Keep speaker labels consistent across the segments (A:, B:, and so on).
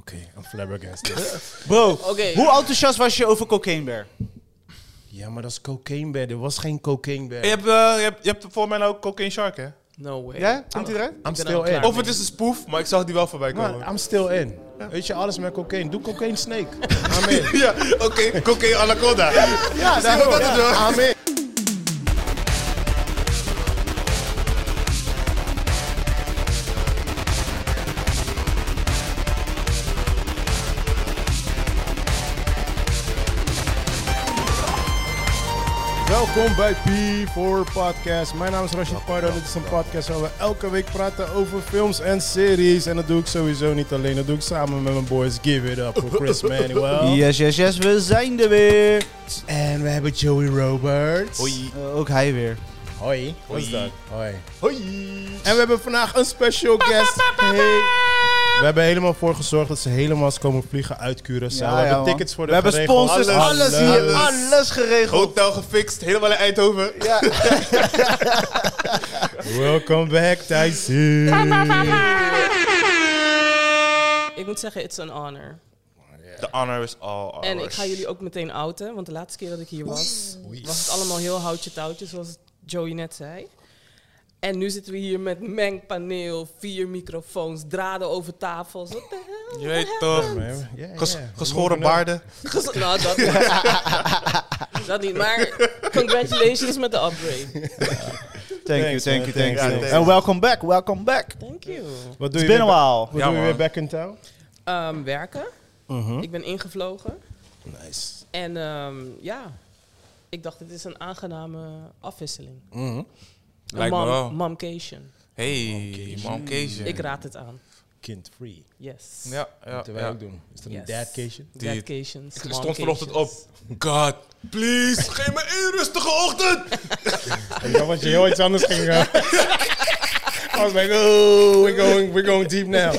A: fucking flabbergasted. Bro,
B: Oké.
C: Hoe enthousiast was je over Cocaine Bear?
A: ja, maar dat is cocaine bear. Dit was geen cocaine bear.
D: Je hebt, eh, je, hebt, je hebt voor mij nou Cocaine Shark, hè?
B: No way.
C: Ja? Komt hij eruit?
A: I'm
B: ben
A: still
B: al klaar.
A: in.
D: Of het is een spoof, maar ik zag die wel voorbij komen.
A: Maar I'm still in. Weet je, alles met cocaine. Doe cocaine snake. Amen.
D: ja, oké, Cocaine Anaconda.
A: ja,
D: daarom,
A: dat
D: ja.
A: is wel. Amen. Welkom bij P4 Podcast. Mijn naam is Rashid Pardo. Dit is een podcast waar we elke week praten over films en series. En dat doe ik sowieso niet alleen. Dat doe ik samen met mijn boys. Give it up voor Chris Manuel.
C: Yes, yes, yes, we zijn er weer.
A: En we hebben Joey Roberts.
D: Hoi.
C: Eh, ook hij weer.
A: Hoi. Wat
D: is dat?
A: Hoi.
D: Hoi.
A: En we hebben vandaag een special guest. Hey. We hebben helemaal voor gezorgd dat ze helemaal is komen vliegen uit Curaçao.
C: Ja,
A: we
C: ja,
A: hebben
C: man.
A: tickets voor de
C: We hebben
A: geregeld.
C: sponsors, alles, hier, alles geregeld.
D: Hotel gefixt, helemaal in Eindhoven.
C: Ja.
A: Welcome back, Tyson.
B: Ik moet zeggen, it's an honor.
D: The honor is all ours.
B: En ik ga jullie ook meteen outen, want de laatste keer dat ik hier was, was het allemaal heel houtje touwtje, zoals Joey net zei. En nu zitten we hier met mengpaneel, vier microfoons, draden over tafels. Wat de hel?
D: Je weet toch.
A: Ja, ja.
D: Ges- geschoren baarden.
B: Gez- nou, dat niet. dat niet, maar congratulations met de upgrade.
C: Thank you,
A: Thanks,
C: thank
A: man.
C: you, thank
A: Ja,
C: you.
A: thanks.
C: En welcome back, welcome back.
B: Thank you.
A: Wat doe
C: It's
A: je
C: been
A: weer,
C: a while.
A: wat
D: Ja,
A: doe je weer
D: man.
A: back in town?
B: Ehm, werken. Ik ben ingevlogen.
A: Nice.
B: En ehm, ja, ik dacht, dit is een aangename afwisseling.
C: Mhm.
B: Een
D: Lijkt me
B: mom-
D: wel.
B: Momcation.
D: Hey, man, Keesje.
B: Ik raad het aan.
A: Kind free.
B: Yes.
D: Ja, ja,
A: Moeten wij
D: ja.
A: ook doen. Is dat een
B: Yes.
A: dadcation?
D: Die-
B: Dadcations,
D: Ik stond vanochtend op.
B: momcations.
D: God, please, geef me één rustige ochtend.
A: Ik dacht dat je heel iets anders ging gaan. I was like, oh, we're going, we're going deep now.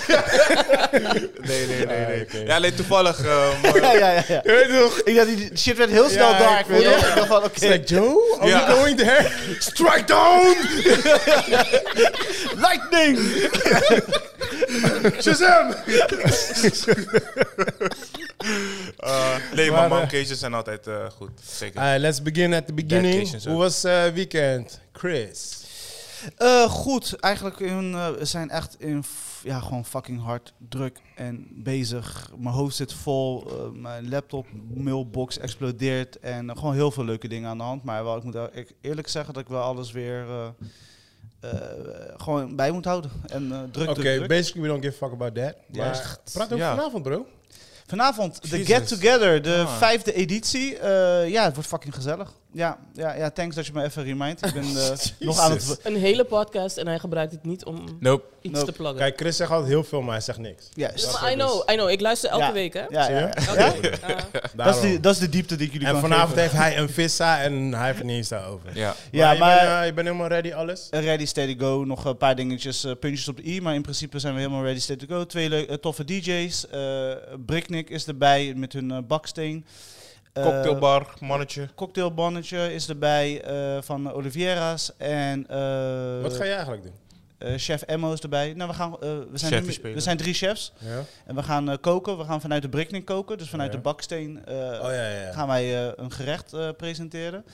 D: Nee, nee, nee. nee.
A: Ah, oké.
D: Ja, alleen toevallig. eh, maar-
C: Ja, ja, ja. ja.
A: Je weet toch?
C: Ik dacht, die shit werd heel snel
A: Ja,
C: dark.
A: ik vond
C: weet je
A: het-
C: wel. Ik dacht van, oké,
A: It's like, Joe, are
D: Ja.
A: we going there? Strike down!
C: lightning!
A: Shazam!
D: Eh, nee,
A: Maar,
D: maar,
A: eh,
D: man, Keesjes zijn altijd eh, goed. Zeker.
A: Alright, let's begin at the beginning.
D: Dedication, zo.
A: Hoe was eh weekend? Chris.
C: Eh, goed, eigenlijk in, eh, we zijn echt in, f- ja, gewoon fucking hard druk en bezig. Mijn hoofd zit vol, eh, mijn laptop, mailbox explodeert en eh, gewoon heel veel leuke dingen aan de hand. Maar wel, ik moet e- ik eerlijk zeggen dat ik wel alles weer eh, eh, gewoon bij moet houden en eh, druk,
A: Oké,
C: druk, druk.
A: basically we don't give a fuck about that.
C: Ja.
A: Maar praat over
D: Ja.
A: vanavond, bro.
C: Vanavond, de
D: Jezus.
C: Get Together, de
D: Ah.
C: vijfde editie. Eh, ja, het wordt fucking gezellig. Ja, ja, ja, thanks dat je me even remindt. Ik ben eh, nog aan het...
A: Jezus.
B: Een hele podcast en hij gebruikt het niet om
D: Nope.
B: iets
C: Nope.
B: te pluggen.
A: Kijk, Chris zegt altijd heel veel, maar hij zegt niks.
C: Ja,
B: Ja, maar I know, I know. Ik luister elke
C: Ja.
B: week, hè?
C: ja,
A: Zie
C: ja.
A: je?
B: Elke week. Ah.
C: Dat, is
A: Daarom.
C: de, dat is de diepte die ik jullie
A: en
C: kan
A: vanavond
C: geven.
A: heeft hij een vissa en hij heeft het niet eens daarover.
D: Ja.
C: Ja,
A: je bent,
C: maar
A: eh, je bent helemaal ready, alles?
C: eh, ready, steady, go. Nog een paar dingetjes, eh, puntjes op de i. Maar in principe zijn we helemaal ready, steady, go. Twee leu- eh, toffe DJ's. eh Bricknick is erbij met hun eh, baksteen. Eh,
D: Cocktailbar, mannetje.
C: Cocktailbonnetje is erbij eh, van Oliviera's. En eh,
A: Wat ga je eigenlijk doen?
C: eh, chef Emmo is erbij. Nou, we, gaan, eh, we, zijn
D: Chefie
C: nu-
D: spelen.
C: we zijn drie chefs.
A: Ja?
C: En we gaan eh, koken. We gaan vanuit de Bricknick koken. Dus vanuit
A: Ja.
C: de baksteen eh,
A: Oh ja, ja. ja.
C: gaan wij eh, een gerecht eh, presenteren.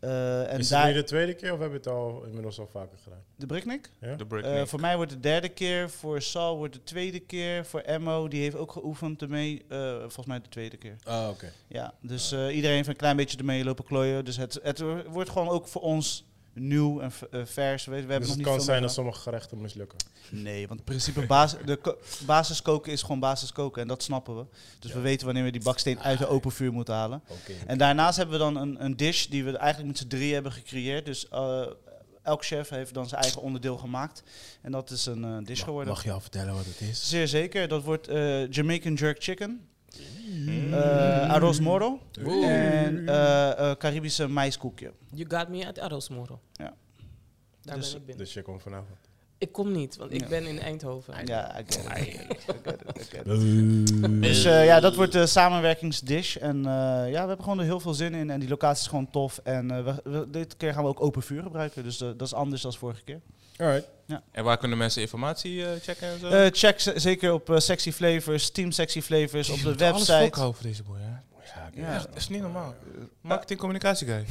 C: Eh,
A: Is
C: en
A: het
C: daar...
A: nu de tweede keer of heb je het al inmiddels al vaker gedaan?
C: De Bricknick?
A: Ja?
D: De
C: Eh, voor mij wordt de derde keer, voor Sal wordt de tweede keer, voor Emmo, die heeft ook geoefend ermee, eh, volgens mij de tweede keer.
A: Oh, oké.
C: Ja, dus eh, iedereen heeft een klein beetje ermee lopen klooien. Dus het, het wordt gewoon ook voor ons nieuw en v- eh, vers. We, we hebben
A: Dus
C: nog
A: het
C: niet
A: kan
C: veel
A: zijn
C: meer
A: dat sommige gerechten mislukken.
C: gedaan. Nee, want in principe basis, de ko- basiskoken is gewoon basiskoken en dat snappen we. Dus we weten wanneer we die baksteen uit de open vuur moeten halen.
A: Oké.
C: En daarnaast hebben we dan een, een dish die we eigenlijk met z'n drie hebben gecreëerd. Dus eh, elk chef heeft dan zijn eigen onderdeel gemaakt. En dat is een eh, dish geworden.
A: je al vertellen wat het is?
C: Zeer zeker. Dat wordt eh, Jamaican Jerk Chicken.
D: Mm.
C: eh arroz moro. En eh, eh, Caribische maiskoekje.
B: You got me at Arosmoro.
C: Ja.
B: Daar
C: Dus-
B: ben ik binnen.
A: Dus je komt vanavond.
B: Ik kom niet, want ik
C: Ja.
B: ben in Eindhoven.
C: Ja, I get it. I get it, I get it, I get it. Dus eh, ja, dat wordt de samenwerkingsdish. En eh, ja, we hebben gewoon er heel veel zin in. En die locatie is gewoon tof. En eh, we, we- dit keer gaan we ook open vuur gebruiken. Dus eh, dat is anders dan vorige keer.
A: Alright.
D: En waar kunnen mensen informatie eh, checken en zo?
C: Eh, check ze- zeker op eh, Sexy Flavors, Team Sexy Flavors, dus op de
D: Alles
C: website. Eh,
D: voor deze boy, hè?
C: Ja.
D: Ja, dat is niet normaal. Marketing communicatie guy.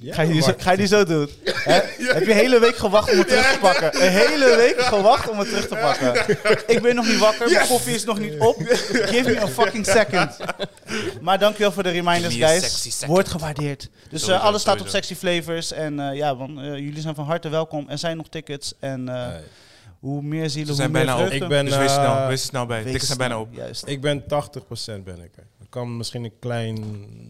A: Ja,
C: Ga je, die zo,
A: maar-
C: ga je die zo doen? Hè? Heb je een hele week gewacht om het terug te pakken? Een hele week gewacht om het terug te pakken. Ik ben nog niet wakker, mijn koffie is nog niet op. Give me a fucking second. Maar dankjewel voor de reminders,
D: Give me a
C: guys.
D: sexy second.
C: Wordt gewaardeerd. Dus eh,
D: Sowieso,
C: alles staat op
D: sowieso.
C: Sexy Flavors. En eh, ja, man, eh, jullie zijn van harte welkom. Er zijn nog tickets. En eh, hoe meer zielen,
D: Ze
C: hoe
D: zijn
C: meer
D: bijna op.
C: vreugde.
A: Ik ben,
D: dus wees
A: eh,
D: snel, wees er snel bij.
C: Wees
D: Tickets zijn bijna
C: snel,
D: op.
C: Juist.
A: Ik ben 80% ben ik. er. Ik kan misschien een klein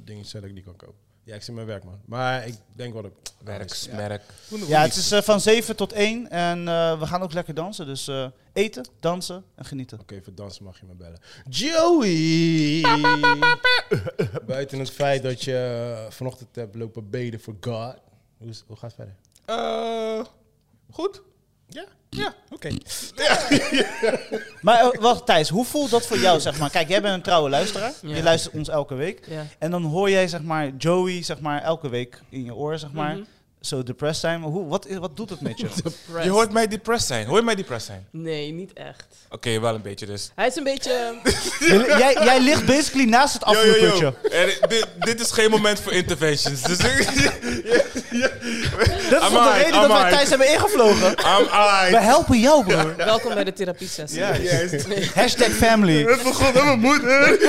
A: ding zetten dat ik die kan kopen. Ja, ik zie mijn werk, man. Maar ik denk wel dat ik...
D: Werks,
A: Ja.
D: merk.
C: Ja, het is eh, van 7 tot 1 en eh, we gaan ook lekker dansen. Dus eh, eten, dansen en genieten.
A: Oké, voor dansen mag je me bellen. Joey! Buiten het feit dat je eh, vanochtend hebt lopen beden voor God. Hoe, is- hoe gaat het verder?
D: Eh, goed.
A: Ja? Ja, oké.
C: Maar eh, wacht Thijs, hoe voelt dat voor jou zeg maar? Kijk, jij bent een trouwe luisteraar.
B: Ja.
C: Je luistert ons elke week.
B: Ja.
C: En dan hoor jij zeg maar Joey zeg maar elke week in je oor zeg maar.
B: Mhm.
C: Zo depressed zijn. Hoe, wat, is- wat doet het met je?
D: Je hoort mij depressed zijn. Hoor je mij depressed zijn?
B: Nee, niet echt.
D: Oké, wel een beetje dus.
B: Hij is een beetje... eh,
C: jij, jij- jij ligt basically naast het
D: Yo, yo,
C: afvoerputje.
D: yo. Eh, dit, dit is geen moment voor interventions. Dus
C: Dat is toch de reden dat wij Thijs hebben ingevlogen.
D: I'm
C: We
D: alright.
C: helpen jou broer.
B: Welkom bij de therapie-sessie.
D: Ja, juist.
C: Hashtag family.
D: Het begon met mijn moeder.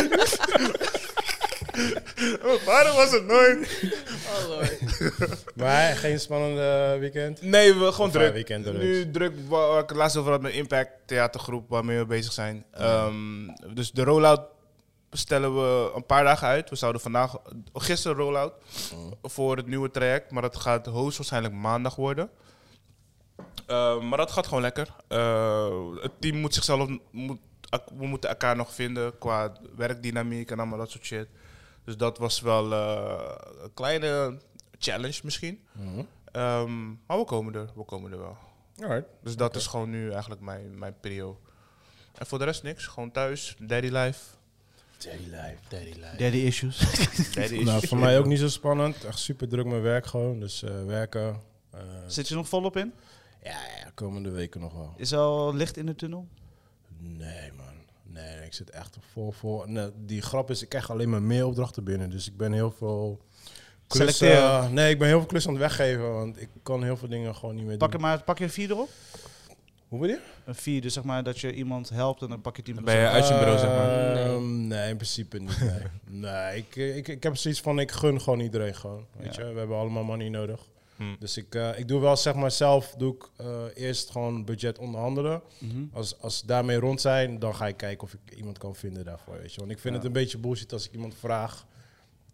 D: Mijn vader was het nooit.
B: Oh, Lord.
A: Maar geen spannende weekend?
D: Nee, we gewoon
A: Of, eh,
D: druk.
A: weekend door
D: nu druk, wa- waar ik het laatst over had met Impact Theatergroep, waarmee we bezig zijn. Ehm, dus de rollout stellen we een paar dagen uit. We zouden vandaag, gisteren rollout
C: Mm.
D: voor het nieuwe traject, maar dat gaat hoogstwaarschijnlijk waarschijnlijk maandag worden. Ehm, maar dat gaat gewoon lekker. Eh, het team moet zichzelf, moet, ak- we moeten elkaar nog vinden qua werkdynamiek en allemaal dat soort shit. Dus dat was wel eh, een kleine challenge misschien.
C: Mm-hmm.
D: Ehm, maar we komen er, we komen er wel.
A: Alright.
D: Dus dat is gewoon nu eigenlijk mijn, mijn periode. En voor de rest niks, gewoon thuis, daddy life.
A: Daddy life, daddy life.
C: Daddy issues.
D: Daddy is
A: Nou, voor mij ook niet zo spannend. Echt super druk mijn werk gewoon. Dus eh, werken. Eh,
C: Zit je nog volop in?
A: ja, ja, komende weken nog wel.
C: Is er al licht in de tunnel?
A: Nee, man. Nee, ik zit echt vol voor. Nee, die grap is, ik krijg alleen maar meer opdrachten binnen. Dus ik ben heel veel klussen...
C: Selecteren.
A: Nee, ik ben heel veel klussen aan het weggeven. Want ik kan heel veel dingen gewoon niet meer
C: Pak, er
A: doen.
C: maar, pak je een vier erop?
A: Hoe bedoel je?
C: Een vier, dus zeg maar dat je iemand helpt en dan pak je 10%.
D: ben je uit je bureau, zeg maar.
A: Ehm, nee, in principe niet. Nee, nee ik, ik, ik heb zoiets van, ik gun gewoon iedereen gewoon. Weet
C: Ja.
A: je, we hebben allemaal money nodig.
D: Hmm.
A: Dus ik, eh, ik doe wel, zeg maar zelf, doe ik eh, eerst gewoon budget onderhandelen.
C: Mhm.
A: Als, als ze daarmee rond zijn, dan ga ik kijken of ik iemand kan vinden daarvoor. Weet je. Want ik vind
C: Ja.
A: het een beetje bullshit als ik iemand vraag.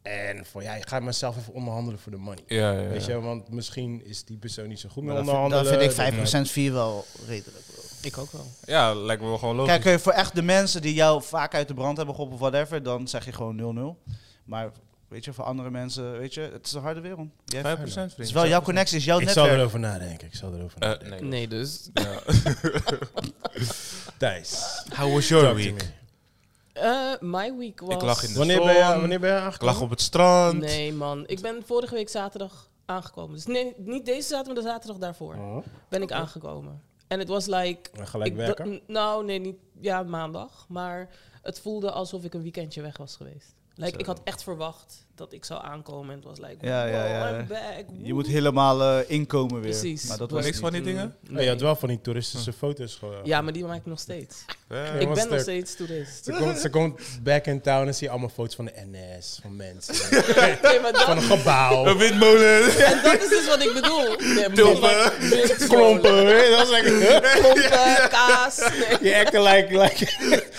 A: En van ja, ik ga mezelf even onderhandelen voor de money.
D: Ja, ja, ja.
A: Weet je, want misschien is die persoon niet zo goed met
C: Maar dan, Nou, vind,
A: onderhandelen.
C: dan
A: Dat-
C: vind ik 5% 4 wel redelijk. bro.
B: Ik ook wel.
D: ja, lijkt me wel gewoon logisch.
C: Kijk, eh, voor echt de mensen die jou vaak uit de brand hebben geholpen of whatever, dan zeg je gewoon 0-0. Maar weet je, voor andere mensen, weet je, het is een harde wereld. Je hebt-
D: 5% vriend.
C: het is wel jouw connectie, is jouw
A: Ik zal
C: netwerk.
A: erover nadenken. Ik zal erover
D: Eh,
A: nadenken.
D: nee.
B: Nee, dus.
D: Ja.
A: Thijs.
D: How was
A: talk
D: your
A: to
D: week?
A: me.
B: Eh, my week was...
D: lag in de-
A: Wanneer ben, je,
D: zon.
A: wanneer ben je aangekomen?
D: Ik lag op het strand.
B: Nee, man. Ik ben vorige week zaterdag aangekomen. Dus nee, niet deze zaterdag, maar de zaterdag daarvoor
A: Oh.
B: ben ik aangekomen. En het was like...
A: En gelijk
B: ik
A: werken?
B: d- n- nou, nee, niet... Ja, maandag. Maar het voelde alsof ik een weekendje weg was geweest. Like,
C: Zo.
B: ik had echt verwacht dat ik zou aankomen. En het was like,
C: Ja, ja,
B: wow,
C: ja.
B: I'm back.
C: Je moet helemaal eh, inkomen weer.
B: Precies.
C: Maar dat
B: Niks
C: was
D: Niks
C: het
D: van
C: niet.
D: die dingen?
B: Mm,
A: Oh, je
B: nee.
A: had wel van die toeristische foto's. Ge-
B: Ja, maar die maak ik nog steeds.
D: Eh,
A: Ja,
B: ik
A: was
B: ben nog
A: sterk.
B: steeds toerist.
A: Ze komt, ze komt back in town en zie je allemaal foto's van de NS, van mensen,
B: Nee, maar
A: van een
B: dat,
A: gebouw,
D: Een windmolen.
B: en dat is dus wat ik bedoel. Nee, maar
D: Tulpen.
B: maar-
A: klompen. hè? Dat is lekker.
B: Klompen, kaas. Nee.
A: Je acten like, like,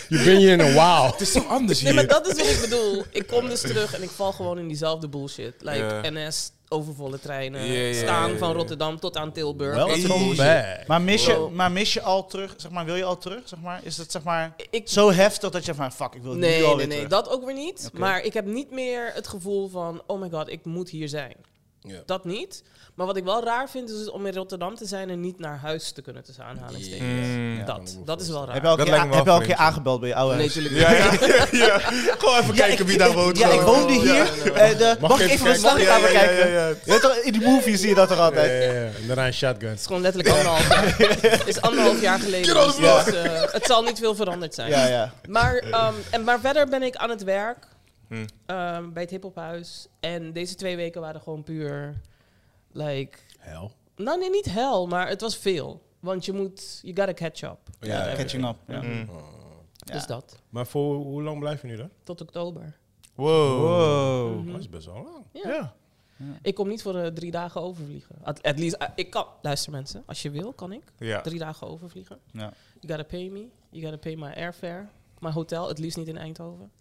A: je bent hier in een wow.
D: Het is zo anders
B: Nee,
D: hier.
B: maar dat is wat ik bedoel. Ik kom dus terug en ik val gewoon in diezelfde bullshit. Like
D: Ja.
B: NS, overvolle treinen,
D: Ja, ja, ja,
B: staan
D: ja, ja.
B: van Rotterdam tot aan Tilburg. Dat soort
A: Welkom
B: bullshit.
A: back.
C: Maar mis, je,
B: Wow.
C: maar mis je al terug, zeg maar, wil je al terug? Zeg maar? Is het zeg maar
B: Ik,
C: zo heftig dat je van fuck, ik wil
B: nee,
C: nu al
B: nee,
C: weer
B: nee,
C: terug?
B: dat ook weer niet.
C: Oké.
B: Maar ik heb niet meer het gevoel van, oh my god, ik moet hier zijn.
A: Ja.
B: Dat niet. Maar wat ik wel raar vind, is dus om in Rotterdam te zijn en niet naar huis te kunnen tussen aanhalingstekens.
D: Mm.
A: Ja, kan ik
B: Dat,
A: me
B: dat is wel raar.
C: Heb je al een
D: Dat
C: keer,
D: lijkt me wel
C: heb je al een keer
D: vreemd.
C: aangebeld bij je oude
B: Nee,
C: huis?
B: natuurlijk
D: Ja, ja, ja, ja. Gewoon even
C: Ja,
D: kijken
C: ik-
D: wie daar woont.
C: Ja, ik
D: gewoon.
C: woonde hier. Eh, de- mag, ik even de
A: kijken?
C: slag
D: Ja, ja,
C: gaan
D: ja,
C: bekijken?
D: ja, ja.
C: Je weet toch, in die movie zie je dat toch altijd?
A: Ja, ja, ja. En daarna een shotgun.
B: Het is gewoon letterlijk anderhalf jaar. is anderhalf jaar geleden. Dus
C: block!
B: eh, het zal niet veel veranderd zijn.
C: Ja, ja.
B: Maar, ehm, en, maar verder ben ik aan het werk
D: Hm.
B: ehm, bij het hiphophuis. En deze twee weken waren gewoon puur, like,
A: Hel.
B: nou nee, niet hel, maar het was veel. Want je moet, you gotta catch up.
A: Ja,
B: Whatever.
C: Catching up. Ja.
D: Mm.
C: Ja.
B: Dus dat,
A: Maar voor hoe lang blijf je nu dan?
B: tot oktober.
D: Wow.
C: Wow.
A: Dat is best wel lang.
B: Ja. Ik kom niet voor eh, drie dagen overvliegen. At, at least, eh, ik kan, luister mensen, als je wil, kan ik
D: Ja.
B: drie dagen overvliegen.
C: Ja.
B: You gotta pay me, you gotta pay my airfare. Mijn hotel, het liefst niet in Eindhoven.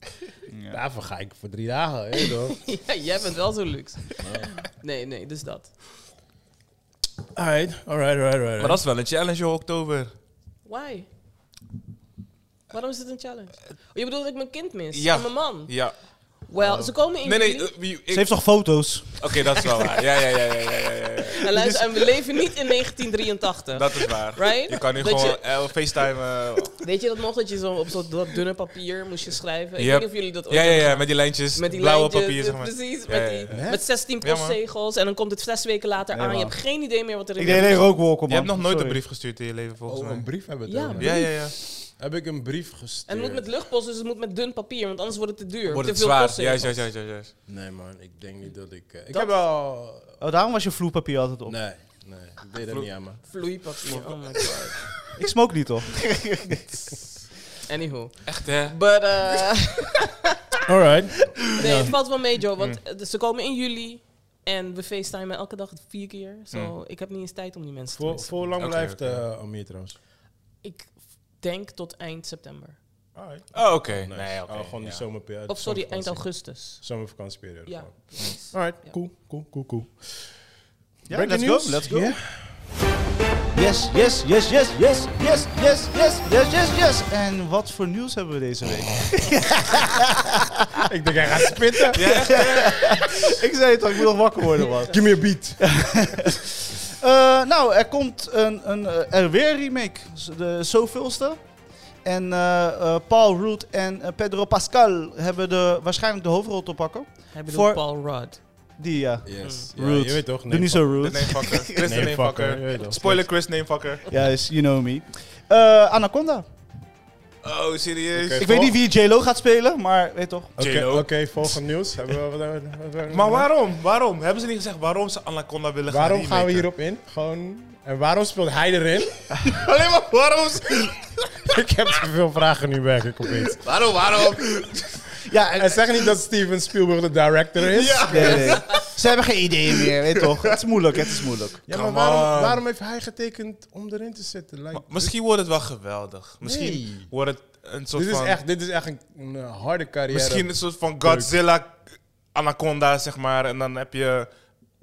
C: Ja.
A: Daarvoor ga ik voor drie dagen. Hè, toch?
B: ja, jij bent wel zo luxe. Nee, nee, dus dat.
A: alright, alright, alright, alright.
D: Maar dat is wel een challenge, hoor, oktober.
B: Why? Waarom is dit een challenge? Oh, je bedoelt dat ik mijn kind mis?
D: Ja.
B: En mijn man?
D: Ja.
B: Wel, ze komen in
D: Nee, nee.
B: juli.
D: eh, wie-
C: Ze
D: ik-
C: heeft toch foto's?
D: Oké, dat is wel waar. Ja, ja, ja, ja, ja, ja, ja.
B: en, luister, en we leven niet in 1983.
D: eh, dus- Dat is waar.
B: Right?
D: Je kan nu
B: Dat
D: gewoon
B: je-
D: eh, FaceTime. eh,
B: Weet je dat nog? Dat je zo op zo'n dat dunne papier moest je schrijven? Ik
D: Yep.
B: weet niet of jullie dat ooit
D: ja, ja,
B: hebben
D: ja,
B: gedaan.
D: met die lijntjes.
B: Met die
D: blauwe
B: lijntjes,
D: papier, zeg maar.
B: Precies,
D: Ja,
B: met,
D: ja, ja.
B: die,
A: Hè?
B: met 16
D: Ja, man.
B: postzegels. en dan komt het zes weken later
C: Nee,
B: aan. Je
C: man.
B: hebt geen idee meer wat er in
C: Ik deed een rookwalken, man.
D: Je hebt nog nooit
C: Sorry.
D: een brief gestuurd in je leven, volgens
A: Oh, een
D: mij.
A: brief hebben we het
B: Ja,
A: over.
B: brief.
D: Ja, ja, ja.
A: Heb ik een brief
B: En
A: gestuurd?
B: het moet met luchtpost, dus het moet met dun papier, want anders wordt het te duur.
D: Wordt
B: te
D: het
B: veel
D: zwaar.
B: postzegels.
D: Juist, juist, juist, juist. juist.
A: Nee man, ik denk niet dat ik... eh, ik
B: Dat-
A: heb wel...
C: Oh, daarom was je vloerpapier altijd op.
A: Nee, nee. Ik deed dat niet aan me.
B: Vloeipapier, oh my god.
C: Ik smoke niet, toch?
B: Anywho.
D: Echt, hè?
B: But, eh,
A: Alright.
B: nee, het valt wel mee, Joe. Want eh, ze komen in juli en we facetimen elke dag vier keer. Zo, ik heb niet eens tijd om die mensen te
A: Voor,
B: missen.
A: voor hoe lang
D: Oké,
A: blijft
D: oké.
A: eh, Amir trouwens?
B: Ik denk tot eind september.
A: Alright.
D: Oh, oké.
A: Nice.
D: Nee, oké.
A: Oh, gewoon die
D: ja.
A: zomerperiode.
B: Of sorry, eind
A: zomervakantie.
B: augustus.
A: Zomervakantieperiode.
B: Ja,
A: gewoon.
B: precies.
A: Alright,
B: Ja.
A: cool, cool, cool, cool.
C: Ja,
A: Breaking
C: let's go,
A: news?
C: let's go.
A: Ja?
C: Yes, yes, yes, yes, yes, yes, yes, yes, yes, yes, yes. En wat voor nieuws hebben we deze week?
A: ik denk hij gaat spitten.
C: ik zei het al, ik moet nog wakker worden, man.
A: Give me a beat.
C: Eh, nou, er komt een, een eh, er weer een remake. Z- De zoveelste. En eh, eh, Paul Root en eh, Pedro Pascal hebben de, waarschijnlijk de hoofdrol te pakken.
B: Hij bedoelt
C: Voor-
B: Paul Rudd.
C: Die, ja.
A: Yes.
D: Mm.
A: Ja,
C: Rude.
A: je weet toch?
C: Doe niet zo
D: De
C: rude.
D: namefucker. Chris de
A: Nee,
D: namefucker. Spoiler Chris, namefucker.
C: Yes, you know me. Eh, Anaconda.
D: Oh, serieus?
A: Oké.
C: Ik weet niet wie J-Lo gaat spelen, maar weet toch.
A: Oké,
D: J-Lo.
A: oké, volgend nieuws. Hebben we wat- wat- wat- wat-
D: Maar waarom? Waarom? Hebben ze niet gezegd waarom ze Anaconda willen gaan
A: Waarom gaan we
D: remaken?
A: hierop in? Gewoon... En waarom speelt hij erin?
D: Alleen maar waarom? ze-
A: ik heb te veel vragen nu werkelijk opeens.
D: waarom, waarom?
C: Ja, en-
A: En zeg niet dat Steven Spielberg de director is.
D: Ja.
C: nee, nee. Ze hebben geen ideeën meer, weet toch. Het is moeilijk, het is moeilijk.
A: Ja, maar
D: Come
A: waarom,
D: on.
A: waarom heeft hij getekend om erin te zitten? Like,
D: Maar Misschien wordt het wel geweldig. Misschien
A: Nee.
D: wordt het een soort
A: dit, dit
D: van...
A: is echt, dit is echt een, een, eh, harde carrière.
D: Misschien een soort van Godzilla Anaconda, zeg maar. En dan heb je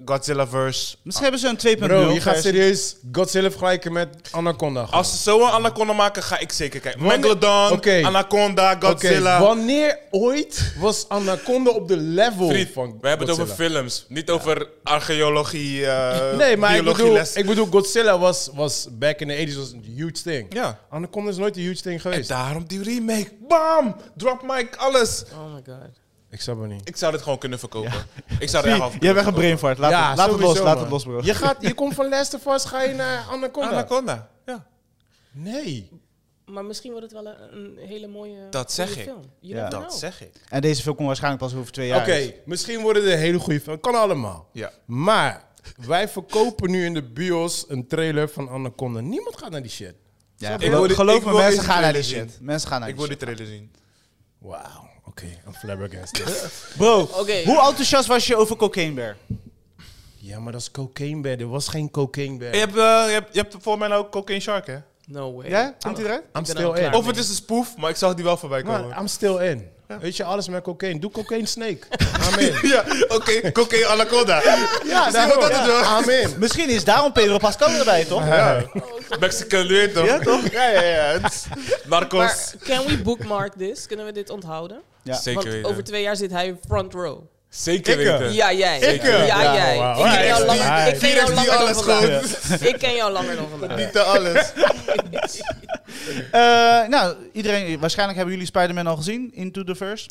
D: Godzilla-verse.
C: Misschien hebben ze een 2.0
A: Bro, je gaat
C: versie.
A: serieus Godzilla vergelijken met Anaconda. gewoon.
D: Als ze zo een Anaconda maken, ga ik zeker kijken.
A: Wanneer-
D: Megalodon,
A: Oké.
D: Anaconda,
A: Oké,
D: Godzilla.
A: wanneer ooit was Anaconda op de level
D: Vriend,
A: van
D: we hebben het
A: Godzilla?
D: over films, niet over archeologie, eh
A: Nee, maar ik bedoel,
D: biologieles.
A: ik bedoel, Godzilla was, was back in the 80s was een huge thing.
D: Ja.
A: Anaconda is nooit een huge thing
D: En
A: geweest.
D: daarom die remake. Bam! Drop mic, alles.
B: Oh my god.
A: Ik snap het niet.
D: Ik zou dit gewoon kunnen verkopen. Ik zou er echt
C: Zie,
D: af
C: Jij bent een brainfart. Laat, het, laat het
A: sowieso,
C: los, laat
A: man.
C: het los, bro.
A: Je, gaat, je komt van Last of Us, ga je naar Anaconda?
D: Anaconda, ja.
A: Nee.
B: Maar misschien wordt het wel een, een hele mooie
D: Dat zeg
B: goede
D: ik.
B: film. You
C: Ja.
B: never
D: Dat
B: know.
D: zeg ik.
C: En deze film komt waarschijnlijk pas over twee
A: Oké,
C: jaar. Dus, uit.
A: misschien worden er hele goede films. Kan allemaal.
D: Ja.
A: Maar wij verkopen nu in de bios een trailer van Anaconda. Niemand gaat naar die shit.
C: Ja,
D: Ik wil
C: geloof
D: die- ik
C: geloof me,
D: wil
C: mensen
D: deze
C: gaan naar die
D: trailer
C: shit. Mensen gaan naar
D: Ik
C: die
D: wil
C: shit.
D: die trailer zien.
A: Wauw. Oké, een flabbergasted.
C: Bro,
B: Oké.
C: hoe enthousiast was je over Cocaine Bear?
A: ja, maar dat is cocaine bear. Er was geen cocaine bear.
D: Je hebt, eh, je hebt, je hebt volgens mij nou ook Cocaine Shark, hè?
B: No way.
C: Ja? Komt die eruit?
A: I'm
B: ben
A: still
B: al klaar.
A: in.
D: Of het is een spoof, maar ik zag die wel voorbij komen.
A: Man, I'm still in. Weet je, alles met cocaine. Doe cocaine snake. Amen.
D: Ja, oké, Cocaine Anaconda.
C: Ja,
D: Zie je wat dat is, hoor?
A: Amen.
C: Misschien is daarom Pedro Pascal erbij, toch?
D: Mexican leer toch?
C: Ja, toch?
D: Ja, ja, ja. Het is- Narcos.
B: Maar can we bookmark this? Kunnen we dit onthouden?
C: Ja.
D: Zeker
B: Want
D: weten.
B: over twee jaar zit hij front row.
E: Zeker
A: Ikke.
E: weten.
B: Ja, jij.
A: Ik, eh,
B: Ja,
A: ja,
B: jij.
A: wauw.
B: Ik ken jou
A: Hij is die-
B: langer, ik ken jou
D: Felix die
B: langer dan
D: alles
B: vandaag.
D: gewoon.
B: Ik ken jou langer dan vandaag.
D: Niet te alles.
C: Eh, nou, iedereen, waarschijnlijk hebben jullie Spider-Man al gezien, Into the Verse.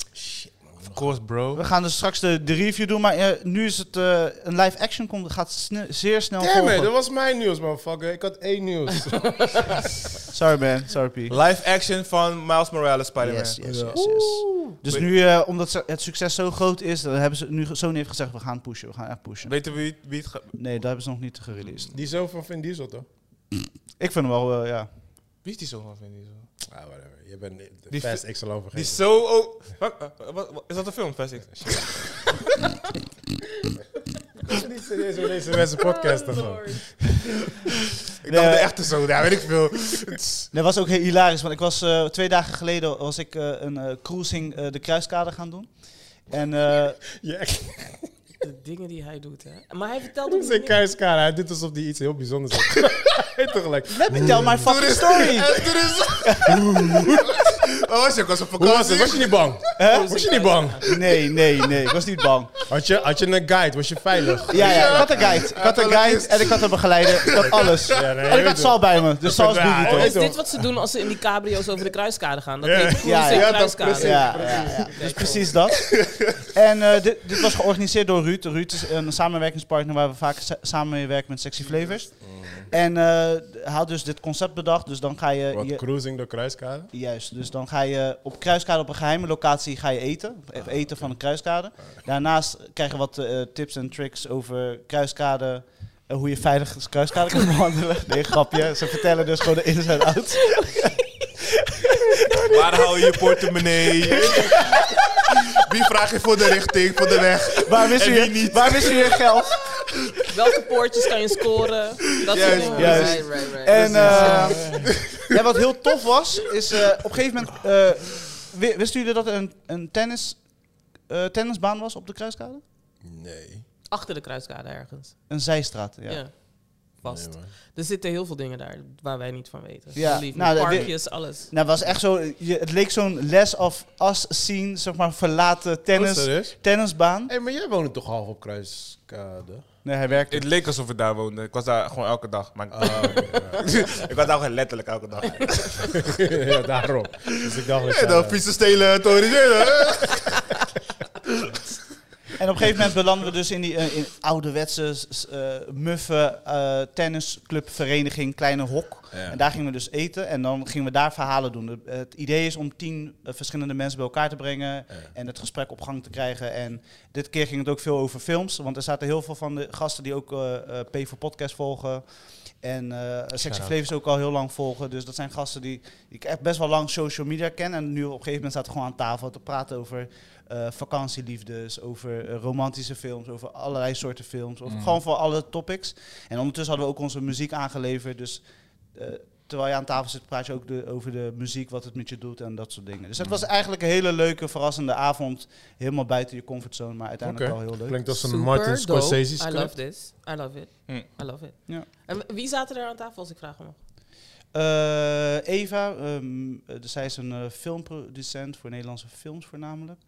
D: Of course, bro.
C: We gaan dus straks de, de review doen, maar eh, nu is het eh, een live action komt, gaat sne- zeer snel
A: Damn it,
C: volgen.
A: dat was mijn nieuws, motherfucker. Ik had één nieuws.
C: Sorry man, sorry P.
D: Live action van Miles Morales Spider-Man.
C: Yes, yes,
A: Ja.
C: yes, yes. Dus nu, eh, omdat ze- het succes zo groot is, dan hebben ze, nu, Sony heeft gezegd, we gaan pushen, we gaan echt pushen.
D: Weten we wie, wie het gaat...
C: Nee, dat hebben ze nog niet gereleased.
A: Die zoon van Vin Diesel, toch?
C: Ik vind hem wel, eh, ja.
D: Wie is die zo van, vind je zo?
A: Ah, whatever. Je bent de
D: Die
A: Fast X al lang
D: Die
A: vergeten.
D: is zo... Oh, wat, eh, wat- wat- is dat een film, Fast X?
A: is niet serieus hoe deze mensen podcasten.
B: Oh,
A: man.
B: Lord.
D: Ik dacht de echte zo, daar weet ik veel.
C: Nee, was ook heel hilarisch, want ik was eh, twee dagen geleden was ik eh, een eh, cruising eh, de kruiskade gaan doen. En eh,
A: Je echt
B: De dingen die hij doet, hè. Maar hij vertelt ook
A: doet zijn
B: niet niks.
A: kruiskade. Hij doet alsof hij iets heel bijzonders heeft. Hij tegelijk.
C: let me tell my fucking story.
D: En toen is... Waar was je? Ik was op
A: Hoe was
D: vakantie.
A: het? Was je niet bang? Was je niet bang?
C: Nee, nee, nee, ik was niet bang.
A: Had je, had je een guide? Was je veilig?
C: Ja, ja, ik had een guide. Ik had een guide en ik had een begeleider. Ik had alles.
A: nee, je
C: en ik
A: weet
C: had
A: het.
C: Sal bij me, dus Sal is boogie
A: Ja,
C: toch?
B: Is
A: weet
B: dit
A: toch?
B: wat ze doen als ze in die cabrio's over de kruiskade gaan? Dat
A: Ja.
C: Ja,
B: heet cruisen
C: ja,
A: dat
B: kruiskade.
A: precies.
C: Ja, ja, ja. Dus precies dat. En eh, dit, dit was georganiseerd door Ruud. Ruud is een samenwerkingspartner waar we vaak sa- samenwerken met Sexy Flavors.
A: Mm.
C: En eh, hij had dus dit concept bedacht. Dus dan ga je...
A: Wat,
C: je-
A: cruising door kruiskade?
C: Juist, dus dan ga je op kruiskade op een geheime locatie ga je eten. Of eten van een kruiskade. Daarnaast krijg je wat eh, tips en tricks over kruiskade. eh, hoe je veilig de kruiskade kan behandelen. Nee, grapje. Ze vertellen dus gewoon de ins en outs.
D: Waar hou je je portemonnee? Wie vraag je voor de richting, voor de weg?
C: Waar wist,
D: En
C: u
D: wie
C: je, waar wist u je geld?
B: Welke poortjes kan je scoren? Dat soort
D: Juist,
B: dingen.
C: juist.
B: Right, right, right.
C: En eh, ja, wat heel tof was, is eh, op een gegeven moment... eh, wi- wisten jullie dat er een, een tennis, eh, tennisbaan was op de kruiskade?
A: Nee.
B: Achter de kruiskade ergens.
C: Een zijstraat, ja.
B: Ja. Vast.
A: Nee, man.
B: er zitten heel veel dingen daar waar wij niet van weten.
C: Ja,
B: Ja.
C: nou, de-
B: parkjes, alles.
C: Nou, het was echt zo. je- het leek zo'n les of as scene, zeg maar verlaten
A: Oh,
C: tennis,
A: serieus?
C: tennisbaan.
A: Hé, maar jij woonde toch half op kruiskade?
C: Nee, hij werkte.
D: Het leek alsof ik daar woonde. Ik was daar gewoon elke dag. Maar ik was daar gewoon letterlijk elke dag.
A: ja, daarom. Dus ik dacht...
D: Ja,
A: ik
D: dan
A: zou-
D: fietsen stelen, terroriseren.
C: En op een gegeven moment belanden we dus in die eh, in ouderwetse, s- eh muffe eh, tennisclubvereniging, kleine hok.
A: Ja.
C: En daar gingen we dus eten en dan gingen we daar verhalen doen. De- het idee is om tien eh, verschillende mensen bij elkaar te brengen en het gesprek op gang te krijgen. En dit keer ging het ook veel over films, want er zaten heel veel van de gasten die ook eh, eh, P voor Podcast volgen. En eh Sexy
A: Shout-out.
C: Flavors ook al heel lang volgen. Dus dat zijn gasten die ik echt best wel lang social media ken. En nu op een gegeven moment zaten we gewoon aan tafel te praten over eh, vakantieliefdes, over eh, romantische films, over allerlei soorten films. Of gewoon voor alle topics. En ondertussen hadden we ook onze muziek aangeleverd. Dus eh, terwijl je aan tafel zit, praat je ook de, over de muziek, wat het met je doet en dat soort dingen. Dus het
A: Mhm.
C: was eigenlijk een hele leuke, verrassende avond. Helemaal buiten je comfortzone, maar uiteindelijk
A: Oké.
C: wel heel leuk.
A: Klinkt als een
B: Super
A: Martin
B: dope.
A: Scorsese
B: I
A: script.
B: love this. I love it.
D: Hm.
B: I love it.
C: Ja.
B: En wie zaten er aan tafel als ik vraag mag?
C: Eh, Eva, ehm, eh, dus zij is een eh, filmproducent voor Nederlandse films voornamelijk.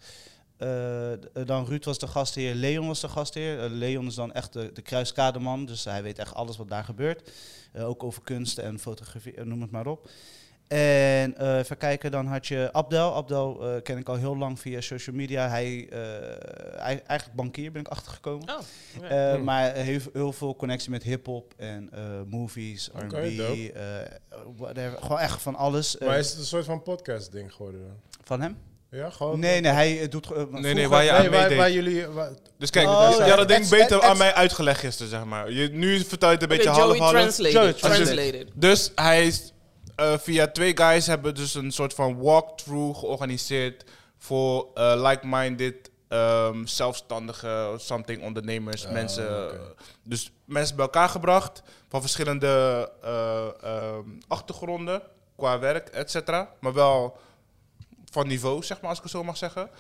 C: Eh, d- eh, dan Ruud was de gastheer, Leon was de gastheer. Eh, Leon is dan echt de, de kruiskademan, dus hij weet echt alles wat daar gebeurt. Eh, ook over kunst en fotografie, eh, noem het maar op. En eh even kijken, dan had je Abdel. Abdel eh, ken ik al heel lang via social media. Hij, eh, hij- eigenlijk bankier ben ik achtergekomen.
B: Oh, ja.
C: Eh, Maar heel, heel veel connectie met hip-hop en eh, movies,
A: Oké,
C: RB,
A: dope.
C: eh, whatever. Gewoon echt van alles. eh,
A: Maar is het een soort van podcast ding geworden dan?
C: Van hem?
A: Ja, gewoon...
C: Nee, nee, hij eh, doet. ge- eh,
D: nee,
C: vroeger-
D: waar je-
A: Nee,
D: Ja,
A: waar,
D: meedeed.
A: waar jullie... waar-
D: Dus kijk,
C: Oh,
D: je
C: ja.
D: had het denk ik
C: Ex-
D: beter
C: ex-
D: aan mij uitgelegd gisteren, zeg maar. Je, nu vertelt het een beetje
B: Oké,
D: half
B: Joey
D: half.
B: translated.
C: Joey
B: translated.
D: Dus hij is eh, via twee guys hebben dus een soort van walkthrough georganiseerd voor eh, like-minded ehm, zelfstandige something ondernemers,
A: Oh,
D: mensen.
A: oké.
D: Dus mensen bij elkaar gebracht van verschillende eh, ehm, achtergronden qua werk, et cetera. Maar wel van niveau, zeg maar, als ik het zo mag zeggen.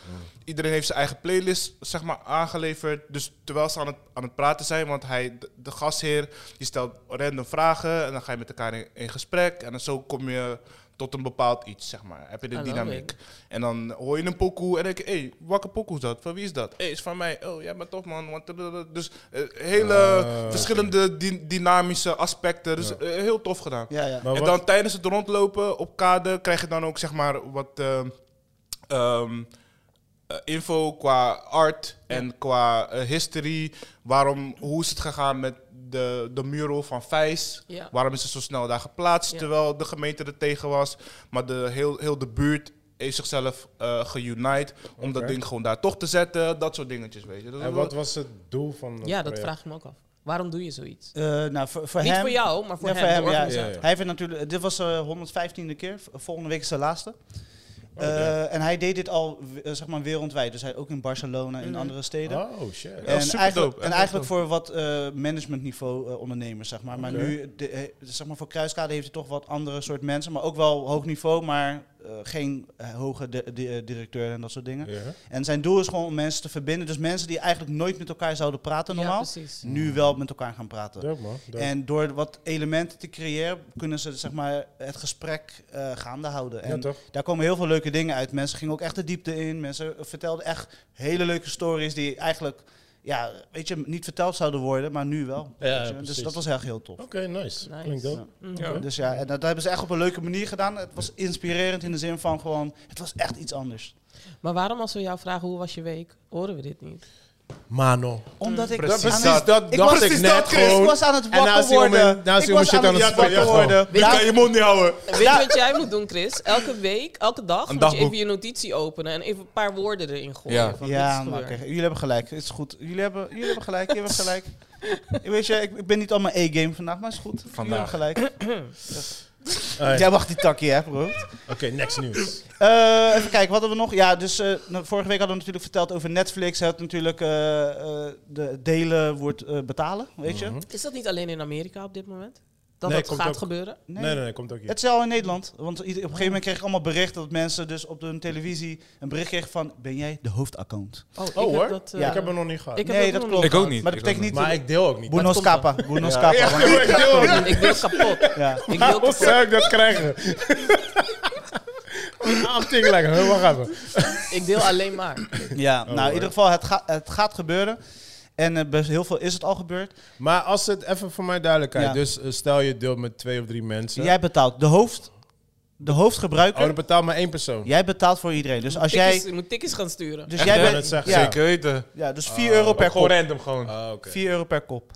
D: Iedereen heeft zijn eigen playlist, zeg maar, aangeleverd. Dus terwijl ze aan het, aan het praten zijn, want hij, de, de gastheer, die stelt random vragen en dan ga je met elkaar in, in gesprek. En dan zo kom je tot een bepaald iets, zeg maar. Heb je
B: I
D: de
B: love
D: dynamiek. En dan hoor je een pokoe en denk je, hé, hey, welke pokoe is dat? Van wie is dat? Hé, hey, is van mij. Oh, jij bent tof, man. Want dadadada. Dus eh, hele
A: Ah,
D: verschillende dy- dynamische aspecten. Dus
A: Ja.
D: eh, heel tof gedaan.
C: Ja, ja.
A: Maar
D: en
A: wat-
D: dan tijdens het rondlopen op kade krijg je dan ook, zeg maar, wat... ehm, ehm, eh, info qua art en qua eh, history. Waarom, hoe is het gegaan met de, de mural van Vijs?
B: Ja.
D: Waarom is het zo snel daar geplaatst?
B: Ja.
D: Terwijl de gemeente er tegen was. Maar de, heel, heel de buurt heeft zichzelf eh geunite om dat
A: Oké.
D: ding gewoon daar toch te zetten. Dat soort dingetjes, weet je. Dat
A: En
D: is
A: wat
D: wel-
A: was het doel van het
B: Ja, dat
A: project?
B: vraag ik me ook af. Waarom doe je zoiets?
C: Eh, nou, voor, voor
B: Niet
C: hem,
B: voor jou, maar voor
C: Ja,
B: hem,
C: voor hem,
B: de
C: ja.
B: organisator.
A: Ja, ja.
C: Hij heeft het natuurlijk, dit was de 115e keer, v- volgende week is de laatste.
A: Oh,
C: Eh,
A: damn.
C: en hij deed dit al eh, zeg maar wereldwijd, dus hij ook in Barcelona en
B: Mhm.
C: andere steden.
A: Oh, shit.
D: Ja,
C: En
D: superdope.
C: eigenlijk,
D: Echt
C: en eigenlijk voor wat eh, managementniveau eh, ondernemers, zeg maar. Maar
A: Oké.
C: nu, de, eh, zeg maar, voor Kruiskade heeft hij toch wat andere soort mensen. Maar ook wel hoog niveau, maar eh, geen eh, hoge di- di- eh, directeur en dat soort dingen.
A: Ja.
C: En zijn doel is gewoon om mensen te verbinden. Dus mensen die eigenlijk nooit met elkaar zouden praten
B: Ja,
C: normaal,
B: precies.
C: nu wel met elkaar gaan praten.
A: Dope, man. Dope.
C: En door wat elementen te creëren, kunnen ze zeg maar, het gesprek eh, gaande houden.
A: ja,
C: En
A: toch?
C: daar komen heel veel leuke dingen uit. Mensen gingen ook echt de diepte in. Mensen vertelden echt hele leuke stories die eigenlijk ja, weet je, niet verteld zouden worden, maar nu wel.
A: Ja,
C: weet je. dus
A: precies.
C: dat was echt heel tof.
A: Oké, nice.
B: Nice.
A: Klinkt dope.
B: Mm.
A: Ja.
C: Dus ja, en dat, dat hebben ze echt op een leuke manier gedaan. Het was inspirerend in de zin van gewoon, het was echt iets anders.
B: Maar waarom als we jou vragen hoe was je week, horen we dit niet?
A: Mano.
C: Omdat ik
D: Precies
C: aan het-
D: dat.
A: dacht
C: was
A: ik
C: precies
A: net
C: dat, Chris.
A: gewoon.
C: Ik was aan het
A: En nou
C: wakker
A: zie je om in-
C: worden.
A: nou zie je
C: Ik
A: om
C: was
A: shit
C: aan
A: aan
C: het
A: het
C: wakker
A: spelen.
C: worden.
D: Je kan je mond niet houden.
B: Weet je wat jij moet doen, Chris? Elke week, elke dag,
D: Een
B: moet je even
D: dagboek.
B: je notitie openen en even een paar woorden erin gooien.
D: Ja.
B: van dit is
C: Ja, maar
B: gebeurd.
C: kijk, jullie hebben gelijk. Het is goed. Jullie hebben, jullie hebben gelijk. Jullie hebben gelijk. Ik weet je, ik, ik ben niet allemaal E-game vandaag, maar het is goed. Jullie hebben
D: Vandaag.
C: gelijk.
A: Alright.
C: Jij mag die takje, hè, bro.
A: Oké, next news.
C: Eh, even kijken, wat hadden we nog? Ja, dus eh, nou, vorige week hadden we natuurlijk verteld over Netflix. Het natuurlijk eh, eh, de delen wordt eh, betalen, weet
A: Mhm.
C: je?
D: Mhm.
B: Is dat niet alleen in Amerika op dit moment? Dat
A: Nee,
B: dat
A: komt
B: gaat
A: ook-
B: gebeuren?
A: Nee, nee, nee, komt ook hier.
C: Het is al in Nederland, want ieder- op een gegeven moment kreeg ik allemaal berichten dat mensen dus op hun televisie een bericht kregen van, ben jij de hoofdaccount?
B: Oh,
A: Oh
B: ik
A: hoor,
B: heb dat... eh,
A: ik heb hem nog niet gehad.
B: ik heb
C: Nee,
B: dat
C: dat
B: nog
C: klopt.
D: Ik ook niet.
C: Maar dat
D: Ik ook
C: betekent niet,
A: maar ik deel ook niet.
B: Maar
C: Buenos
B: het komt
C: Capa, Buenos Capa. want ik-
B: niet. Ik wil kapot.
C: Ja.
B: Ik wil
A: Hoe
B: kapot.
A: zou ik dat krijgen? Aan lekker, hè? wacht even.
B: Ik deel alleen maar.
C: Ja, nou
A: hoor.
C: in ieder geval, het, ga- het gaat gebeuren. En eh, best heel veel is het al gebeurd.
A: Maar als het even voor mijn duidelijkheid,
C: Ja.
A: dus eh, stel je deelt met twee of drie mensen.
C: Jij betaalt de, hoofd, de
A: Oh, dan
C: hoofdgebruiker.
A: betaalt maar één persoon.
C: Jij betaalt voor iedereen. Dus als
B: Tikkies-
C: jij.
B: Je moet tikjes gaan sturen.
C: Dus
D: Echt,
C: jij
D: hè?
C: bent-
A: Dat zeg ik
C: ja,
D: Zeker weten.
C: Ja, dus 4 euro per
D: Gewoon
C: kop.
D: random gewoon.
A: Ah, oké.
C: 4 euro per kop.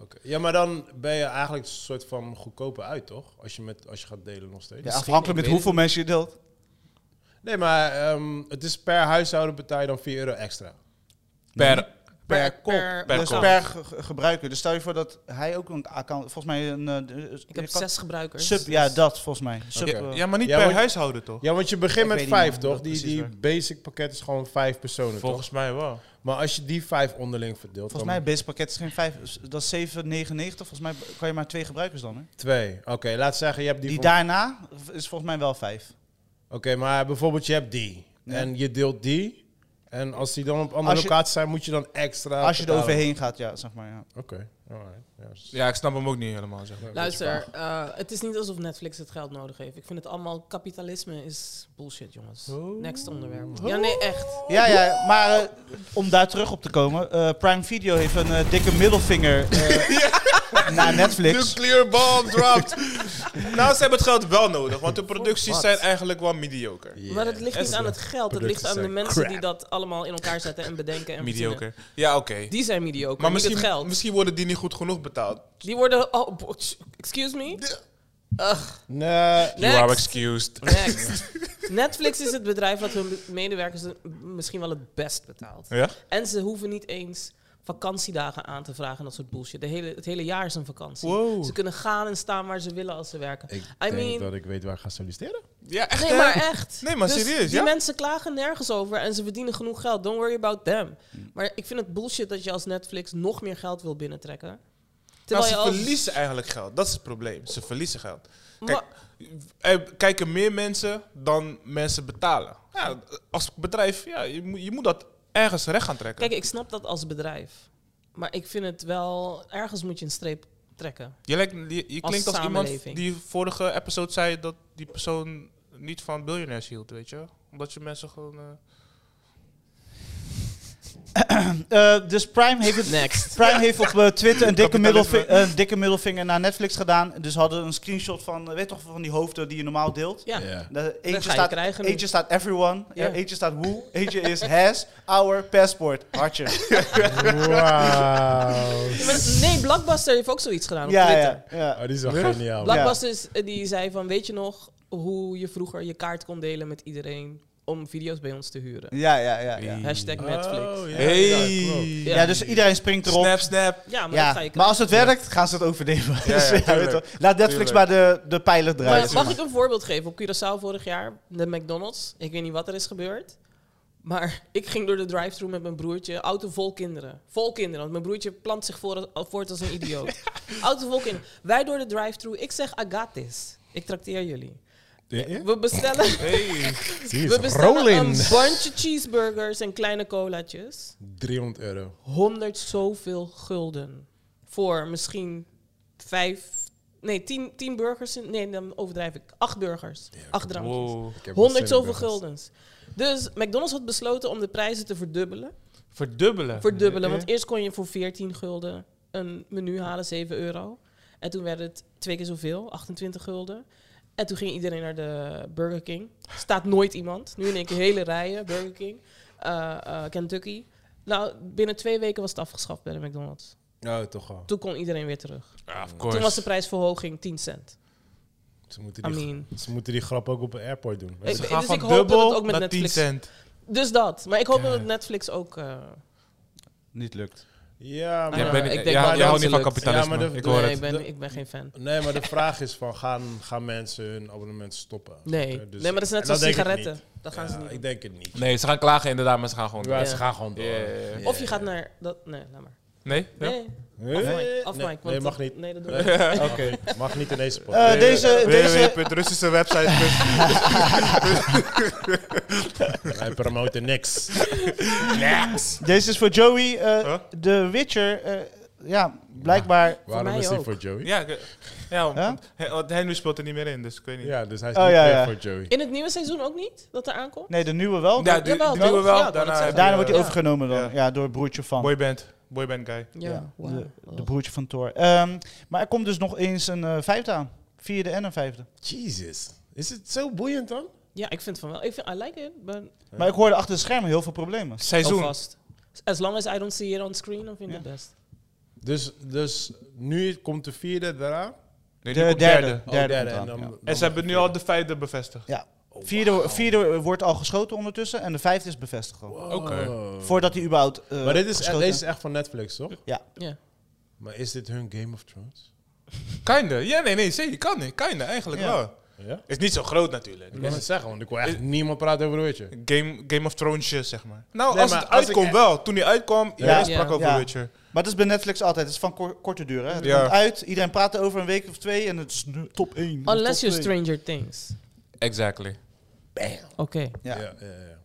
A: oké. Ja, maar dan ben je eigenlijk een soort van goedkoper uit, toch? Als je, met, als je gaat delen nog steeds.
C: Ja, afhankelijk
B: ik
C: met
B: weet
C: hoeveel mensen je deelt.
A: Nee, maar ehm, het is per huishouden betaal je dan 4 euro extra.
D: Per.
C: Per kop.
B: per
C: dus
D: kop.
C: per ge- ge- gebruiker. Dus stel je voor dat hij ook een account. Volgens mij een. eh, de-
B: Ik
C: je
B: heb
C: kan-
B: zes gebruikers.
C: Sub, ja, dat volgens mij. Sub,
D: Ja,
C: eh,
D: ja, maar niet
A: Ja,
D: per
A: want-
D: huishouden toch?
A: Ja, want je begint
C: Ik
A: met
C: weet niet, man,
A: vijf,
C: hoe
A: toch?
C: dat
A: Die,
C: precies
A: die
C: werkt.
A: basic pakket is gewoon vijf personen,
D: Volgens mij wel.
A: toch? Maar als je die vijf onderling verdeelt,
C: Volgens
A: dan
C: mij, base pakket is geen 5. Dat is 7,99. Volgens mij kan je maar twee gebruikers dan. Hè?
A: twee. Oké, laat zeggen, je hebt die...
C: Die,
A: van-
C: daarna is volgens mij wel 5.
A: Oké, maar bijvoorbeeld je hebt die.
C: Ja.
A: En je deelt die. En als die dan op andere
C: Als je-
A: locaties zijn, moet je dan extra
C: Als je er
A: betalen.
C: overheen gaat, ja, zeg maar. Ja.
A: Oké, alright. Ja, dus- dat is-
D: Ja, ik snap hem ook niet helemaal. Zeg maar.
B: Luister, eh, het is niet alsof Netflix het geld nodig heeft. Ik vind het allemaal kapitalisme is bullshit, jongens.
D: Oh.
B: Next onderwerp. Ja, nee, echt.
C: Ja, ja, maar eh, om daar terug op te komen. eh, Prime Video heeft een eh, dikke middelvinger eh, naar Netflix.
D: Nuclear bomb dropped. nou, ze hebben het geld wel nodig, want de producties zijn eigenlijk wel mediocre.
B: Maar het ligt niet aan het geld. Het ligt aan de
A: Producten zijn
B: mensen die
A: crap.
B: dat allemaal in elkaar zetten en bedenken. En verzinnen.
D: Mediocre. Ja, oké.
B: Die zijn mediocre,
D: Maar
B: niet het
D: misschien,
B: geld.
D: misschien worden die niet goed genoeg betaald.
B: Die worden... Oh, bo- excuse me? Ugh,
A: Nee,
D: You are
B: next.
D: excused.
B: Next. Netflix is het bedrijf wat hun medewerkers misschien wel het best betaalt.
D: Ja?
B: En ze hoeven niet eens vakantiedagen aan te vragen en dat soort bullshit. De hele, het hele jaar is een vakantie.
D: Wow.
B: Ze kunnen gaan en staan waar ze willen als ze werken.
A: ik
B: I
A: denk
B: mean-
A: dat ik weet waar ik ga solliciteren.
D: Ja, echt.
B: Nee,
D: hè?
B: maar echt.
D: Nee, maar
B: Dus
D: serieus,
B: Die
D: ja?
B: mensen klagen nergens over en ze verdienen genoeg geld. Don't worry about them. Maar ik vind het bullshit dat je als Netflix nog meer geld wil binnentrekken.
D: Nou,
B: Terwijl
D: ze
B: je als...
D: verliezen eigenlijk geld. Dat is het probleem. Ze verliezen geld. Kijk,
B: Maar-
D: er kijken meer mensen dan mensen betalen. Ja, als bedrijf, ja, je, moet, je moet dat ergens recht gaan trekken.
B: Kijk, ik snap dat als bedrijf. Maar ik vind het wel... Ergens moet je een streep trekken.
D: Je, lijkt, je, je
B: Als
D: klinkt als, iemand
B: samenleving.
D: die vorige episode zei dat die persoon niet van biljonairs hield, weet je? Omdat je mensen gewoon... eh,
C: Eh, dus Prime heeft, het,
B: Next.
C: Prime heeft op eh, Twitter een dikke,
D: Kapitalisme.
C: middelvi- een dikke middelvinger naar Netflix gedaan. Dus hadden een screenshot van, eh, weet toch, van die hoofden die je normaal deelt.
B: Ja.
C: Daar-
B: ga
C: Eentje
B: je
C: staat,
B: krijgen nu.
C: eentje staat everyone,
B: Ja.
C: eh, eentje staat who, eentje is has, our, passport, hartje.
A: Wauw.
B: Maar- Nee, Blockbuster heeft ook zoiets gedaan op
C: ja,
B: Twitter.
C: ja, ja.
A: Oh, die is wel
D: Ja?
A: geniaal.
C: Black-
B: Blockbuster is- eh, die zei van, weet je nog hoe je vroeger je kaart kon delen met iedereen om video's bij ons te huren?
C: Ja, ja, ja. ja.
B: Hashtag Netflix.
A: Oh, ja,
D: Hey.
A: ja, klopt.
B: Ja.
C: Ja, dus iedereen springt erop.
D: Snap, snap.
B: Ja, maar dat
C: ja.
B: ga
C: Maar
B: je krijgen.
C: als het werkt, gaan ze het overnemen.
D: ja,
C: Dus ja, weet
D: tuurlijk.
C: je wel. Laat Netflix
D: Tuurlijk.
C: maar de, de pijler
B: Maar
C: draaien.
B: mag ik een voorbeeld geven? Op Curaçao vorig jaar, de McDonald's. Ik weet niet wat er is gebeurd. Maar ik ging door de drive-thru met mijn broertje. Auto vol kinderen. Vol kinderen. Want mijn broertje plant zich voor, al voort als een idioot. Auto vol kinderen. Wij door de drive-thru. Ik zeg agatis. Ik trakteer jullie.
A: Ja, ja.
B: We bestellen,
D: Hey.
A: Die
B: we
A: is
B: bestellen een
A: rolling.
B: bandje cheeseburgers en kleine colaatjes.
A: 300 euro.
B: 100 zoveel gulden. Voor misschien vijf... Nee, tien, tien burgers. in- Nee, dan overdrijf ik. Acht burgers. acht drankjes.
D: Wow.
A: Ik heb
B: 100
A: nog
B: zoveel
A: steeds
B: guldens. Dus McDonald's had besloten om de prijzen te verdubbelen.
D: Verdubbelen.
B: Verdubbelen,
D: Eh,
B: want eerst kon je voor 14 gulden een menu halen, 7 euro. En toen werd het twee keer zoveel, 28 gulden. En toen ging iedereen naar de Burger King. Staat nooit iemand. Nu in één keer hele rijen, Burger King, eh, eh, Kentucky. Nou, binnen twee weken was het afgeschaft bij de McDonald's.
A: eh, Oh, toch wel.
B: Toen kon iedereen weer terug.
D: Ja, of
B: Toen
D: course.
B: was de prijsverhoging 10 cent.
A: Ze moeten
B: I
A: die,
B: mean.
A: ze moeten die grap ook op een airport doen.
B: Ik-
D: Ze gaan
B: dus
D: van
B: ik hoop dat het
D: dubbel
B: ook met
D: naar
B: Netflix-
D: 10 cent.
B: Dus dat. Maar ik hoop dat
D: Ja.
B: het Netflix ook... eh,
C: Niet lukt.
A: Ja, maar...
B: Ja,
D: Jij
B: maar
D: bent niet-
B: ik denk
D: jij
B: wel
D: houdt-
B: dat
D: jij houdt niet
B: ze
D: van
B: lukt.
D: kapitalisme.
A: Ja, maar de-
D: ik hoor
B: nee,
D: het.
B: ik ben, ik ben geen fan.
A: Nee, maar de vraag is van, gaan, gaan mensen hun abonnement stoppen?
B: Nee.
A: Eh, dus-
B: nee, maar dat is net
A: en
B: zoals
A: denk ik
B: sigaretten.
A: niet.
B: Dat gaan
A: Ja,
B: ze niet.
A: Ik
B: doen.
A: denk het niet.
D: Nee, ze gaan klagen inderdaad, maar ze gaan gewoon...
A: Ja,
B: Ja.
A: ze gaan gewoon door.
D: Ja, ja, ja.
B: Of je gaat naar dat. Nee, laat maar.
D: Nee? Ja?
B: Nee,
A: Nee,
B: af mic. Af
A: nee,
B: mic, want
A: nee, mag
B: dat-
A: niet.
B: Nee, dat doe ik. niet.
A: Nee, Oké, mag niet in deze podcast.
C: Eh, deze, deze,
D: www.russische website.
A: Wij promoten niks.
C: deze is voor Joey. eh,
D: Huh?
C: The Witcher, eh, ja, blijkbaar.
A: Waarom
B: mij
A: is die
B: ook.
A: voor Joey?
D: ja, ik- ja want-
C: Huh?
D: hij- want hij nu speelt er niet meer in, dus ik weet niet.
A: Ja, dus hij is
C: Oh,
A: niet
C: ja,
A: meer
C: ja.
A: voor Joey.
B: In het nieuwe seizoen ook niet? Dat er aankomt?
C: Nee, de nieuwe wel.
D: Ja, die,
B: Jawel,
D: die doen we
B: toch?
D: wel.
B: Ja, ik wou
D: daarna
B: net
D: heb
B: zeggen.
D: je,
C: Daarna wordt hij
D: eh,
B: Ja.
C: overgenomen dan.
D: Ja.
C: Ja, door het broertje van.
D: Boyband. Boyband guy.
B: Ja.
C: Ja,
B: wauw.
C: de, de broertje van Thor. Ehm, maar er komt dus nog eens een eh, vijfde aan. Vierde en een vijfde.
A: Jesus. Is het zo boeiend dan?
B: ja, ik vind van wel. Ik vind, I like it, but
C: Maar ik hoorde achter de schermen heel veel problemen.
D: Seizoen.
B: alvast. As long as I don't see it on screen, dan vind ik
C: Ja.
B: het best.
A: Dus, dus nu komt de vierde daarna.
D: Nee,
C: De derde.
D: die komt
C: Derde,
A: Oh, derde. En
C: komt
A: dan,
C: aan, ja.
D: En ze hebben nu al de vijfde bevestigd.
C: Ja. vierde, vierde wordt al geschoten ondertussen en de vijfde is bevestigd. al.
A: Oké.
C: Voordat hij überhaupt. eh,
A: Maar dit is,
C: geschoten-
A: deze is echt van Netflix, toch?
B: Ja.
A: Maar is dit hun Game of Thrones?
D: Kinda. Ja, nee, nee, zeker. Kan niet. Kinda, eigenlijk
C: Ja.
D: wel.
A: Ja?
D: Is niet zo groot natuurlijk.
A: Ik kan het zeggen, want ik hoor echt
D: Is-
A: niemand praten over The Witcher.
D: Game, Game of Thrones, zeg maar. Nou,
A: Nee,
D: als
A: maar
D: het
A: als ik
D: uitkwam
A: echt-
D: wel. Toen die uitkwam, iedereen
C: Ja.
D: sprak
B: Ja.
D: over
C: Ja.
D: Witcher.
C: Maar dat is bij Netflix altijd. Het is van kor- korte duur. Hè? Het
D: Ja.
C: komt uit, iedereen praat over een week of twee en het is nu top 1.
B: Unless you're Stranger Things.
D: Exactly.
B: Oké,
C: Ja.
A: ja, ja, ja.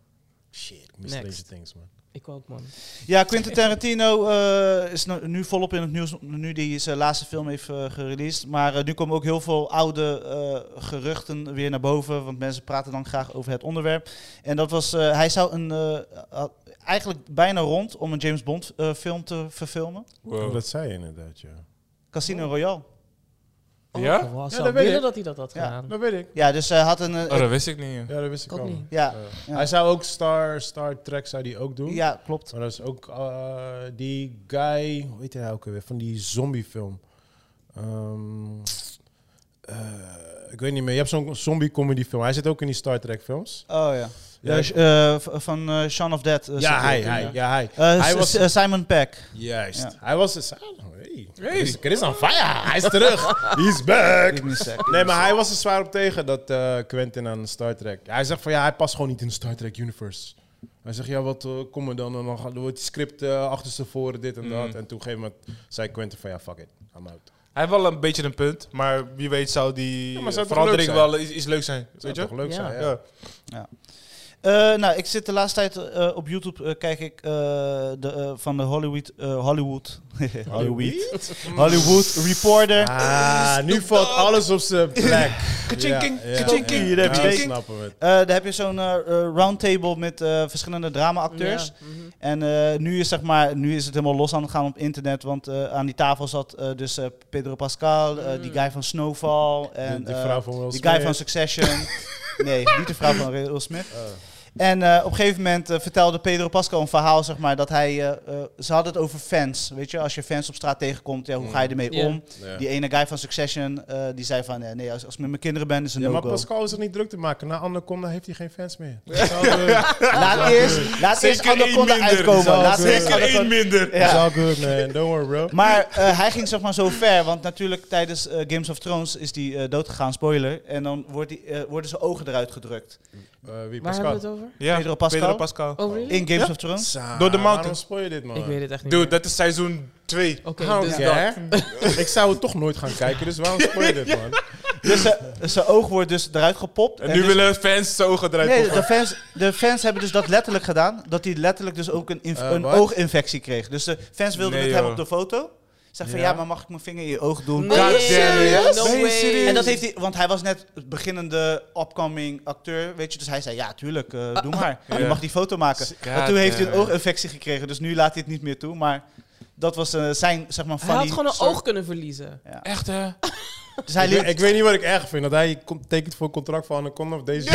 A: Shit, ik mis
B: Next.
A: deze things, man.
B: ik ook, man.
C: Ja, Quentin Tarantino eh, is nu- nu volop in het nieuws, nu die zijn laatste film heeft eh, gereleased. Maar eh, nu komen ook heel veel oude eh, geruchten weer naar boven, want mensen praten dan graag over het onderwerp. En dat was, eh, hij zou een, eh, had- eigenlijk bijna rond om een James Bond eh, film te verfilmen.
A: Oh, dat zei je inderdaad, ja.
C: Casino
D: Oh.
C: Royale.
D: Ja?
B: Ik wou
A: Ja,
B: Oh, zou
A: dat weet
B: willen
A: ik. Nou,
B: dat hij dat had
C: Ja.
B: gedaan.
A: Dat weet ik.
C: Ja, dus hij had een... eh,
D: Oh, dat wist ik niet. joh.
A: Ja, dat wist ik,
B: Ik ook
A: al.
B: niet.
C: ja,
A: Eh,
C: Ja.
A: Hij zou ook Star, Star Trek zou die ook
D: Eh,
A: doen.
C: ja, klopt.
A: Maar dat is ook eh, die guy, hoe heet hij nou ook alweer, van die zombiefilm. Ehm, eh, ik weet niet meer, je hebt zo'n zombie comedy film. Hij zit ook in die Star Trek films.
C: Oh ja.
A: Ja,
C: Ja, eh, v- van eh Shaun of Dead. eh, zit
A: ja,
C: er
A: hij,
C: ook in,
A: hij,
C: ja.
A: ja, hij.
C: Eh,
A: hij
C: S-
A: was,
C: S- eh, Simon Peck.
A: juist,
C: ja.
A: hij was de zwaar. Hey,
D: Hey.
A: Chris, Chris on fire, hij is terug. He's back.
C: Give me a sec.
A: Nee, maar hij was er zwaar op tegen dat eh, Quentin aan Star Trek. Hij zegt van ja, hij past gewoon niet in de Star Trek universe. Hij zegt ja, wat eh, kom er dan? En dan gaat- dan wordt die script eh, achterstevoren, dit en dat. En toen op een gegeven moment zei Quentin van ja, fuck it, I'm out.
D: Hij heeft wel een beetje een punt, maar wie weet zou die
A: Ja, maar zou het toch
D: verandering
A: leuk zijn?
D: wel iets, iets leuks zijn.
A: Zou
D: Weet
A: toch
D: je?
A: leuk
B: Ja.
A: zijn? Ja.
D: Ja.
C: Eh, nou, ik zit de laatste tijd eh, op YouTube, eh, kijk ik eh, de, eh, van de Hollywood, eh, Hollywood, Hollywood, Hollywood Reporter.
A: Ah, nu valt alles op zijn plek.
C: Kachinking,
A: Ja, ja,
C: kachinking.
A: ja,
C: Hier heb je
A: ja,
C: het.
A: snappen we het.
C: Eh, daar heb je zo'n eh, eh, roundtable met eh, verschillende drama-acteurs.
B: Ja, mhm.
C: En eh, nu, is, zeg maar, nu is het helemaal los aan het gaan op internet. Want eh, aan die tafel zat eh, dus eh, Pedro Pascal, eh, die guy van Snowfall. En,
A: Die- die
C: eh,
A: vrouw van Will
C: Die guy
A: Smith. Oh.
C: van Succession. nee, niet de vrouw van Will Smith. En eh, op een gegeven moment eh, vertelde Pedro Pascal een verhaal, zeg maar, dat hij... eh, eh, ze hadden het over fans, weet je. Als je fans op straat tegenkomt, ja, hoe ga je ermee
B: Ja.
C: om?
A: Mm. Ja.
C: Die ene guy van Succession, eh, die zei van... eh, nee, als, als ik met mijn kinderen ben, is het
A: Ja,
C: een
A: maar
C: no-go.
A: Pascal is er niet druk te maken. Na Anaconda heeft hij geen fans meer. Ja.
C: Laat eerst, laat eerst
D: Zeker één
C: Anaconda
D: minder.
C: uitkomen.
A: Zou
C: Laat
A: kunnen.
C: eerst
D: Zeker één
C: Anaconda-
D: minder.
A: It's
C: Ja.
A: all good, man. Don't worry, bro.
C: Maar eh, hij ging zeg maar zo ver, want natuurlijk tijdens eh, Games of Thrones is die eh, doodgegaan, spoiler. En dan wordt die, eh, worden zijn ogen eruit gedrukt.
A: Eh, wie
B: Waar hebben we
A: Pascal?
B: het over?
D: Ja,
C: Pedro Pascal.
D: Pedro Pascal.
B: Oh, really?
C: In Games
D: Ja.
C: of Thrones.
A: Sa,
D: Door de mountain.
A: Waarom spoil je dit, man?
B: Ik weet het echt niet.
D: Dude,
B: meer.
D: dat is seizoen 2.
B: Oké,
A: How
B: dus
A: the heck? ik zou het toch nooit gaan kijken, dus waarom spoil je dit, man?
C: Dus eh, zijn oog wordt dus eruit gepopt.
D: En nu
C: dus-
D: willen fans zo gedraaid
C: Nee, de fans, de fans hebben dus dat letterlijk gedaan. Dat hij letterlijk dus ook een, inf-
A: Eh,
C: een
A: wat?
C: ooginfectie kreeg. Dus de fans wilden
D: Nee,
C: het hebben op
D: joh.
C: de foto. Zeg van
A: Ja.
C: ja. maar mag ik mijn vinger in je oog doen?
B: Nee,
D: God damn it.
B: no
D: Ben je
B: way.
D: serieus?
C: En dat heeft hij, want hij was net beginnende upcoming acteur, weet je. Dus hij zei, ja, tuurlijk, eh, doe maar. Je
D: Ah, Ja.
C: mag die foto maken.
D: God
C: Want toen heeft hij een
D: damn it.
C: ooginfectie gekregen, dus nu laat hij het niet meer toe. Maar dat was eh, zijn, zeg maar,
B: Hij
C: funny...
B: had gewoon een
C: soort-
B: oog kunnen verliezen.
D: Echt, hè?
C: Dus hij
A: Ik weet,
C: liet,
A: ik weet niet wat ik erg vind. Dat hij komt- tekent voor een contract van Anaconda of deze.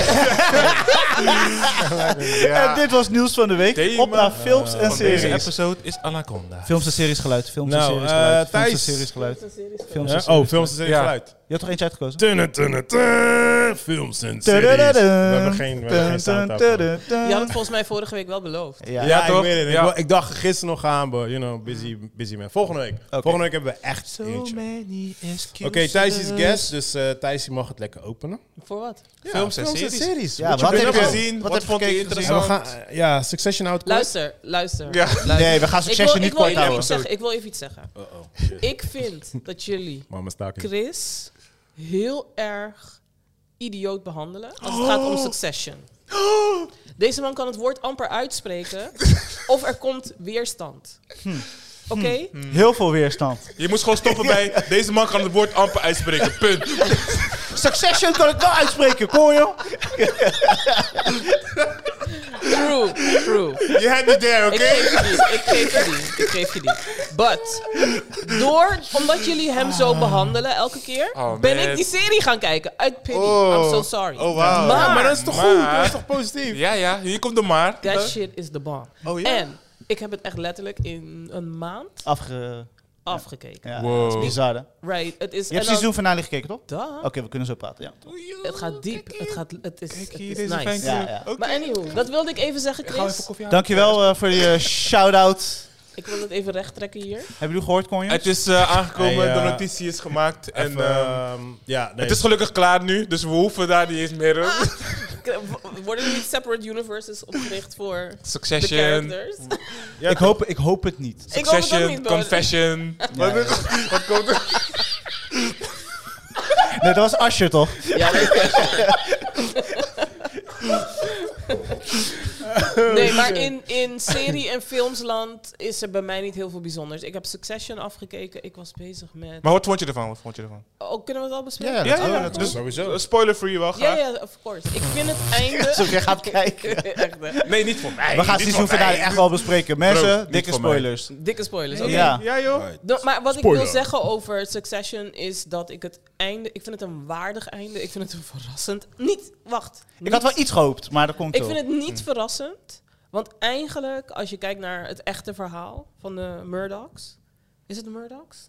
C: En dit was nieuws van de week.
D: Thema
C: op naar films en
D: Van deze
C: series.
D: episode is Anaconda.
C: Films en series geluid, films en
A: Nou,
C: series
A: eh,
C: geluid, films en
A: Thijs.
C: series geluid.
B: Dat is een serie.
C: Films
A: Hè?
C: en
A: Oh,
C: series
A: films en series
D: Ja.
A: geluid.
C: Je had toch eentje uitgekozen?
A: Tunne, tunne, tunne, Films en series. We hebben geen, we hebben geen sound daarvoor.
B: Je had het volgens mij vorige week wel beloofd.
C: Ja,
A: Ja,
C: ja.
A: ik
D: toch?
A: weet het. Ik
D: Ja.
A: wou- Ik dacht gisteren nog aan, but, you know, busy, busy man. Volgende week. Volgende week hebben we echt eentje. Oké,
D: many excuses.
A: Thijs is guest, dus eh Thijs mag het lekker openen.
B: Voor wat?
D: films en series.
C: Ja,
A: Wat je
C: wat
A: wil
C: heb je
A: hebben.
D: gezien?
C: Wat
D: Wat,
C: heb je
D: vond je
C: gekeken?
A: En we
D: interessant?
A: gaan, eh, ja, Succession out.
B: Luister, luister.
D: Ja.
B: luister.
C: Nee, we gaan
B: ik wil,
C: succesje niet
B: ik wil
C: kort
B: even
C: houden.
B: iets zeggen. Ik wil even iets zeggen.
A: Uh-oh. shit.
B: Ik vind dat jullie
A: Mama staking.
B: Chris heel erg idioot behandelen als het gaat om
C: Oh.
B: succession. Deze man kan het woord amper uitspreken of er komt weerstand.
C: Hm.
B: Oké?
C: Heel veel weerstand.
D: Je moest gewoon stoppen bij... Deze man kan het woord amper uitspreken. Punt.
C: Succession kan ik wel uitspreken, kom joh.
B: True, true.
D: You had me there, oké?
B: Ik geef je die, ik geef je die, ik geef je die. But, door, omdat jullie hem zo behandelen elke keer,
D: Oh,
B: ben
D: man.
B: ik die serie gaan kijken. Uit pity. I'm so sorry.
D: Oh, wauw.
A: Ja, maar dat is toch
D: Maar-
A: goed? Dat is toch positief?
D: Ja, ja. Hier komt de maar.
B: That shit is the bomb.
D: Oh,
C: Eh,
D: ja?
B: En ik heb het echt letterlijk in een maand
C: Afge...
B: afgekeken.
C: Ja,
D: Wow.
C: dat is bizar hè. Je
B: Right, het is...
C: hebt
B: en dan-
C: seizoen finale gekeken toch? Oké,
B: Duh.
C: we kunnen zo praten, ja.
B: Het gaat diep. Het, gaat, het is,
D: Kijk
B: het
D: hier,
B: is
D: deze
B: nice.
D: ventje.
C: Ja, ja.
D: Oké.
B: Maar anyhow, dat wilde ik even zeggen,
D: Gaan we
B: Chris.
D: even koffie halen?
C: Dankjewel eh, voor je shout-out.
B: Ik wil het even recht trekken hier.
C: Hebben jullie gehoord, Konjo?
D: Het is eh, aangekomen,
A: Hey, eh,
D: de notitie is gemaakt. En,
A: Even,
D: ehm,
A: ehm, ja, nee.
D: het is gelukkig klaar nu, dus we hoeven daar niet eens meer...
B: K- w- Worden jullie separate universes opgericht voor de
D: Succession,
B: characters?
A: Ja,
C: ik, hoop, ik hoop het niet.
B: Ik hoop het ook
D: Succession,
B: niet, bro.
D: Confession.
C: Ja, ja. Nee, dat was Asher toch?
B: Ja, dat is
C: Oh,
B: Nee, maar in, in serie- en filmsland is er bij mij niet heel veel bijzonders. Ik heb Succession afgekeken. Ik was bezig met...
D: Maar wat vond je ervan? Wat vond je ervan?
B: Oh, kunnen we het al bespreken?
C: Ja,
D: Ja, ja,
C: natuurlijk.
D: ja. Dus,
A: Sowieso.
D: eh, spoiler-free wel,
B: Ja,
D: graag.
B: ja, of course. Ik vind het einde...
C: Zo, jij gaat kijken.
B: Echt, hè.
D: Nee, niet voor mij.
C: We gaan
D: niet
C: seizoen
D: voor mij.
C: finale echt wel bespreken. Mensen,
D: Bro, niet
C: dikke
D: voor mij.
C: spoilers.
B: Dikke spoilers. oké.
C: Ja.
D: Ja, joh.
B: De- maar wat
A: Spoiler.
B: ik wil zeggen over Succession is dat ik het einde... Ik vind het een waardig einde. Ik vind het een verrassend... Niet, wacht.
C: Ik had wel iets gehoopt, maar dat komt
B: Ik
C: zo.
B: vind het niet verrassend. Want eigenlijk, als je kijkt naar het echte verhaal van de Murdochs... Is het de Murdochs?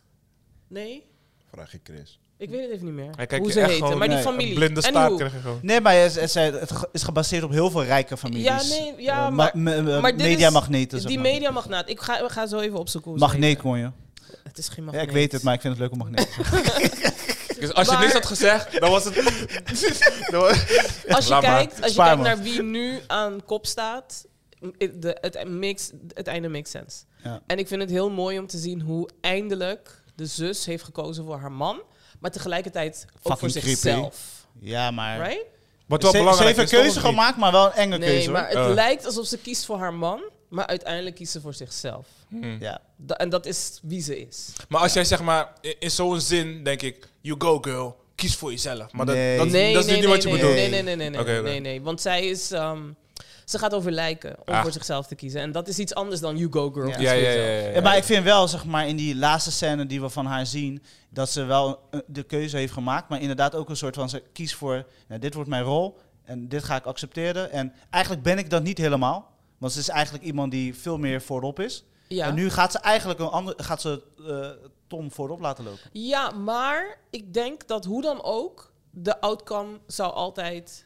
B: Nee?
A: Vraag je Chris.
B: Ik weet het even niet meer.
D: Hij kijkt
B: hoe
D: je
B: ze
D: echt
B: heten.
D: gewoon-
B: Maar die
C: nee, een
B: familie.
D: Een blinde
B: En
D: staart
B: hoe?
D: krijg je gewoon.
C: Nee, maar het, het- het ge- is gebaseerd op heel veel rijke families.
B: Ja, nee, ja,
C: Eh,
B: maar-
C: ma- me- me-
B: maar dit is-
C: mediamagneten, zeg
B: Die
C: maar.
B: mediamagnaat. Ik ga, we gaan zo even opzoeken hoe ze
C: Magneet,
B: heten.
C: kon je.
B: Het is geen
C: Ja,
B: magneet.
C: ik weet het, maar ik vind het leuk om magneet. te
D: Dus als je
B: Maar-
D: niks had gezegd, dan was het... dan was-
B: Als je
D: Laat maar.
B: kijkt, als je
C: Spaar
B: kijkt
C: me.
B: naar wie nu aan kop staat, m- i- de, het, e- mix, het einde makes sense.
C: Ja.
B: En ik vind het heel mooi om te zien hoe eindelijk de zus heeft gekozen voor haar man, maar tegelijkertijd ook
C: Fucking
B: voor
C: creepy.
B: zichzelf.
C: ja, maar...
B: Right?
D: Wat
C: Ze,
D: wel
C: ze
D: belangrijk
C: heeft een
D: is, toch,
C: keuze
D: of niet?
C: gemaakt, maar wel een enge
B: Nee,
C: keuze. hoor.
B: maar het
D: Eh.
B: lijkt alsof ze kiest voor haar man, maar uiteindelijk kiest ze voor zichzelf.
C: Ja.
B: Da- en dat is wie ze is.
E: Maar als jij zeg maar, in, in zo'n zin denk ik, you go girl, kies voor jezelf. Maar dat,
C: Nee.
E: dat,
B: Nee,
E: dat is
B: nee,
E: niet
B: nee,
E: wat je
B: nee,
E: bedoelt.
B: Nee, nee, nee, nee, nee,
E: Oké, oké.
B: nee, nee. Want zij is... ehm, ze gaat over lijken om
E: Ah.
B: voor zichzelf te kiezen. En dat is iets anders dan you go girl.
C: Ja.
B: kies
E: Ja,
B: voor
E: ja, ja.
B: jezelf.
E: ja, ja.
C: Ja, maar ik vind wel, zeg maar, in die laatste scène die we van haar zien, dat ze wel eh, de keuze heeft gemaakt. Maar inderdaad ook een soort van, ze kiest voor, nou, dit wordt mijn rol en dit ga ik accepteren. En eigenlijk ben ik dat niet helemaal. Want ze is eigenlijk iemand die veel meer voorop is.
B: Ja.
C: En nu gaat ze eigenlijk een ander, gaat ze eh, Tom voorop laten lopen.
B: Ja, maar ik denk dat hoe dan ook, de outcome zou altijd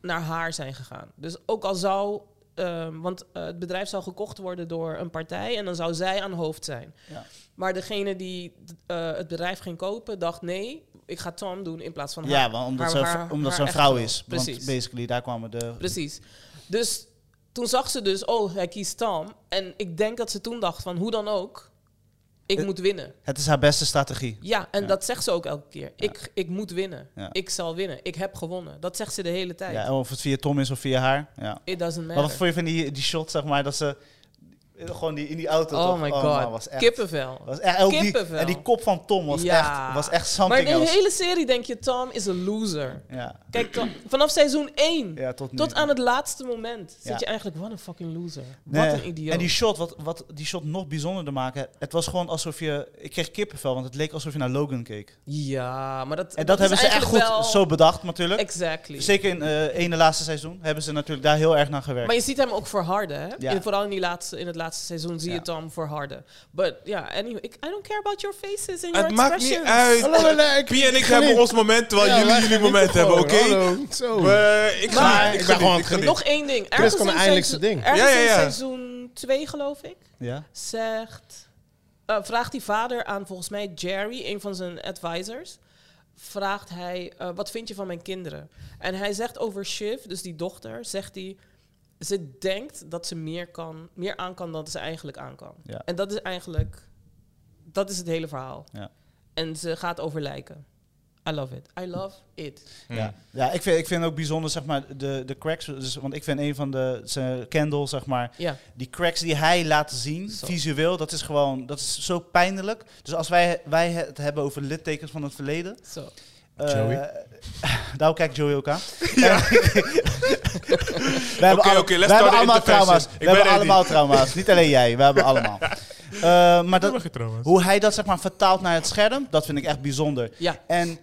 B: naar haar zijn gegaan. Dus ook al zou. ehm, want eh, het bedrijf zou gekocht worden door een partij en dan zou zij aan hoofd zijn.
C: Ja.
B: Maar degene die eh, het bedrijf ging kopen, dacht nee, ik ga Tom doen in plaats van haar.
C: Ja, want omdat,
B: haar-
C: ze,
B: haar-
C: omdat
B: haar
C: ze een vrouw
B: echtgenoot.
C: is. Want
B: Precies.
C: basically, daar kwamen de...
B: Precies. Dus toen zag ze dus, oh, hij kiest Tom. En ik denk dat ze toen dacht van hoe dan ook, ik
C: Eh,
B: moet winnen.
C: Het is haar beste strategie.
B: Ja, en
C: Ja.
B: dat zegt ze ook elke keer. Ik, ik moet winnen.
C: Ja.
B: Ik zal winnen. Ik heb gewonnen. Dat zegt ze de hele tijd.
C: Ja, of het via Tom is of via haar. Ja.
B: It doesn't
C: Maar wat
B: matter.
C: vond je van die, die shot, zeg maar, dat ze eh, gewoon die, in die auto...
B: oh
C: toch?
B: my god.
C: man, was echt,
B: Kippenvel.
C: was echt ook die,
B: Kippenvel.
C: En die kop van Tom was
B: Ja.
C: echt, was echt
B: Maar
C: something
B: de
C: else.
B: hele serie denk je, Tom is een loser.
C: Ja.
B: Kijk, Tom- vanaf seizoen 1
C: ja, tot nu.
B: tot aan het laatste moment
C: Ja.
B: zit je eigenlijk, wat een fucking loser.
C: Nee.
B: Wat een idioot.
C: En die shot, wat, wat die shot nog bijzonderder maken, het was gewoon alsof je... Ik kreeg kippenvel, want het leek alsof je naar Logan keek.
B: ja, maar dat,
C: En dat, hebben
B: is
C: ze echt goed
B: eigenlijk wel-
C: zo bedacht, natuurlijk.
B: Exactly.
C: Zeker in eh ene laatste seizoen hebben ze natuurlijk daar heel erg naar gewerkt.
B: Maar je ziet hem ook verharden, hè?
C: Ja.
B: In, vooral in, die laatste, in het laatste seizoen zie
C: Ja.
B: je Tom verharden. But yeah, anyway, ik- I don't care about your faces and your
E: Het maakt
B: expressions.
E: niet uit.
A: Hallo, nee, ik-
E: Pie en ik hebben
A: geniet.
E: ons moment, terwijl
A: Ja, wij
E: jullie jullie
A: genieten
E: moment hebben,
A: gewoon.
E: oké?
A: Hallo, Zo.
E: We- Ik
B: Maar-
E: ga
A: Ik
E: ik
A: ben
E: ben
A: gewoon
E: gewoon geniet.
B: Nog één ding. Ergens
A: kon
B: in
A: eindelijk
B: seizoen-
A: zijn ding.
B: Ergens
E: Ja, ja, ja.
B: in seizoen 2, geloof ik,
C: ja.
B: zegt... eh, vraagt die vader aan volgens mij Jerry, een van zijn advisors... vraagt hij, eh, wat vind je van mijn kinderen? En hij zegt over Shiv, dus die dochter, zegt hij... ze denkt dat ze meer, kan, meer aan kan dan ze eigenlijk aan kan.
C: Ja.
B: En dat is eigenlijk... dat is het hele verhaal.
C: Ja.
B: En ze gaat over lijken. I love it. I love it.
C: Ja, ja ik, vind, ik vind ook bijzonder, zeg maar, de, de cracks. Dus, want ik vind een van de, zijn Kendall, zeg maar,
B: Ja.
C: die cracks die hij laat zien,
B: Zo.
C: visueel, dat is gewoon, dat is zo pijnlijk. Dus als wij, wij het hebben over littekens van het verleden.
B: Zo.
C: eh,
A: Joey.
C: daarom kijkt Joey ook aan. Ja. we hebben,
E: Oké,
C: alle-
E: oké,
C: we hebben
E: let's start the
C: allemaal
E: intervention.
C: trauma's.
E: Ik
C: We
E: ben
C: hebben
E: ready.
C: allemaal trauma's. Niet alleen jij, we hebben allemaal. Eh, maar dat, hoe hij dat zeg maar vertaalt naar het scherm, dat vind ik echt bijzonder.
B: Ja.
C: En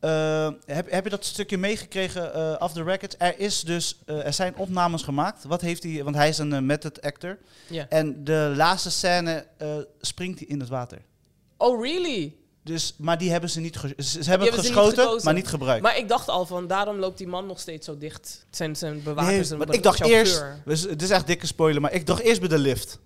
C: eh, heb, heb je dat stukje meegekregen af off the record? Er, is dus, eh, er zijn opnames gemaakt. Wat heeft hij? Want hij is een eh, method actor.
E: Eh,
B: ja.
C: En de laatste scène eh, springt hij in het water.
B: Oh, really?
C: Dus, maar die hebben ze niet ge- ze, ze hebben
B: Die
C: het
B: hebben ze niet
C: geschoten,
B: gekozen.
C: maar niet gebruikt.
B: Maar ik dacht al van, daarom loopt die man nog steeds zo dicht. Het Zijn zijn
C: Nee,
B: bewakers en
C: want
B: be-
C: ik dacht
B: chauffeur.
C: eerst, dus, het is echt dikke spoiler, maar ik dacht eerst bij de lift.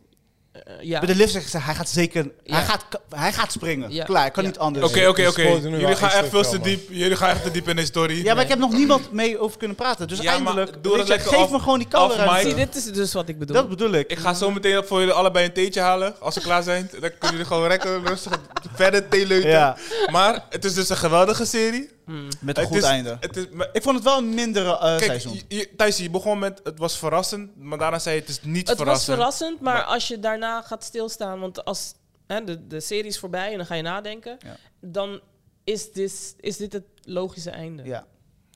B: Eh, ja.
C: Bij de lift zegt ze, hij gaat zeker,
B: Ja.
C: hij, gaat, ka- hij gaat springen.
B: Ja.
C: Klaar, kan
B: Ja. dus
C: niet anders.
E: Oké, oké,
A: Die
E: oké.
A: spoilt nu wel
E: Jullie gaan
A: iets
E: echt
A: te
E: veel
A: veel,
E: te
A: man.
E: diep. Jullie gaan echt te diep in de story.
C: Ja, maar ik heb nog niemand mee over kunnen praten. Dus
E: Ja, maar
C: eindelijk,
E: doe
C: weet
E: dat
C: je,
E: lekker
C: geef
E: af-
C: me gewoon die
E: af
C: camera.
E: mic.
B: Zie, dit is dus wat ik bedoel.
C: Dat bedoel ik.
E: Ik ga zo meteen voor jullie allebei een theetje halen. Als ze klaar zijn, dan kunnen jullie gewoon lekker rustig verder theeleuten.
C: Ja,
E: Maar het is dus een geweldige serie.
C: met een
E: het
C: goed
E: is,
C: einde.
E: Het is, maar-
C: Ik vond het wel een mindere eh,
E: kijk,
C: seizoen.
E: je- je- Thijs, je begon met het was verrassend, maar daarna zei je het is niet
B: het was
E: verrassend.
B: verrassend, maar,
E: Maar-
B: als je daarna gaat stilstaan... Want als hè, de, de serie is voorbij en dan ga je nadenken...
C: Ja.
B: dan is, dit is dit het logische einde.
C: Ja.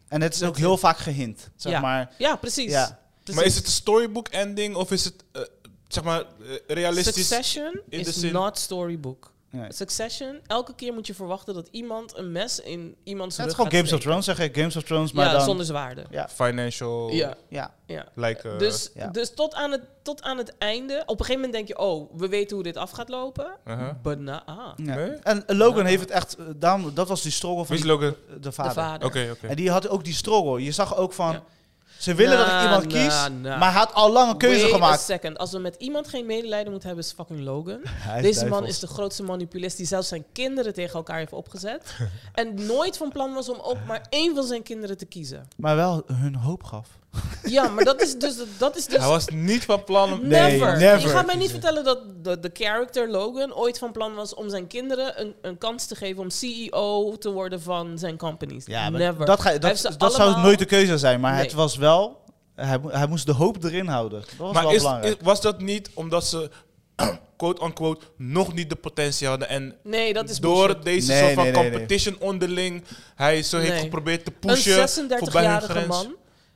C: En het is ook heel vaak gehint, zeg
B: Ja.
C: maar.
B: Ja, precies. Dus
C: Ja.
B: Precies.
E: Maar is het een storybook ending of is het eh, zeg maar eh, realistisch?
B: Succession
E: in de
B: is
E: zin-
B: not storybook.
C: Nee.
B: Succession, elke keer moet je verwachten dat iemand een mes in iemands
C: Het
B: rug
C: is gewoon
B: gaat
C: Games of
B: steken.
C: Thrones, zeg ik. Games of Thrones, maar
B: ja,
C: dan...
B: zonder zwaarden.
C: Ja.
E: Financial.
B: Ja,
C: Ja.
B: ja.
E: Like, eh,
B: Dus,
C: Ja.
B: dus tot, aan het, tot aan het einde, op een gegeven moment denk je, oh, we weten hoe dit af gaat lopen.
E: uh-huh.
B: But nah, ah,
C: Ja.
E: Nee?
C: En Logan heeft het echt... eh, daarom- dat was die struggle van
E: Wie is
C: die-
E: Logan?
C: de vader.
B: de vader.
E: Oké, oké.
C: En die had ook die struggle. Je zag ook van...
B: Ja.
C: Ze willen dat ik
B: Nah,
C: iemand
B: nah,
C: kies,
B: nah.
C: maar hij had al lang een keuze
B: Wait a
C: gemaakt.
B: second. Als we met iemand geen medelijden moeten hebben, is fucking Logan. Deze man is de grootste manipulist die zelfs zijn kinderen tegen elkaar heeft opgezet. en nooit van plan was om ook maar één van zijn kinderen te kiezen.
C: Maar wel hun hoop gaf.
B: Ja, maar dat is dus... Dat is dus
E: Hij was niet van plan om...
A: Nee,
B: Never.
A: never.
B: Je gaat mij niet vertellen dat de, de character Logan ooit van plan was om zijn kinderen een, een kans te geven om CEO te worden van zijn companies.
C: Ja, maar
B: never.
C: dat, ga,
B: Hij heeft ze
C: dat, dat zou
B: allemaal-
C: nooit de keuze zijn, maar het
B: Nee.
C: was wel... Hij, mo- hij moest de hoop erin houden. Dat was
E: Maar
C: wel
E: is,
C: belangrijk.
E: is- was dat niet omdat ze, quote-unquote, nog niet de potentie hadden en...
B: Nee, dat is
E: door
B: bullshit.
E: deze
C: Nee,
E: soort van
C: nee, nee, nee.
E: competition onderling, hij zo heeft
B: Nee.
E: geprobeerd te pushen
B: Een
E: voorbij hun
B: 36-jarige
E: grens.
B: man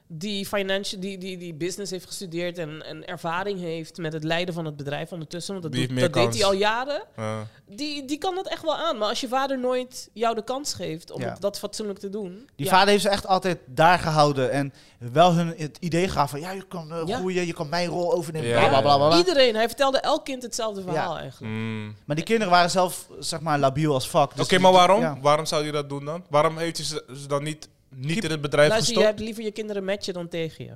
B: die, financial, die, die, die business heeft gestudeerd en, en ervaring heeft met het leiden van het bedrijf ondertussen. Want dat,
E: Die
B: doet-
E: heeft
B: dat
E: meer
B: deed
E: kans.
B: hij al jaren.
E: Ja.
B: Die, die kan dat echt wel aan. Maar als je vader nooit jou de kans geeft om
C: Ja.
B: het- dat fatsoenlijk te doen.
C: Die
B: ja.
C: vader heeft ze echt altijd daar gehouden. En wel hun het idee gaf van... Ja, je kan eh,
B: Ja.
C: groeien, je kan mijn rol overnemen.
E: Ja.
C: Bla, bla, bla, bla, bla.
B: Iedereen, hij vertelde elk kind hetzelfde verhaal eigenlijk.
E: Mm.
C: Maar die kinderen waren zelf, zeg maar, labiel als fuck. Dus
E: Oké, maar waarom?
C: Ja.
E: Waarom zou hij dat doen dan? Waarom heeft hij ze ze dan niet, niet in het bedrijf
B: Luister, je
E: gestopt?
B: hebt liever je kinderen met je dan tegen je.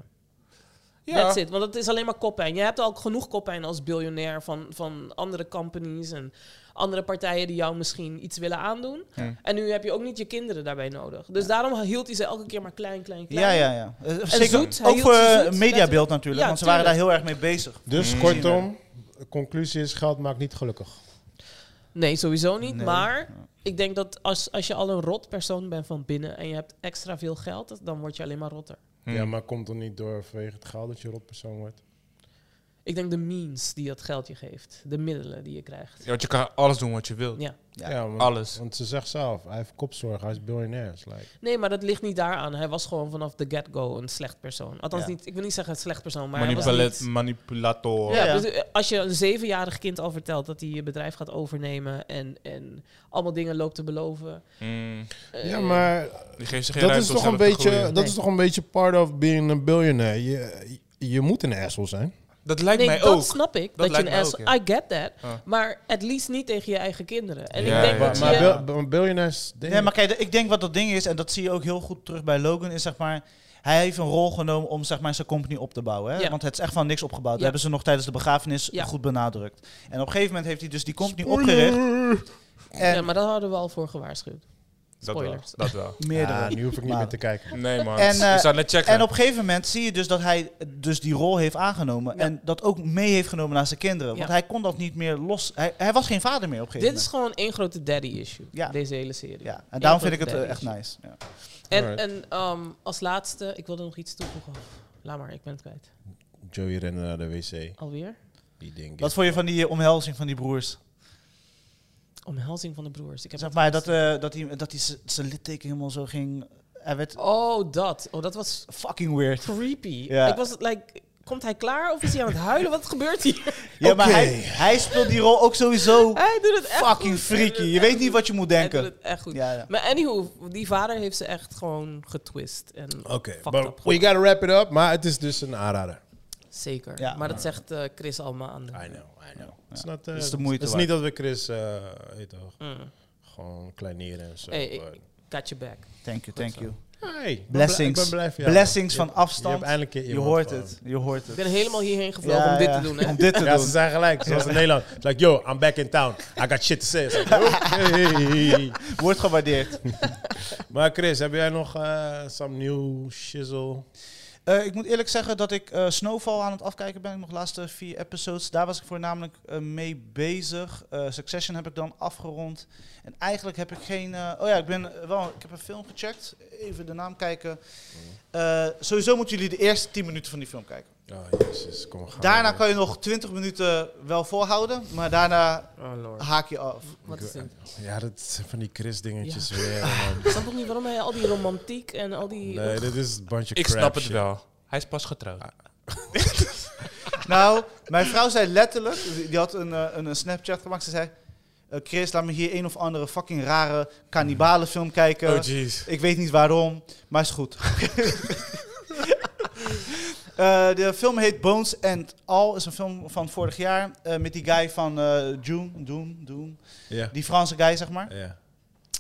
E: Ja.
B: That's it, want het is alleen maar koppijn. Je hebt al genoeg koppijn als biljonair van, van andere companies en andere partijen die jou misschien iets willen aandoen.
C: Hm.
B: En nu heb je ook niet je kinderen daarbij nodig. Dus daarom hield hij ze elke keer maar klein, klein, klein.
C: Ja, ja, ja. Eh, Zeker,
B: zoet, hij
C: ook
B: hield
C: voor
B: ze zoet,
C: eh,
B: letterlijk.
C: mediabeeld natuurlijk,
B: Ja,
C: want ze waren daar
B: tuurlijk.
C: heel erg mee bezig.
A: Dus kortom, de conclusie is geld maakt niet gelukkig.
B: Nee, sowieso niet.
C: Nee.
B: Maar ik denk dat als, als je al een rot persoon bent van binnen en je hebt extra veel geld, dan word je alleen maar rotter.
A: Ja, maar komt er niet door vanwege het geld dat je rotpersoon wordt?
B: Ik denk de means die dat geld je geeft, de middelen die je krijgt.
E: Ja, want je kan alles doen wat je wilt.
B: Ja.
C: Ja.
A: want,
E: Alles.
A: Want ze zegt zelf, hij heeft kopzorg, hij is biljonair. It's Like.
B: Nee, maar dat ligt niet daaraan. Hij was gewoon vanaf de get-go een slecht persoon. Althans,
C: Ja.
B: niet, ik wil niet zeggen slecht persoon, maar hij was
E: Manipula-
B: niet...
E: manipulator.
C: Ja,
B: Ja,
C: ja.
B: dus, eh, als je een zevenjarig kind al vertelt dat hij je bedrijf gaat overnemen en, en allemaal dingen loopt te beloven.
E: Mm.
B: eh,
A: Ja, maar
E: Die geeft ze geen
A: dat is,
E: ruimte om
A: toch een
E: zelf te
A: beetje,
E: groeien.
A: dat is toch een beetje part of being a billionaire. Je, je moet een asshole zijn.
E: Dat lijkt
B: Nee,
E: mij
B: dat
E: ook.
B: snap ik. Dat,
E: Dat
B: je
E: lijkt
B: een
E: mij
B: ass...
E: ook, ja.
B: I get that.
E: Ah.
B: Maar at least niet tegen je eigen kinderen. En
E: Ja,
B: ik denk
E: ja,
B: dat
A: Maar, maar
B: je...
A: bil- bil- biljonairs... denk
C: Nee,
A: ik-
C: maar kijk, ik denk wat dat ding is, en dat zie je ook heel goed terug bij Logan, is zeg maar... Hij heeft een rol genomen om zeg maar, zijn company op te bouwen. Hè?
B: Ja.
C: Want het is echt van niks opgebouwd. Dat
B: Ja.
C: hebben ze nog tijdens de begrafenis
B: Ja.
C: goed benadrukt. En op een gegeven moment heeft hij dus die company
A: Ah,
C: opgericht. En
B: Ja, maar daar hadden we al voor gewaarschuwd.
E: Dat wel.
B: Spoilers.
E: Dat wel.
C: meerdere.
A: Ja, nu hoef ik niet meer te kijken.
E: Nee, man.
C: En, eh,
E: ik zou net checken.
C: En op een gegeven moment zie je dus dat hij dus die rol heeft aangenomen.
B: Ja.
C: En dat ook mee heeft genomen naar zijn kinderen. Want
B: Ja.
C: hij kon dat niet meer los. Hij, hij was geen vader meer op een gegeven
B: Dit is
C: moment.
B: gewoon één grote daddy-issue,
C: Ja.
B: deze hele serie.
C: Ja, en daarom
B: Eén
C: vind ik het
B: grote
C: eh, echt
B: daddy-issue.
C: nice. Ja.
B: En,
A: Alright.
B: en ehm, als laatste, ik wilde nog iets toevoegen. Laat maar, ik ben het kwijt.
A: Joey rennen naar de wc.
B: Alweer?
A: Die ding
C: Wat vond je van die eh, omhelzing van die broers?
B: Omhelzing van de broers. Ik heb
C: Zeg
B: het
C: maar dat,
B: gemist.
C: eh, dat hij, dat hij z- zijn litteken helemaal zo ging. Hij werd
B: Oh, dat. Oh, dat was
C: fucking weird.
B: creepy.
C: Ja.
B: Ik was like, komt hij klaar of is hij aan het huilen? Wat gebeurt hier?
C: Ja, maar
A: Oké.
C: hij, hij speelt die rol ook sowieso
B: hij doet het echt
C: fucking
B: goed. Hij
C: freaky.
B: doet het
C: Je
B: echt
C: weet niet
B: goed.
C: wat je moet
B: Hij
C: denken.
B: doet het echt goed.
C: Ja, ja.
B: Maar anywho, die vader heeft ze echt gewoon getwist. En
A: Oké,
B: fucked
A: maar
B: up
A: we
B: gemaakt.
A: gotta wrap it up. Maar het is dus een aanrader.
B: Zeker.
C: Ja.
B: maar dat zegt eh, Chris allemaal aan de
A: I know, I know. Het is not, eh,
C: Het is de moeite
A: Het is niet dat we Chris, eh weet toch,
B: Mm.
A: gewoon kleineren en zo.
B: Hey, ik-
A: maar-
B: Got your back.
C: Thank you, thank you.
A: Hey, ik ben
C: Blessings.
A: blij- ik ben blij voor jou,
C: Blessings
A: man.
C: van
A: Je- Je,
C: afstand.
A: hebt eindelijk een keer
C: Je
A: iemand
C: hoort
A: gewoon.
C: het. Je hoort
B: Ik
C: het.
B: ben helemaal hierheen gevlogen om dit te doen. Hè?
C: Om dit te
A: Ja,
C: doen.
A: ze zijn gelijk. Zoals in Nederland. It's like, yo, I'm back in town. I got shit to say. It's like, okay.
C: Wordt gewaardeerd.
A: maar Chris, heb jij nog eh some new shizzle?
C: Eh, ik moet eerlijk zeggen dat ik eh, Snowfall aan het afkijken ben. Nog de laatste vier episodes. Daar was ik voornamelijk eh, mee bezig. Eh, Succession heb ik dan afgerond. En eigenlijk heb ik geen... eh, oh ja, ik, ben, eh, wel, ik heb een film gecheckt. Even de naam kijken. Eh, sowieso moeten jullie de eerste 10 minuten van die film kijken.
A: Mhm. Oh, jezus, kom gaan.
C: Daarna kan je nog 20 minuten wel volhouden. Maar daarna
B: Oh lord.
C: haak je af.
B: Wat is dit?
A: Ja, dat zijn van die Chris dingetjes weer.
C: Ah,
A: man.
B: Ik snap toch niet waarom hij al die romantiek en al die...
A: Nee, dit is een bunch of
E: ik
A: crap
E: snap het
A: shit.
E: wel. Hij is pas getrouwd.
C: Nou, mijn vrouw zei letterlijk, die had een, eh, een, een Snapchat gemaakt. Ze zei, eh, Chris, laat me hier een of andere fucking rare kannibalenfilm kijken.
E: Oh, jeez.
C: ik weet niet waarom, maar is goed. Eh, de film heet Bones and All, is een film van vorig jaar eh, met die guy van eh June, Doen, Doen,
A: Ja.
C: die Franse guy zeg maar.
A: Ja.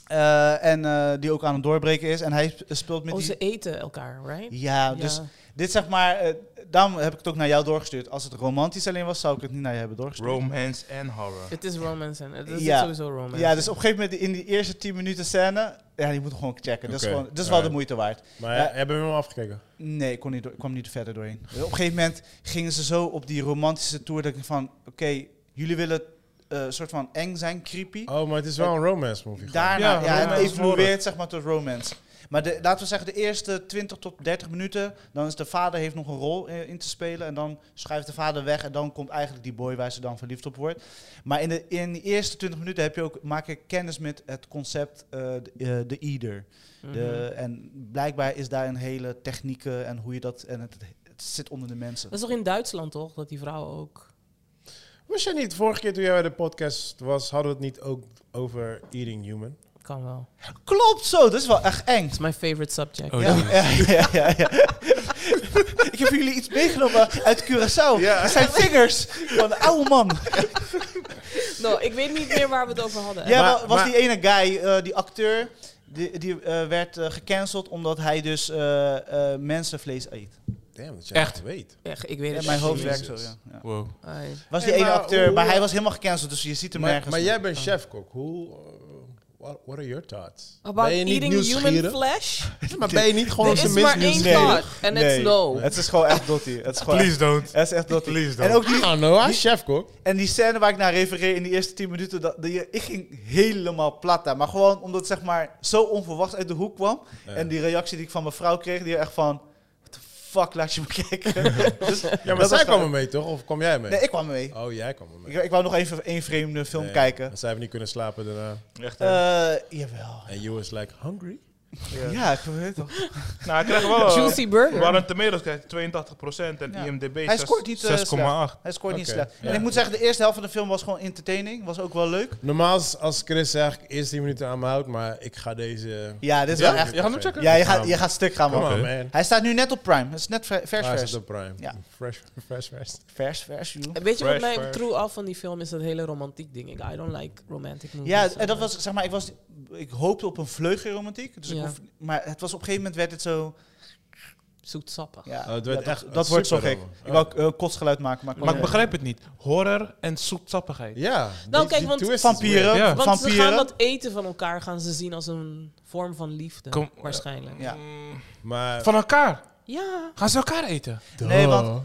C: Eh, en eh, die ook aan het doorbreken is. En hij sp- speelt met
B: Oh,
C: die...
B: ze eten elkaar, right?
C: Ja, dus Dit zeg maar, eh, daarom heb ik het ook naar jou doorgestuurd. Als het romantisch alleen was, zou ik het niet naar je hebben doorgestuurd.
D: Romance en horror.
B: Het is romance en het is
C: Ja.
B: sowieso romance.
C: Ja, dus op een gegeven moment in die eerste 10 minuten scène, ja, die moet gewoon checken. Dat is,
A: Oké,
C: gewoon, dat is wel
A: alright.
C: de moeite waard.
A: Maar
C: Ja.
A: hebben we hem al afgekeken?
C: Nee, ik, kon niet door- ik kwam niet verder doorheen. Op een gegeven moment gingen ze zo op die romantische tour dat ik van, oké, jullie willen eh soort van eng zijn, creepy.
A: Oh, maar het is wel een romance movie.
C: Daarna, ja,
A: Ja,
C: het
A: romance
C: evolueert zeg maar tot romance. Maar de, laten we zeggen, de eerste 20 tot 30 minuten, dan is de vader heeft nog een rol eh, in te spelen. En dan schuift de vader weg en dan komt eigenlijk die boy waar ze dan verliefd op wordt. Maar in de, in de eerste 20 minuten heb je ook, maak je kennis met het concept eh, de, eh, de eater.
B: Mhm.
C: De, en blijkbaar is daar een hele technieken en hoe je dat... En het, het zit onder de mensen.
B: Dat is toch in Duitsland, toch? Dat die vrouw ook...
A: Was je niet, vorige keer toen jij bij de podcast was, hadden we het niet ook over Eating Human?
B: Kan wel.
C: Klopt zo, dat is wel echt eng.
B: Dat is mijn favorite subject.
E: Oh,
C: Ja, ja, ja, ja, ja. ik heb jullie iets meegenomen uit Curaçao.
D: Ja.
C: Het zijn vingers van een oude man.
B: Nou, ik weet niet meer waar we het over hadden.
C: Ja,
A: Maar-
C: wa- was
A: maar-
C: die ene guy, eh, die acteur, die, die eh, werd eh, gecanceld omdat hij dus eh, eh, mensenvlees eet.
A: Damn, dat jij
E: Echt?
A: het weet.
B: Echt, ik weet
C: Ja,
B: het
C: mijn
B: echt
C: hoofd
B: niet
C: werkt zo,
A: Jezus.
C: ja. ja.
E: Wow.
B: meer. Ai.
C: Was die
A: Hey,
C: ene
A: maar
C: acteur,
A: hoe-
C: maar hij was helemaal gecanceld, dus je ziet hem
A: Maar,
C: nergens.
A: maar
C: meer.
A: jij bent chefkok. Hoe, eh, what, what are your thoughts?
B: About
A: ben je niet
B: eating human
A: nieuwsgierig?
B: flesh?
A: maar ben je niet gewoon
B: Er is maar één
A: nieuwsgierig?
B: thought, and it's no.
C: Het is gewoon echt dotty. Het is gewoon
E: Please don't.
C: Het is echt dotty.
E: Please
C: En
E: don't.
C: ook
A: I
C: die,
A: don't know, hij is chefkok.
C: En die scène waar ik naar refereer in die eerste 10 minuten, dat, die, ik ging helemaal plat daar. Maar gewoon omdat het zeg maar zo onverwacht uit de hoek kwam.
A: Ja.
C: En die reactie die ik van mijn vrouw kreeg, die echt van, what the fuck laat je me kijken? Dus
A: Ja, maar
C: dat was
A: zij kwam
C: gewoon-
A: er mee, toch? Of kwam jij mee?
C: Nee, ik kwam mee.
A: Oh, jij kwam er mee.
C: Ik, ik wou nog even één vreemde film
A: Nee,
C: kijken.
A: maar Zij heeft niet kunnen slapen daarna.
D: Echt, hè?
C: Eh jawel.
A: En you was like, hungry?
C: Ja, ik weet toch.
D: nou, hij krijgt wel... eh,
B: Juicy burger.
D: Warren Tomatoes krijgt 82% en
C: Ja.
D: IMDb
C: Hij
D: zes-
C: scoort niet, eh,
D: 6,8.
C: Hij scoort niet
A: Oké,
C: slecht.
A: ja.
C: En ik moet zeggen, de eerste helft van de film was gewoon entertaining. Was ook wel leuk.
A: Normaal is- als Chris zegt, eerst 10 minuten aan me houdt, maar ik ga deze...
C: Ja, dit is wel echt...
A: Je gaat hem checken?
C: Ja, je gaat, je gaat stuk gaan,
A: Come
C: man.
A: on, man.
C: Hij staat nu net op Prime. Het is net vers, vers.
A: Ah, Hij
C: Vers,
A: zit op Prime.
C: Ja.
A: Fresh, fresh, fresh.
C: vers, vers joh.
B: Weet je wat
D: Fresh,
B: mij
D: fresh.
B: true af van die film is? Dat hele romantiek ding. Ik, I don't like romantic movies.
C: Ja, en dat was zeg maar, ik, was, ik hoopte op een vleugje romantiek. Dus ik
B: Ja.
C: hoef, maar het was op een gegeven moment werd het zo.
B: Zoetsappig.
C: Ja,
A: Oh, het werd
C: dat-
A: echt
C: dat,
A: een
C: wordt zo gek.
A: superroman.
C: Ik wou eh, kotsgeluid maken, maar,
E: Maar ik
B: Ja.
E: begrijp het niet. Horror en zoetsappigheid.
A: Ja.
B: Nou, kijk, want
A: twist is
C: Vampieren,
A: weird.
E: Ja.
B: Want ze gaan
C: vampieren.
B: dat eten van elkaar gaan ze zien als een vorm van liefde.
E: Kom-
B: waarschijnlijk.
C: Ja.
E: Mm,
A: Maar...
E: Van elkaar.
B: Ja.
E: Gaan ze elkaar eten?
C: Nee,
A: Duh.
C: want-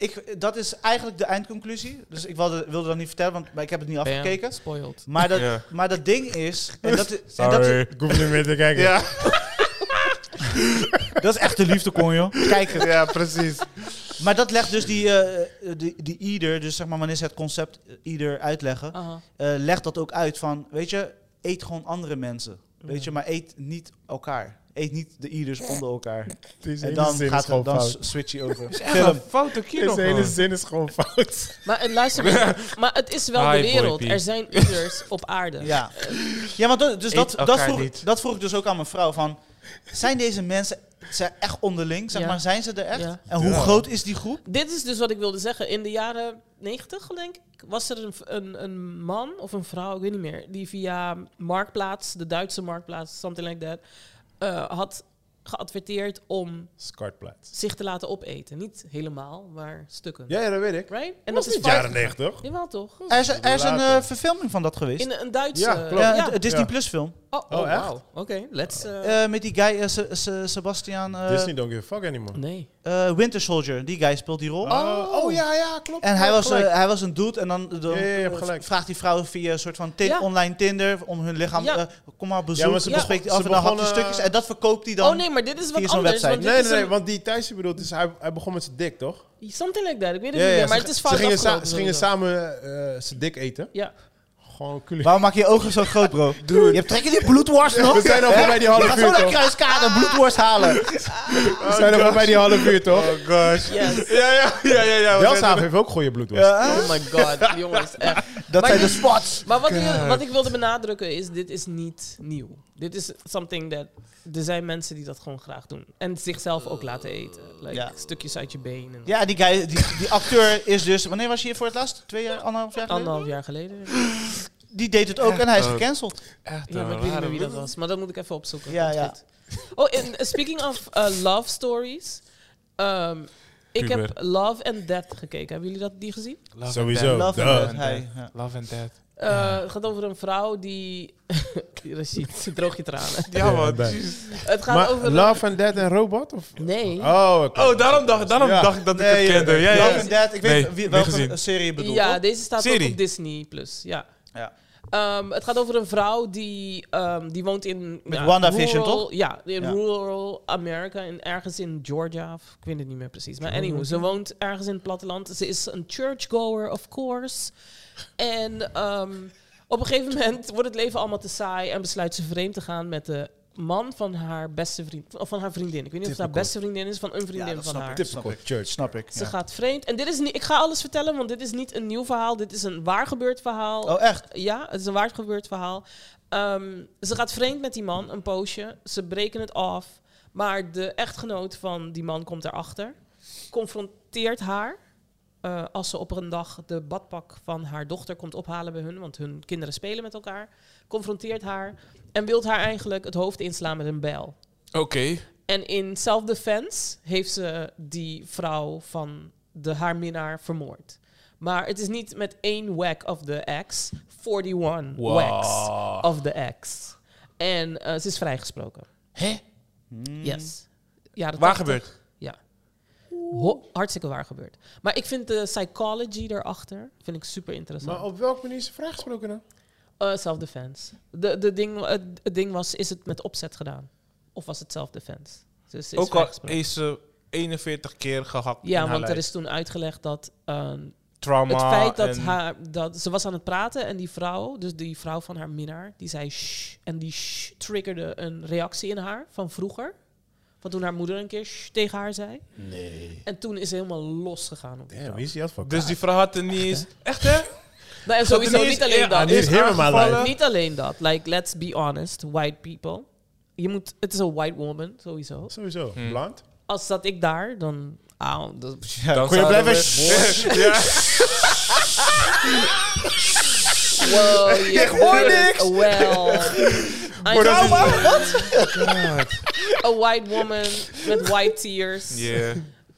C: Ik, dat is eigenlijk de eindconclusie. Dus ik wilde, wilde dat niet vertellen, want maar ik heb het niet
B: Bam.
C: afgekeken.
B: Spoiled.
C: Maar dat,
E: Ja.
C: maar dat ding is. En dat, is- en dat, is-
E: Sorry.
A: Ik hoef niet meer te kijken.
D: Ja,
C: dat is echt de liefde, kon joh. Kijk, het.
D: ja, precies.
C: maar dat legt dus die, eh die, die ieder, dus zeg maar, wanneer ze het concept eh, ieder uitleggen.
B: Aha.
C: eh legt dat ook uit van, weet je, eet gewoon andere mensen. Weet je, maar eet niet elkaar. Eet niet de ieders onder elkaar.
A: Het is
C: En
A: hele
C: dan
A: zin is
C: gaat
A: gewoon
C: het, dan
A: fout.
C: switch je over.
E: Echt een
C: Film.
E: foute kino.
A: Deze hele
E: gewoon.
A: zin is gewoon fout.
B: Maar het, luister, maar het is wel de
E: Hi, boy
B: wereld.
E: P.
B: Er zijn ieders op aarde.
C: Ja, ja want dat, dus
E: Eet
C: dat, dat,
E: elkaar
C: vroeg,
E: niet.
C: dat vroeg ik dus ook aan mijn vrouw. Van, zijn deze mensen zijn echt onderling? Zeg
B: Ja.
C: maar, zijn ze er echt?
B: Ja.
C: En hoe
A: Ja.
C: groot is die groep?
B: Dit is dus wat ik wilde zeggen. In de jaren 90 denk ik, was er een, v- een, een man of een vrouw, ik weet niet meer, die via Marktplaats, de Duitse Marktplaats, something like that, eh, had geadverteerd om
A: Skartplaats.
B: zich te laten opeten. Niet helemaal, maar stukken.
A: Ja, ja, dat weet ik.
B: Right?
A: En dat is
B: fout.
A: niet jaren 90.
B: Jawel toch?
C: Er is, er is een
A: Later.
C: eh, verfilming van dat geweest.
B: In een Duitse...
A: Ja, klopt.
C: ja,
B: ja.
C: een- een Disney
A: Ja.
C: Plus film.
B: Oh, oh,
A: Oh, echt?
B: wauw. Oké, let's... eh,
C: Eh, met die guy, eh, Se- Se- Sebastian eh,
A: Disney don't give a fuck anymore.
B: nee.
C: eh, Winter Soldier. Die guy speelt die rol.
A: Oh, oh, ja, ja, klopt.
C: En hij
A: Ja,
C: was,
A: gelijk.
C: eh, hij was een dude en dan, dan
A: Ja, ja, je hebt gelijk.
C: vraagt die vrouw via een soort van tin-
B: Ja.
C: online Tinder om hun lichaam.
B: Ja.
C: eh, kom maar op bezoek.
A: Ja, maar ze
C: ze bespreekt die
A: begon-
C: af en
A: ze
C: dan had hij
A: begon, eh,
C: stukjes en dat verkoopt hij dan.
B: oh nee, maar dit is wat
C: via zo'n
B: anders.
C: website.
B: Want dit
A: Nee,
B: is
A: nee, nee,
B: een-
A: want die Thijsje bedoelt, is hij, hij begon met zijn dik, toch?
B: Something like that, ik weet het niet meer, maar
A: ze,
B: het is
A: ze
B: fout
A: gingen, sa-
B: afgelopen,
A: ze gingen
B: sowieso.
A: samen eh zijn dik eten.
B: Ja.
A: Gewoon cool.
C: Waarom maak je je ogen zo groot, bro? Je hebt trek in die bloedworst nog.
A: We zijn al
C: Hè?
A: voorbij die half
C: Je gaat
A: uur,
C: zo naar
A: toch?
B: Ah.
C: kruiskade bloedworst
A: Oh,
C: halen.
A: We zijn er bij die half uur, toch? Oh gosh.
B: Yes.
D: Ja, ja, ja, ja. ja
A: Delshaven heeft ook goede bloedworst.
B: Oh my god, jongens. Echt.
C: Dat
B: Maar
C: zijn de
B: dit-
C: spots.
B: Maar wat, ik- wat ik wilde benadrukken is, dit is niet nieuw. Dit is something that... Er zijn mensen die dat gewoon graag doen. En zichzelf ook laten eten. Like,
C: Ja.
B: Stukjes uit je benen.
C: Ja, die, guy, die, die acteur is dus... Wanneer was je hier voor het laatst? Twee jaar, anderhalf jaar geleden?
B: Anderhalf jaar geleden.
C: Die deed het ook en
E: Oh.
C: hij is gecanceld.
E: Echt
B: Ja,
E: een
B: maar ik weet niet
E: rare
B: meer wie dat
E: man.
B: was. Maar dat moet ik even opzoeken.
C: Ja,
B: Komt
C: ja.
B: goed. Oh, en eh, speaking of eh, love stories. Ehm, ik
E: Puber.
B: heb Love and Death gekeken. Hebben jullie dat, die gezien?
E: Love
A: Sowieso.
E: and
A: Love
C: Love
A: and
E: death.
A: Death.
C: and Hij, ja.
E: Love and death.
B: Eh, Het gaat over een vrouw die... Rashid, droog je tranen.
E: Ja, man.
A: bij.
E: jezus.
B: Het gaat
A: Maar
B: over...
A: Love and Dead en Robot? Of?
B: Nee.
A: Oh, oké.
E: Oh, daarom dacht, daarom
A: Ja.
E: dacht ik dat ik
C: Nee,
E: het kende.
C: ja,
E: Ja,
C: Love
E: ja.
C: and Death. Ik weet
E: Nee,
C: wie,
E: niet
C: welke
E: gezien.
C: serie je bedoelt.
B: ja,
C: toch?
B: deze staat ook
E: Serie.
B: op Disney+. Plus. Ja.
C: Ja.
B: Ehm, het gaat over een vrouw die, ehm, die woont in...
C: Met WandaVision,
B: rural,
C: toch?
B: Ja, in
C: Ja.
B: rural America, in, ergens in Georgia. Of, ik weet het niet meer precies. Maar anyway, ze woont ergens in het platteland. Ze is een churchgoer, of course. En ehm, op een gegeven moment wordt het leven allemaal te saai... en besluit ze vreemd te gaan met de man van haar beste vriend... of van haar vriendin. Ik weet niet of het haar
C: Typical.
B: beste vriendin is... van een
C: dat
B: vriendin van
C: snap
B: haar.
C: ik.
A: Typical church.
C: Snap ik.
B: Ze
C: ja.
B: gaat vreemd. En dit is niet... Ik ga alles vertellen, want dit is niet een nieuw verhaal. Dit is een waar gebeurd verhaal.
C: Oh, echt?
B: Ja, het is een waar gebeurd verhaal. Ehm, ze gaat vreemd met die man, een poosje. Ze breken het af. Maar de echtgenoot van die man komt erachter. Confronteert haar. eh, als ze op een dag de badpak van haar dochter komt ophalen bij hun. Want hun kinderen spelen met elkaar. Confronteert haar. En wil haar eigenlijk het hoofd inslaan met een bijl.
E: Oké.
B: En in self-defense heeft ze die vrouw van de, haar minnaar vermoord. Maar het is niet met één whack of the axe, 41 whacks
E: Wow.
B: of the axe. En eh, ze is vrijgesproken.
E: Hé?
B: Yes. Ja, dat
E: Waar
B: dacht ik.
E: gebeurd?
B: Ja. Ho- hartstikke waar gebeurd. Maar ik vind de psychology daarachter vind ik super interessant.
A: Maar op welke manier is ze vrijgesproken dan?
B: Eh, self-defense. De, de ding, het, het ding was, is het met opzet gedaan? Of was het self-defense? Dus ze is
E: Ook al
B: vrijgesproken.
E: is ze 41 keer gehakt in
B: Ja,
E: haar
B: want er
E: lijf.
B: is toen uitgelegd dat ehm,
E: trauma.
B: het feit dat,
E: en-
B: haar, dat ze was aan het praten en die vrouw, dus die vrouw van haar minnaar, die zei shh. En die shh triggerde een reactie in haar van vroeger. Van toen haar moeder een keer shh tegen haar zei.
A: Nee.
B: En toen is ze helemaal losgegaan op die
A: Damn,
B: vrouw.
A: wie is die advocaat?
E: Dus die vrouw had er niet eens... Echt, hè?
B: Nou, en
E: Zat er
B: sowieso
E: niet
B: niet
E: eens
B: alleen
E: in-
B: dat.
E: aan-
A: Niet helemaal
E: aangevallen.
B: Niet alleen dat. Like, let's be honest, white people. Je moet, het is een white woman, sowieso.
A: Sowieso,
E: Hmm.
A: blond.
B: Als zat ik daar, dan... Auw, dat,
E: Dan
A: Kun je
E: zouden
A: blijven...
E: we-
B: Wow, je ik
A: hoor niks.
B: Well, I'm
A: Trauma?
B: a white woman met white tears.
E: Ja,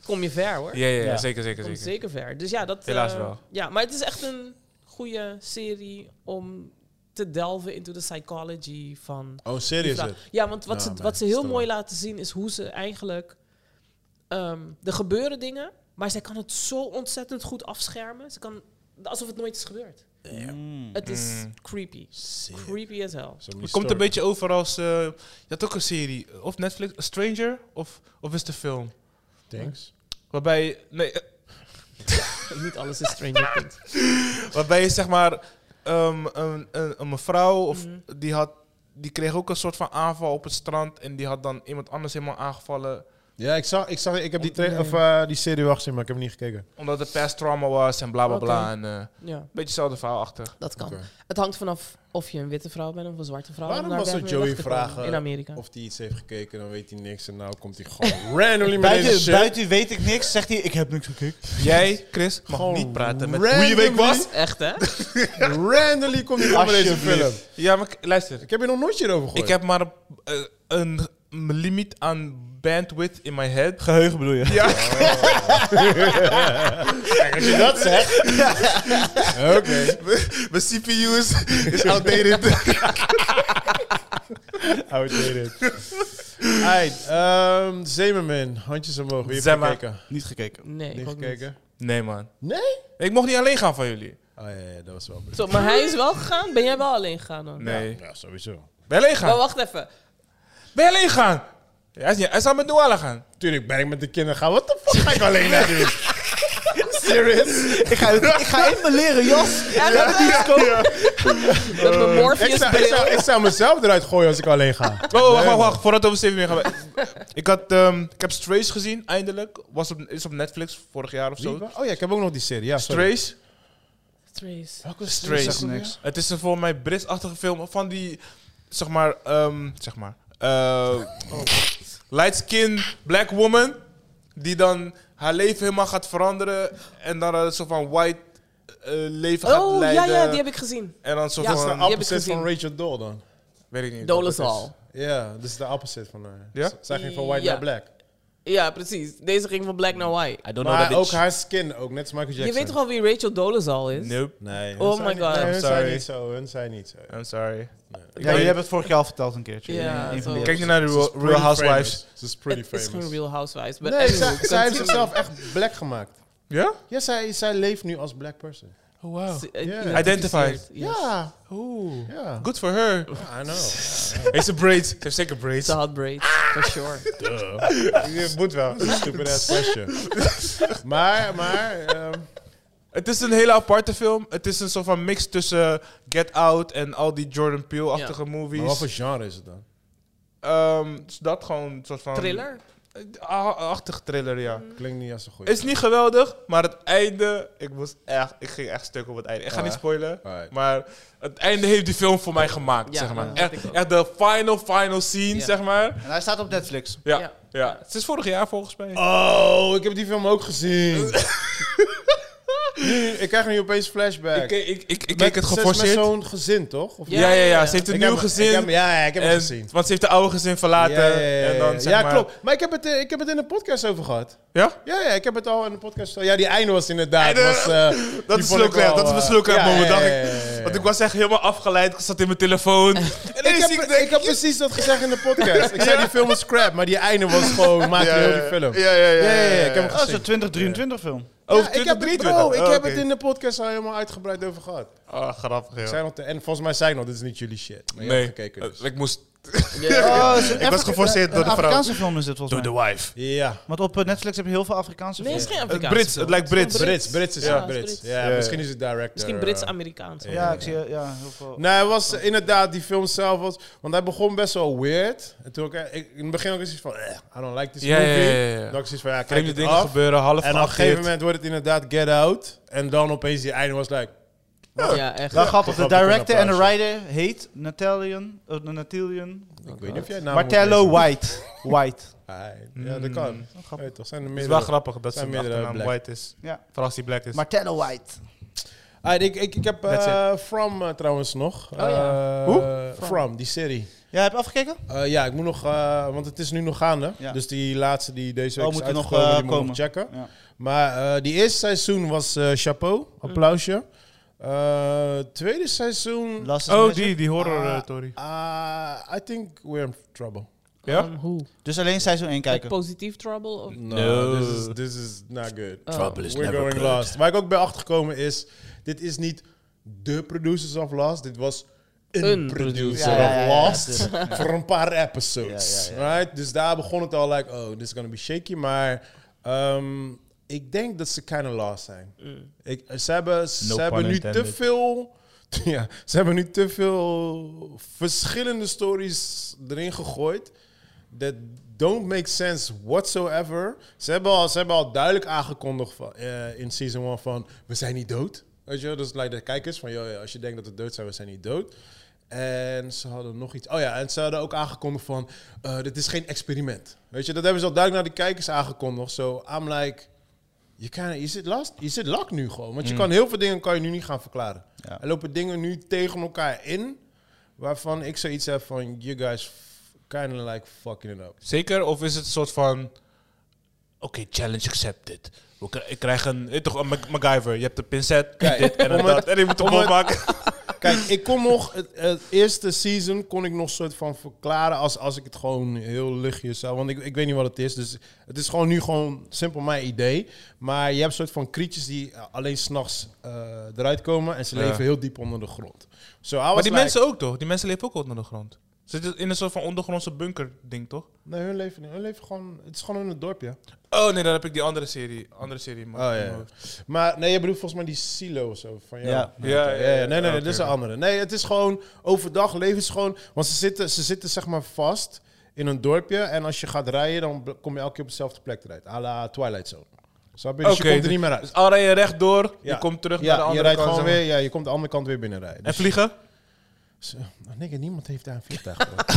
B: Kom je ver hoor.
E: ja, ja,
A: Ja.
E: ja, zeker, zeker,
B: Kom
E: zeker.
B: zeker ver. Dus ja, dat.
E: Helaas
B: eh,
E: wel.
B: Ja, maar het is echt een goede serie om te delven into de psychology van.
A: Oh,
B: die
A: serieus?
B: vrouw.
A: het?
B: Ja, want wat,
A: Ja,
B: ze,
A: maar
B: wat ze heel
A: stel.
B: mooi laten zien is hoe ze eigenlijk. ehm, er gebeuren dingen, maar zij kan het zo ontzettend goed afschermen. Ze kan. Alsof het nooit is gebeurd.
C: Mm.
B: Het is
E: Mm.
B: creepy.
A: Serieus.
B: Creepy as hell.
A: Zo'n
E: Het
A: historic-
E: komt een beetje over als... eh, je had ook een serie. Of Netflix, A Stranger? Of, of is de film?
A: Thanks.
E: Waarbij... Nee, eh,
B: Niet alles is Stranger Things.
E: waarbij je zeg maar... ehm, een, een, een mevrouw of die had... Die kreeg ook een soort van aanval op het strand. En die had dan iemand anders helemaal aangevallen.
A: Ja, ik, zag, ik, zag, ik heb die, tra- of, eh, die serie wel gezien, maar ik heb hem niet gekeken.
E: Omdat het past trauma was en bla bla bla. En, eh, een
B: Ja,
E: beetje hetzelfde verhaal achter.
B: dat kan.
A: Oké.
B: Het hangt vanaf of je een witte vrouw bent of een zwarte vrouw.
A: Waarom
B: om daar
A: was
B: bij
A: er
B: mee weg
A: Joey
B: te komen
A: vragen
B: In Amerika.
A: Of die iets heeft gekeken, dan weet hij niks. En nou komt hij gewoon randomly met deze
C: Buiten,
A: shit.
C: buiten weet ik niks, zegt hij, ik heb niks gekeken.
E: Jij, Chris, mag
A: Gewoon
E: niet praten met
A: randomly-
E: hoe je week was.
B: Echt, hè?
A: randomly komt hij gewoon met deze film.
C: Alsjeblieft.
E: Ja, maar k- luister.
A: Ik heb hier nog nooit hierover gehoord.
E: Ik heb maar een, eh, een m- limiet aan bandwidth in mijn head.
C: Geheugen bedoel je?
E: Ja.
A: als je dat zegt. Oké.
E: Mijn CPU's is outdated.
A: Outdated. Aight, ehm, Zemerman, handjes omhoog. Wie heeft
E: Zemma.
A: gekeken?
C: Niet gekeken.
B: Nee, ik
A: Niet
B: ook niet.
A: gekeken?
E: Nee, man.
A: Nee?
E: Ik mocht niet alleen gaan van jullie.
A: Oh ja, ja, dat was wel
B: Zo, maar hij is wel gegaan. Ben jij wel alleen gegaan dan?
E: Nee.
A: Ja, sowieso.
E: Ben je alleen
B: Maar
E: gaan?
B: wacht even.
E: Ben je alleen gaan? Ja, hij, is niet, hij zou met Douala gaan.
A: Tuurlijk ben ik met de kinderen gaan. Wat de fuck ga ik alleen naar doen? Serious?
C: Ik ga, ik ga in mijn leren jas.
B: Ja, dat is Met mijn
A: Ik
B: Morpheus
A: zou, ik, zou,
B: bril.
A: ik zou mezelf eruit gooien als ik alleen ga.
E: Oh, wacht, wacht, wacht. Voordat we over Steven meer gaan. ik, had, ehm, ik heb Strays gezien, eindelijk. Was op, is op Netflix vorig jaar of
A: Wie?
E: zo.
A: Oh ja, ik heb ook nog die serie. Ja, sorry.
E: Strays.
B: Trace.
A: Welke
E: Strays.
A: zegt
C: niks.
E: Het is een voor mij Brits-achtige film van die, zeg maar, ehm, zeg maar, eh, light skin black woman die dan haar leven helemaal gaat veranderen en dan een soort van white eh, leven gaat
B: Oh, ja,
E: leiden.
B: ja, die heb ik gezien.
E: En dan een soort
B: Ja.
A: Dat is de
E: van,
B: Die heb ik
A: opposite van
B: gezien.
A: Rachel Doll dan.
E: weet ik niet.
B: Dollars
E: wat het is.
B: al.
A: Ja, dat is de opposite van haar.
E: Ja?
A: Z- Zij ging van white
B: Ja.
A: naar black.
B: Ja, precies. Deze ging van black naar white.
F: I don't know
A: Maar
F: that
A: ook
F: it's...
A: haar skin, ook net als Michael Jackson.
B: Je weet toch al wie Rachel Dolezal is?
E: Nope.
F: Nee.
B: Oh
A: Hun
B: my
A: zijn niet-
B: god.
A: nee,
B: I'm
A: hun zijn
E: sorry.
A: niet zo, hun zijn niet zo.
E: I'm sorry.
C: Ja, jullie hebben het vorig jaar al verteld een keertje.
B: Ja,
C: In een van
B: zo.
C: de
E: Kijk je naar de
A: Ze is
E: Real,
A: pretty
E: Real Housewives?
A: famous. Ze is pretty
B: Het
A: famous.
B: is geen real housewives. but
A: Nee, zij,
B: anywho,
A: zij heeft
B: continue.
A: zichzelf echt black gemaakt.
E: Ja?
A: Ja, zij, zij leeft nu als black person.
E: Oh, wow.
B: Ze- eh,
A: Yeah.
B: identificeert,
E: Identified.
B: yes.
A: Ja,
E: Ooh.
A: ja.
E: Good for her.
A: I know.
E: Heeft ze braids? Ze heeft zeker braids.
B: Ze had braids, for sure.
A: Je moet wel. Stupid ass question. maar, maar... ehm,
E: Het is een hele aparte film. Het is een soort van mix tussen Get Out en al die Jordan Peele-achtige
A: maar wat voor
E: movies.
A: genre is het dan?
E: Ehm, is dat gewoon een soort van...
B: Thriller?
E: Ah, Achtig thriller, ja.
A: Klinkt niet als een goede.
E: Is niet geweldig, maar het einde... Ik, moest echt, ik ging echt stuk op het einde. Ik ga
A: Oh,
E: niet
A: echt?
E: spoilen.
A: Alright.
E: Maar het einde heeft die film voor mij gemaakt,
B: Ja,
E: zeg maar.
B: dat ik
E: Echt,
B: ook.
E: echt de final, final scene,
B: Ja.
E: zeg maar.
C: En hij staat op Netflix.
E: Ja, ja.
B: Ja.
E: Het is vorig jaar volgens mij.
A: Oh, ik heb die film ook gezien. nu, ik krijg nu opeens flashback.
E: Ik, ik, ik, ik
A: Met-
E: keek het
A: ze is
E: geforceerd.
A: Met zo'n gezin, toch? Of
B: Ja,
E: Ja, ja, ja,
B: ja.
E: Ze heeft een
A: Ik
E: nieuw
A: heb hem-
E: gezin.
A: ik heb hem- ja, ja, ik heb hem
E: en-
A: gezien.
E: want ze heeft de oude gezin verlaten.
A: Ja, ja, ja, ja,
E: En
A: ja.
E: dan, zeg
A: Ja,
E: maar-
A: klopt. Maar ik heb, het, eh, ik heb het in de podcast over gehad.
E: Ja?
A: Ja, ja, ik heb het al in de podcast. Ja, die einde was inderdaad.
E: Einde.
A: was, eh, die
E: is
A: vond ik
E: slow clap,
A: wel,
E: dat is mijn
A: eh,
E: slow clap
A: ja,
E: moment,
A: ja,
E: dacht
A: ja,
E: ik.
A: ja, ja,
E: Want
A: ja.
E: ik was echt helemaal afgeleid. Ik zat in mijn telefoon. en
A: Ik
E: ineens
A: heb,
E: zie ik,
A: ik heb precies dat gezegd in de podcast. Ik zei die film was crap, maar die einde was gewoon, maakte heel die film.
D: Ja, ja, ja.
A: Ja, ja, ja, ik heb hem
C: Oh, het is
A: gezien.
C: een 2023 film.
A: Ja,
E: over
A: ik heb het,
E: 2023.
A: bro, ik
E: Oh,
A: heb
E: oké.
A: het in de podcast al helemaal uitgebreid over gehad.
D: Ah,
E: Oh, grappig, joh.
A: Ik zei nog te- en volgens mij zei ik nog, dit is niet jullie shit. Maar jij
E: Nee,
A: hebt gekeken dus.
E: eh, ik moest...
C: Oh, het is een
D: Ik was
C: Afri-
D: geforceerd door
C: een
D: de vrouw.
C: Afrikaanse film is dit volgens mij.
E: wife.
A: Ja,
C: Want op eh, Netflix heb je heel veel Afrikaanse
B: Nee, het
C: films.
B: is geen
E: Het
B: Afrikaans.
E: Brits, het lijkt Brits.
A: Brits, Brits is
B: Ja,
A: het,
B: het is
A: Brits.
B: Brits.
A: Ja,
D: Ja.
A: misschien is het director.
B: Misschien
A: eh,
B: Brits-Amerikaans.
C: Ja, ik zie ja, heel veel.
A: Nee, het was eh, inderdaad, die film zelf was... Want hij begon best wel weird. En toen ook, eh, ik, in het begin ook iets van... eh, I don't like this
E: Ja, ja,
A: movie.
E: ja, ja, ja.
A: Dan ook zoiets van, ja, kijk
E: Vreemde
A: het
E: dingen
A: af.
E: gebeuren, half
A: En op een gegeven
E: geageerd.
A: moment wordt het inderdaad Get Out. En dan opeens die einde was like...
B: Ja, ja echt.
C: Wel grappig, de
A: grappig,
C: director
A: een
C: en de writer heet Natalian, eh, Natalian
A: Ik weet niet of jij naam moet
C: Martello
A: lezen.
C: White. White.
A: Ai, Ja, dat kan.
C: grappig.
A: Weet toch, zijn er
E: Mm. Het
A: meer
E: is wel grappig
A: zijn
E: dat zijn
A: meerdere
E: achternaam
A: black.
E: white is.
C: Ja.
E: Vooral als die black is.
C: Martello White.
A: Ah, ik, ik, ik heb
E: That's
A: eh, From eh, trouwens nog.
B: ja.
A: Eh,
E: Hoe?
A: From. die serie.
C: Ja, heb je afgekeken?
A: Eh, ja, ik moet nog, eh, want het is nu nog gaande.
C: Ja.
A: Dus die laatste die deze week
C: Oh,
A: is
C: moet die nog,
A: uitgekomen,
C: eh,
A: die moet ik nog
C: komen?
A: checken.
C: Ja.
A: Maar eh, die eerste seizoen was eh, chapeau, applausje. Eh, tweede seizoen,
C: Last is
E: Oh,
C: Magic.
E: die, die horror
A: Ah.
E: eh, Tory.
A: ah, I think we're in trouble.
E: Ja?
B: Um, hoe?
C: Dus alleen seizoen 1
B: Like
C: kijken.
B: positief trouble? Of?
A: No,
E: No.
A: This, is, this is not good.
B: Oh. Trouble
A: is We're going last. Waar ik ook bij achtergekomen is, dit is niet de producers of Last, dit was een,
B: Een
A: producer
B: producer.
A: of
C: Ja, ja, ja, ja,
A: Last voor een paar episodes.
C: Ja, ja, ja.
A: Right? Dus daar begon het al like, oh, this is gonna be shaky, maar ehm, ik denk dat ze kind of lost zijn. Ik, ze hebben, ze
E: pun
A: hebben nu te
E: intended.
A: veel... Ja, ze hebben nu te veel verschillende stories erin gegooid that don't make sense whatsoever. Ze hebben al, ze hebben al duidelijk aangekondigd van, eh, in season 1 van we zijn niet dood. Weet je, wel? dus like, de kijkers van joh, ja, als je denkt dat we dood zijn, we zijn niet dood. En ze hadden nog iets. Oh ja, en ze hadden ook aangekondigd van eh, dit is geen experiment. Weet je, dat hebben ze al duidelijk naar de kijkers aangekondigd. So I'm like, je, kan, je, zit last, je zit lak nu gewoon. Want je
E: Mm.
A: kan heel veel dingen kan je nu niet gaan verklaren.
C: Ja.
A: Er lopen dingen nu tegen elkaar in. Waarvan ik zoiets heb van, you guys kind of like fucking it up.
E: Zeker? Of is het een soort van... Oké, challenge accepted. We k- Ik krijg een... eh, Toch, een Mac- MacGyver. Je hebt een pincet,
A: Kijk,
E: dit en
A: om
E: een
A: het-
E: dat. En je moet hem
A: om het-
E: opmaken.
A: Kijk, ik kon nog, het, het eerste season kon ik nog soort van verklaren als, als ik het gewoon heel luchtjes zou. Want ik, ik weet niet wat het is. Dus het is gewoon nu gewoon simpel mijn idee. Maar je hebt soort van krietjes die eh, alleen s'nachts nachts eh, eruit komen. En ze
E: Ja.
A: leven heel diep onder de grond. So, I was
E: Maar die
A: like-
E: mensen ook toch? Die mensen leven ook onder de grond. Zitten in een soort van ondergrondse bunker ding, toch?
A: Nee, hun leven, niet. hun leven gewoon... Het is gewoon in het dorpje.
E: Oh nee, dan heb ik die andere serie. Andere serie. maar-
A: Oh, ja, ja. Maar nee, je bedoelt volgens mij die silo of zo. Van jou.
C: Ja.
A: Oké,
E: Ja, ja, ja.
A: Nee, nee, nee,
E: Oké,
A: dit is
E: oké.
A: een andere. Nee, het is gewoon overdag leven ze gewoon... Want ze zitten, ze zitten zeg maar vast in een dorpje. En als je gaat rijden, dan bl- kom je elke keer op dezelfde plek terecht. A la Twilight Zone. Snap je? Dus
E: Oké,
A: je komt er
E: dus-
A: niet meer uit.
E: Dus al rij je rechtdoor,
A: Ja.
E: je komt terug
A: Ja,
E: naar de
A: je
E: andere
A: rijdt
E: kant.
A: gewoon
E: zeg
A: weer... Ja, je komt de andere kant weer binnen rijden.
E: maar. En
A: Dus-
E: vliegen?
A: Zo, nigga, niemand heeft daar een vliegtuig voor.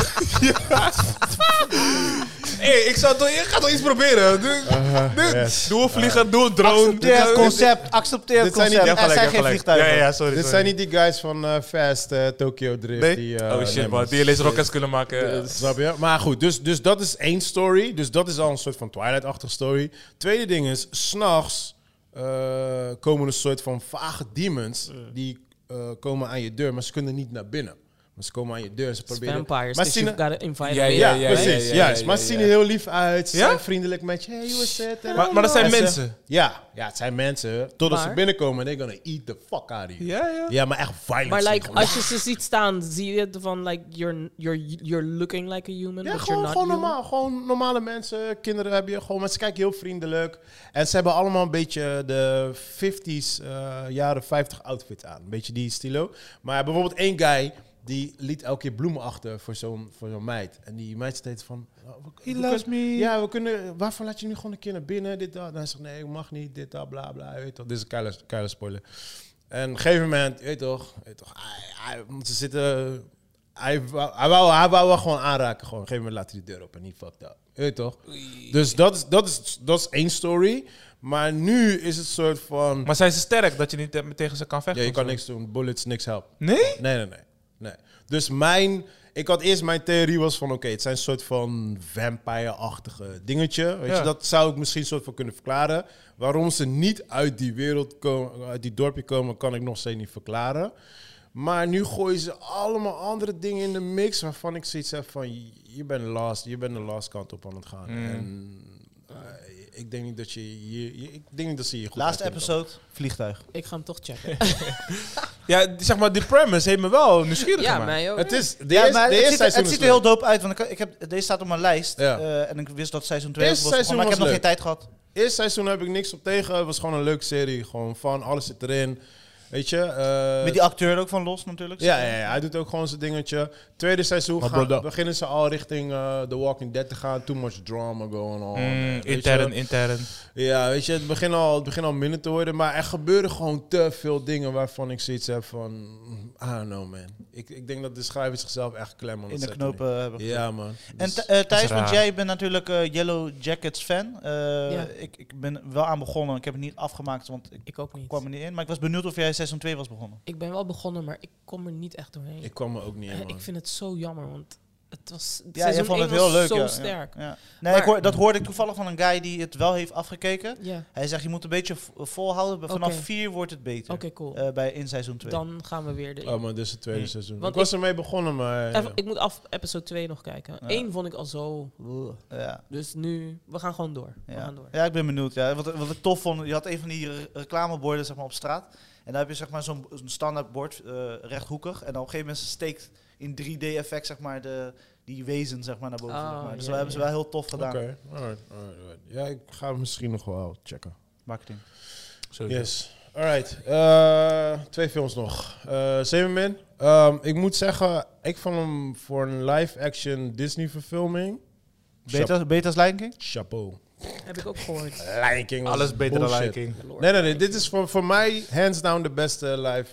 E: Hé, hey, ik, zou toch- ik ga toch iets proberen. Doe, doe,
A: Ah, yes.
E: doe een vlieger, doe een drone.
C: Accepteer het
E: Doe-
C: concept, accepteer het
A: dit zijn niet-
C: concept.
A: Ja,
C: Er zijn geen vliegtuigen.
E: Ja, ja, sorry.
A: Dit
E: sorry.
A: zijn niet die guys van eh, Fast eh, Tokyo Drift.
E: Nee?
A: Die, eh,
E: oh shit,
A: nee,
E: man. Die je rockets kunnen maken.
A: Snap je? Maar goed, dus, dus dat is één story. Dus dat is al een soort van Twilight-achtige story. Tweede ding is, s'nachts eh komen een soort van vage demons. Die eh, komen aan je deur, maar ze kunnen niet naar binnen. Maar ze komen aan je deur en ze proberen...
B: Vampires,
A: maar
B: dus
A: ze zien
B: you've
A: er-
B: got to invite
E: Ja,
B: them in,
A: ja,
E: ja,
A: precies.
E: ja, ja,
A: juist.
E: ja,
A: maar
E: ja,
A: ze zien
E: ja.
A: er heel lief uit. Ze
E: Ja?
A: zijn vriendelijk met je. Hey, hoe is het?
E: Maar, maar dat zijn
A: En ze-
E: mensen.
A: Ja, ja, het zijn mensen. Totdat ze
B: Maar-
A: binnenkomen en they're gonna eat the fuck out of you.
E: Ja, ja.
A: Ja, maar echt violent.
B: Maar like, als je ze ziet staan, zie je het van like, you're, you're, you're looking like a human,
A: Ja,
B: but
A: gewoon,
B: you're not
A: gewoon
B: human?
A: normaal. Gewoon normale mensen, kinderen heb je. Gewoon, maar ze kijken heel vriendelijk. En ze hebben allemaal een beetje de 50s, eh, jaren 50 outfit aan. Een beetje die stilo. Maar bijvoorbeeld één guy, die liet elke keer bloemen achter voor zo'n voor zo'n meid. En die meid steeds van... oh, we- we kunnen- Ja, we kunnen... Waarvoor laat je nu gewoon een keer naar binnen? Dit, dat. En hij zegt, nee, ik mag niet. Dit, dat, bla, bla. je Weet toch? Dit is een keile, keile spoiler. En op een gegeven moment, je weet toch, je weet toch hij, hij, want ze zitten. Hij wou, hij, wou, hij wou wel gewoon aanraken. Gewoon. Op een gegeven moment laat hij de deur open en niet fucked up. Je Weet toch? Dus dat is, dat, is, dat is één story. Maar nu is het soort van.
E: Maar zijn ze sterk dat je niet eh, tegen ze kan
A: Ja,
E: vechten?
A: je kan
E: of zo?
A: niks doen. Bullets, niks helpen.
E: Nee?
A: Nee, nee, nee. nee. Dus mijn. Ik had eerst mijn theorie was van oké, het zijn een soort van vampire-achtige dingetje. Weet
E: Ja.
A: je, dat zou ik misschien soort van kunnen verklaren. Waarom ze niet uit die wereld komen, uit die dorpje komen, kan ik nog steeds niet verklaren. Maar nu gooien ze allemaal andere dingen in de mix waarvan ik zoiets heb van je- je bent last, je bent de last kant op aan het gaan.
C: Mm.
A: En eh, ik denk niet dat je, hier- je- ik denk niet dat ze je goed
C: Laatste
A: uit kunnen
C: episode, vliegtuig.
B: Ik ga hem toch checken.
E: Ja, die- zeg maar, die premise heeft me wel nieuwsgierig
B: ja,
E: gemaakt.
B: mij ook.
A: komen. Het is de
C: Ja,
A: eerste,
C: maar
A: de
C: het
A: eerste
C: ziet, er-
A: seizoen is
C: het ziet er
A: leuk.
C: heel dope uit, want ik, ik heb, deze staat op mijn lijst.
A: Ja.
C: eh, en ik wist dat seizoen 2 was,
A: Eerste
C: begonnen, maar ik heb nog
A: seizoen
C: geen tijd gehad.
A: Eerste seizoen heb ik niks op tegen. Het was gewoon een leuke serie. Gewoon van, alles zit erin. Weet je? eh,
C: Met die acteur ook van Los natuurlijk.
A: ja, ja, ja, hij doet ook gewoon zijn dingetje. Tweede seizoen
E: Maar
A: gaan,
E: bro, dat-
A: beginnen ze al richting eh, The Walking Dead te gaan. Too much drama going on.
E: Mm,
A: Oh, Weet je?
E: intern, intern.
A: Ja, weet je, het begint al, het begint al minder te worden. Maar er gebeuren gewoon te veel dingen waarvan ik zoiets heb van... mm, I don't know, man. Ik, ik denk dat de schrijver zichzelf echt klem aan
C: In
A: het
C: de
A: zetten
C: knopen hebben.
A: is. Ja, man.
C: En
A: Dus-
C: th- eh, Thijs,
E: raar.
C: want jij bent natuurlijk eh, Yellow Jackets fan. Eh,
B: Ja.
C: ik, ik ben wel aan begonnen. Ik heb het niet afgemaakt, want ik
B: Ik ook niet.
C: kwam er niet in. Maar ik was benieuwd of jij seizoen 2 was begonnen.
B: Ik ben wel begonnen, maar ik kom er niet echt doorheen.
A: ik kwam er ook niet in,
B: Eh,
A: man.
B: ik vind het zo jammer, want het was het
C: Ja, jij
B: seizoen
C: vond het
B: één
C: heel
B: was
C: leuk.
B: zo
C: ja, ja,
B: sterk.
C: Ja, Nee, ik
B: Maar-
C: hoor, dat hoorde ik toevallig van een guy die het wel heeft afgekeken.
B: Ja,
C: Hij zegt, je moet een beetje v- volhouden. Vanaf
B: Oké.
C: 4 wordt het beter.
B: oké, cool.
C: Eh, bij in seizoen 2.
B: Dan gaan we weer de...
A: Oh, maar dit is het tweede
C: Hmm.
A: seizoen.
B: Want
A: ik was ermee begonnen, maar...
B: Even- Ik moet af episode 2 nog kijken.
C: Ja.
B: Eén vond ik al zo...
C: Ja,
B: Dus nu, we gaan gewoon door. We
C: ja.
B: gaan door.
C: ja, ik ben benieuwd. Ja. Wat, wat ik tof vond, je had een van die re- reclameborden zeg maar, op straat. En daar heb je zeg maar, zo'n zo'n standaard bord, eh, rechthoekig. En dan op een gegeven moment steekt in 3D-effect zeg maar, de, die wezen zeg maar, naar boven.
B: Oh,
C: zeg maar. Dus
B: ja,
C: dat hebben ze
B: ja.
C: wel heel tof gedaan.
A: Oké, alright, alright, alright. Ja, ik ga hem misschien nog wel checken.
C: Marketing.
A: Yes. Alright, eh, twee films nog. Eh Seven Men. Ehm, ik moet zeggen, ik vond hem voor een live-action Disney-verfilming... Chapeau.
C: Beter, beter als Lion King?
A: Chapeau.
B: Heb ik ook gehoord.
A: Lion King was
E: Alles beter dan
A: bullshit.
E: Lion King.
B: Lord.
A: Nee, nee, nee. Dit is voor, voor mij hands down de beste live...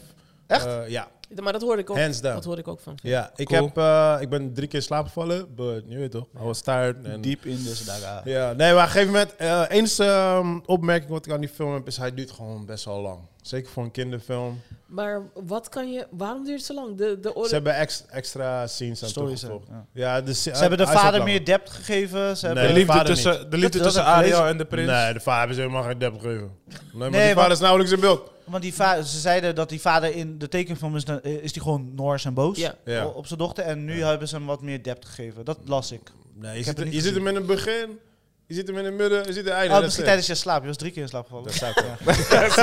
C: Echt?
A: eh, ja,
B: Maar dat hoorde ik ook.
A: hands down.
B: Dat hoorde ik ook van.
A: Ja, ik,
E: Cool.
A: heb, eh, ik ben drie keer slaapgevallen, maar je weet toch, I was tired. En
C: Diep in dus de dagen.
A: Ja, nee, maar op een gegeven moment, eh eens ehm, opmerking wat ik aan die film heb, is hij duurt gewoon best wel lang. Zeker voor een kinderfilm.
B: Maar wat kan je... Waarom duurt het zo lang? De, de
A: Ze
B: orde...
A: hebben ex- extra scenes aan
C: Stories,
A: toegevoegd.
C: hè, ja.
A: Ja, dus,
C: Ze hebben de vader meer depth gegeven. Ze
A: Nee,
E: De
C: hebben
A: lief-
E: liefde
A: vader
E: tussen, de liefde
C: Dat- dat
E: tussen
C: heb ik
E: Ariel
C: gelezen.
E: en de prins.
A: Nee, de vader is helemaal geen depth gegeven. Nee, maar
C: Nee,
A: die
C: want-
A: vader is nauwelijks in beeld.
C: Want die va- ze zeiden dat die vader in de tekenfilm is, dan- eh, is die gewoon Noors en boos
B: Ja.
A: Ja.
C: o- op zijn dochter. En nu hebben ze hem wat meer depth gegeven. Dat las ik.
A: Nee, je,
C: heb
A: zit,
C: het
A: er-
C: niet
A: je zit hem
C: gezien.
A: in het begin, je zit hem in het midden, je zit er einde.
C: oh,
A: dat
C: misschien
A: is eh, het.
C: tijdens je slaap. Je was drie keer in slaap gevallen.
A: Dat zou kunnen.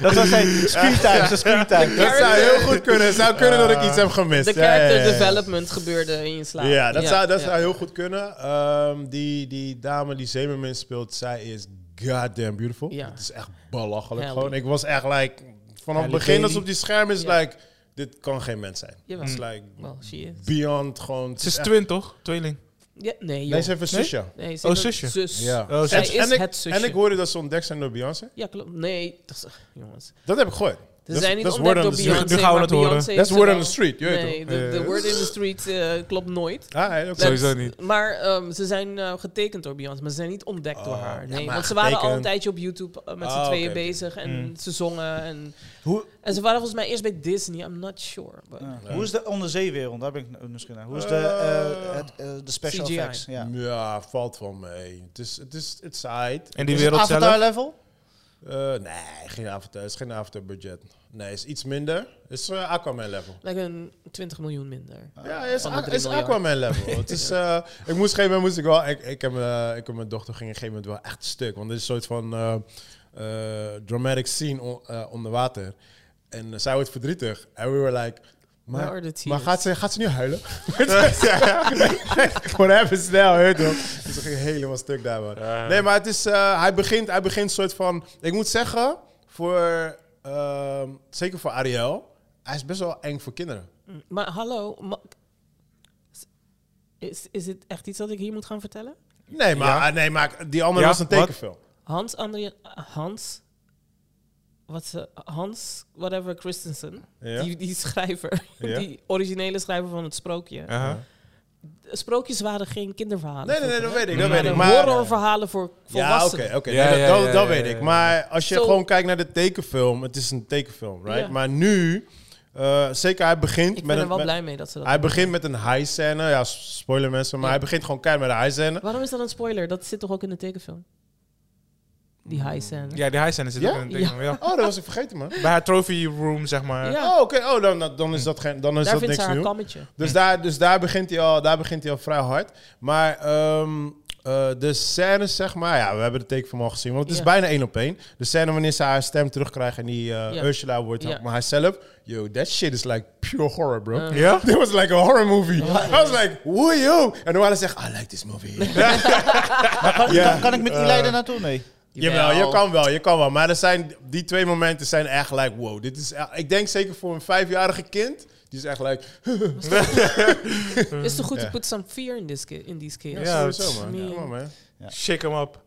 C: dat was zijn screen time. Zijn screen time.
A: Dat zou heel goed kunnen. Het zou kunnen dat ik iets heb gemist.
B: De
A: Ja, ja, ja,
B: character
A: ja.
B: development gebeurde in je slaap.
A: Ja, dat, zou, dat
B: ja.
A: zou heel goed kunnen. Ehm, die, die dame die Zemerman speelt, zij is goddamn beautiful.
B: Ja.
A: Het is echt belachelijk
B: Halle.
A: gewoon. Ik was echt like, vanaf het
C: Halle
A: begin dat
C: Bailey.
A: ze op die scherm is,
B: Ja.
A: like, dit kan geen mens zijn.
B: Jawel.
A: Het is like,
B: Well, she is.
A: beyond gewoon... het
E: Mm. Ze is
A: echt-
E: twin, toch? Tweeling.
B: Ja, nee, joh.
A: Nee, ze heeft een zusje.
B: Nee, ze
E: Oh,
B: is een
E: zusje.
B: Zus.
A: Ja.
E: Oh,
B: Zij
A: En-
B: is
A: en, ik,
B: het zusje.
A: en ik hoorde dat ze ontdekt zijn door Beyoncé.
B: Ja, klopt. Nee, dat is- jongens.
A: Dat heb ik gehoord.
B: Ze
A: Dat is-
B: zijn niet
A: dat is
B: ontdekt
A: word
B: door
A: on the street.
B: Beyoncé,
E: Nu gaan we
B: maar
E: het horen.
B: Beyoncé
A: Dat is
B: heeft
A: word
B: ze
A: on the
B: wel-
A: street, je weet
B: Nee,
A: toch?
B: de, de
A: Eh,
B: word in the street eh, klopt nooit.
A: Ah, hey, oké.
E: Sowieso niet.
B: Maar ehm, ze zijn eh, getekend door Beyoncé, maar ze zijn niet ontdekt door haar. Nee,
A: Oh, maar
B: want ze waren al een
A: getekend.
B: tijdje op YouTube eh, met z'n
A: Ah,
B: tweeën
A: oké, oké.
B: bezig en ze zongen. En,
C: Hoe-
B: en ze waren volgens mij eerst bij Disney, I'm not sure. but-
A: Ah.
C: Ja. Hoe is de onderzeewereld? Daar ben ik n- misschien naar. Hoe is de,
A: Eh,
C: eh, het, eh, de special
B: CGI.
C: effects? Ja.
A: Ja. valt wel mee. Het is, het is, het is aight.
E: In die
C: Is het
E: wereld
C: Avatar
E: zelf.
C: level?
A: Eh, nee, geen avatar. Het is geen avatar budget. Nee, is iets minder. is eh, Aquaman level.
B: Lijkt een 20 miljoen minder.
A: Ja, is,
B: Van de
A: Aqu-
B: drie
A: is
B: miljard.
A: Aquaman level. het is, eh, ik moest op een gegeven moment moest ik wel. Ik, ik, heb, eh, ik en mijn dochter ging op een gegeven moment wel echt stuk. Want dit is een soort van eh, eh, dramatic scene on- eh, onder water. En eh, zij wordt verdrietig. En we were like.
B: Where
A: Maar,
B: are the
A: maar
B: tears?
A: gaat, ze, gaat ze nu huilen? Gewoon even snel, hè toch? Dus ze ging helemaal stuk daar, man. Nee, maar het is, eh, hij begint hij begint soort van... Ik moet zeggen, voor, ehm, zeker voor Ariel... Hij is best wel eng voor kinderen.
B: Mm, Maar hallo, ma- is, is het echt iets dat ik hier moet gaan vertellen?
A: Nee, maar, ah, nee, maar die andere
E: Ja,
A: was een
E: wat?
A: tekenfilm.
B: Hans André... Hans... Wat ze, Hans, whatever, Christensen.
A: Ja.
B: Die, die schrijver.
A: Ja.
B: Die originele schrijver van het sprookje.
E: Aha.
B: Sprookjes waren geen kinderverhalen.
A: Nee, nee, nee, dat
B: vroeger,
A: weet ik.
B: hè?
A: Dat weet ik.
B: waren
A: Maar,
B: horrorverhalen voor
A: ja,
B: volwassenen.
A: oké, oké.
E: Ja,
A: nee,
E: ja,
A: dat,
E: ja,
A: dat
E: ja,
A: weet
E: ja,
A: ik.
E: ja.
A: Maar als je
B: Zo-
A: gewoon kijkt naar de tekenfilm... Het is een tekenfilm, right?
B: Ja.
A: Maar nu... eh, zeker, hij begint
B: Ik
A: met
B: ben er
A: een...
B: wel
A: met-
B: blij mee dat ze dat
A: hij begint met een high scène. Ja, spoiler mensen. Maar
B: Ja.
A: hij begint gewoon keihard met een high scène.
B: Waarom is dat een spoiler? Dat zit toch ook in de tekenfilm? Die high scène.
E: Ja, die high zijn zit
A: Hmm. Ja?
E: ook in het ding. Ja.
A: Oh, dat was ik vergeten, man.
E: Bij haar trophy room, zeg maar.
B: Ja.
A: Oh, oké. Oh, dan- dan, dan is dat, geen, dan is
B: Daar
A: dat
B: vindt ze
A: niks
B: haar
A: nieuw.
B: kammetje.
A: Dus, daar, dus daar, begint hij al, daar begint hij al vrij hard. Maar ehm, eh, de scène, zeg maar... Ja, we hebben de teken van al gezien. Want het is
B: Ja.
A: bijna één op één. De scène wanneer ze haar stem terugkrijgt... en die eh,
B: Ja.
A: Ursula wordt
B: Ja.
A: maar hijzelf... Yo, that shit is like pure horror, bro.
B: Ja.
E: Ja?
A: That was like a horror movie. I was like, whoa, yo. En dan waren ze echt... I like this movie.
C: Kan,
A: Ja. Eh. Oh,
C: kan, kan ik met die leider naartoe? Nee.
A: Jawel, je kan wel, je kan wel. Maar er zijn, die twee momenten zijn echt like, wow. Dit is, echt- ik denk zeker voor een vijfjarige kind, die is echt like...
B: It's too good
A: Ja.
B: to put some fear in, this ki- in these kids.
A: Ja,
B: Ja,
A: sowieso man.
B: Nee.
A: Ja, man, man.
E: Shake hem up.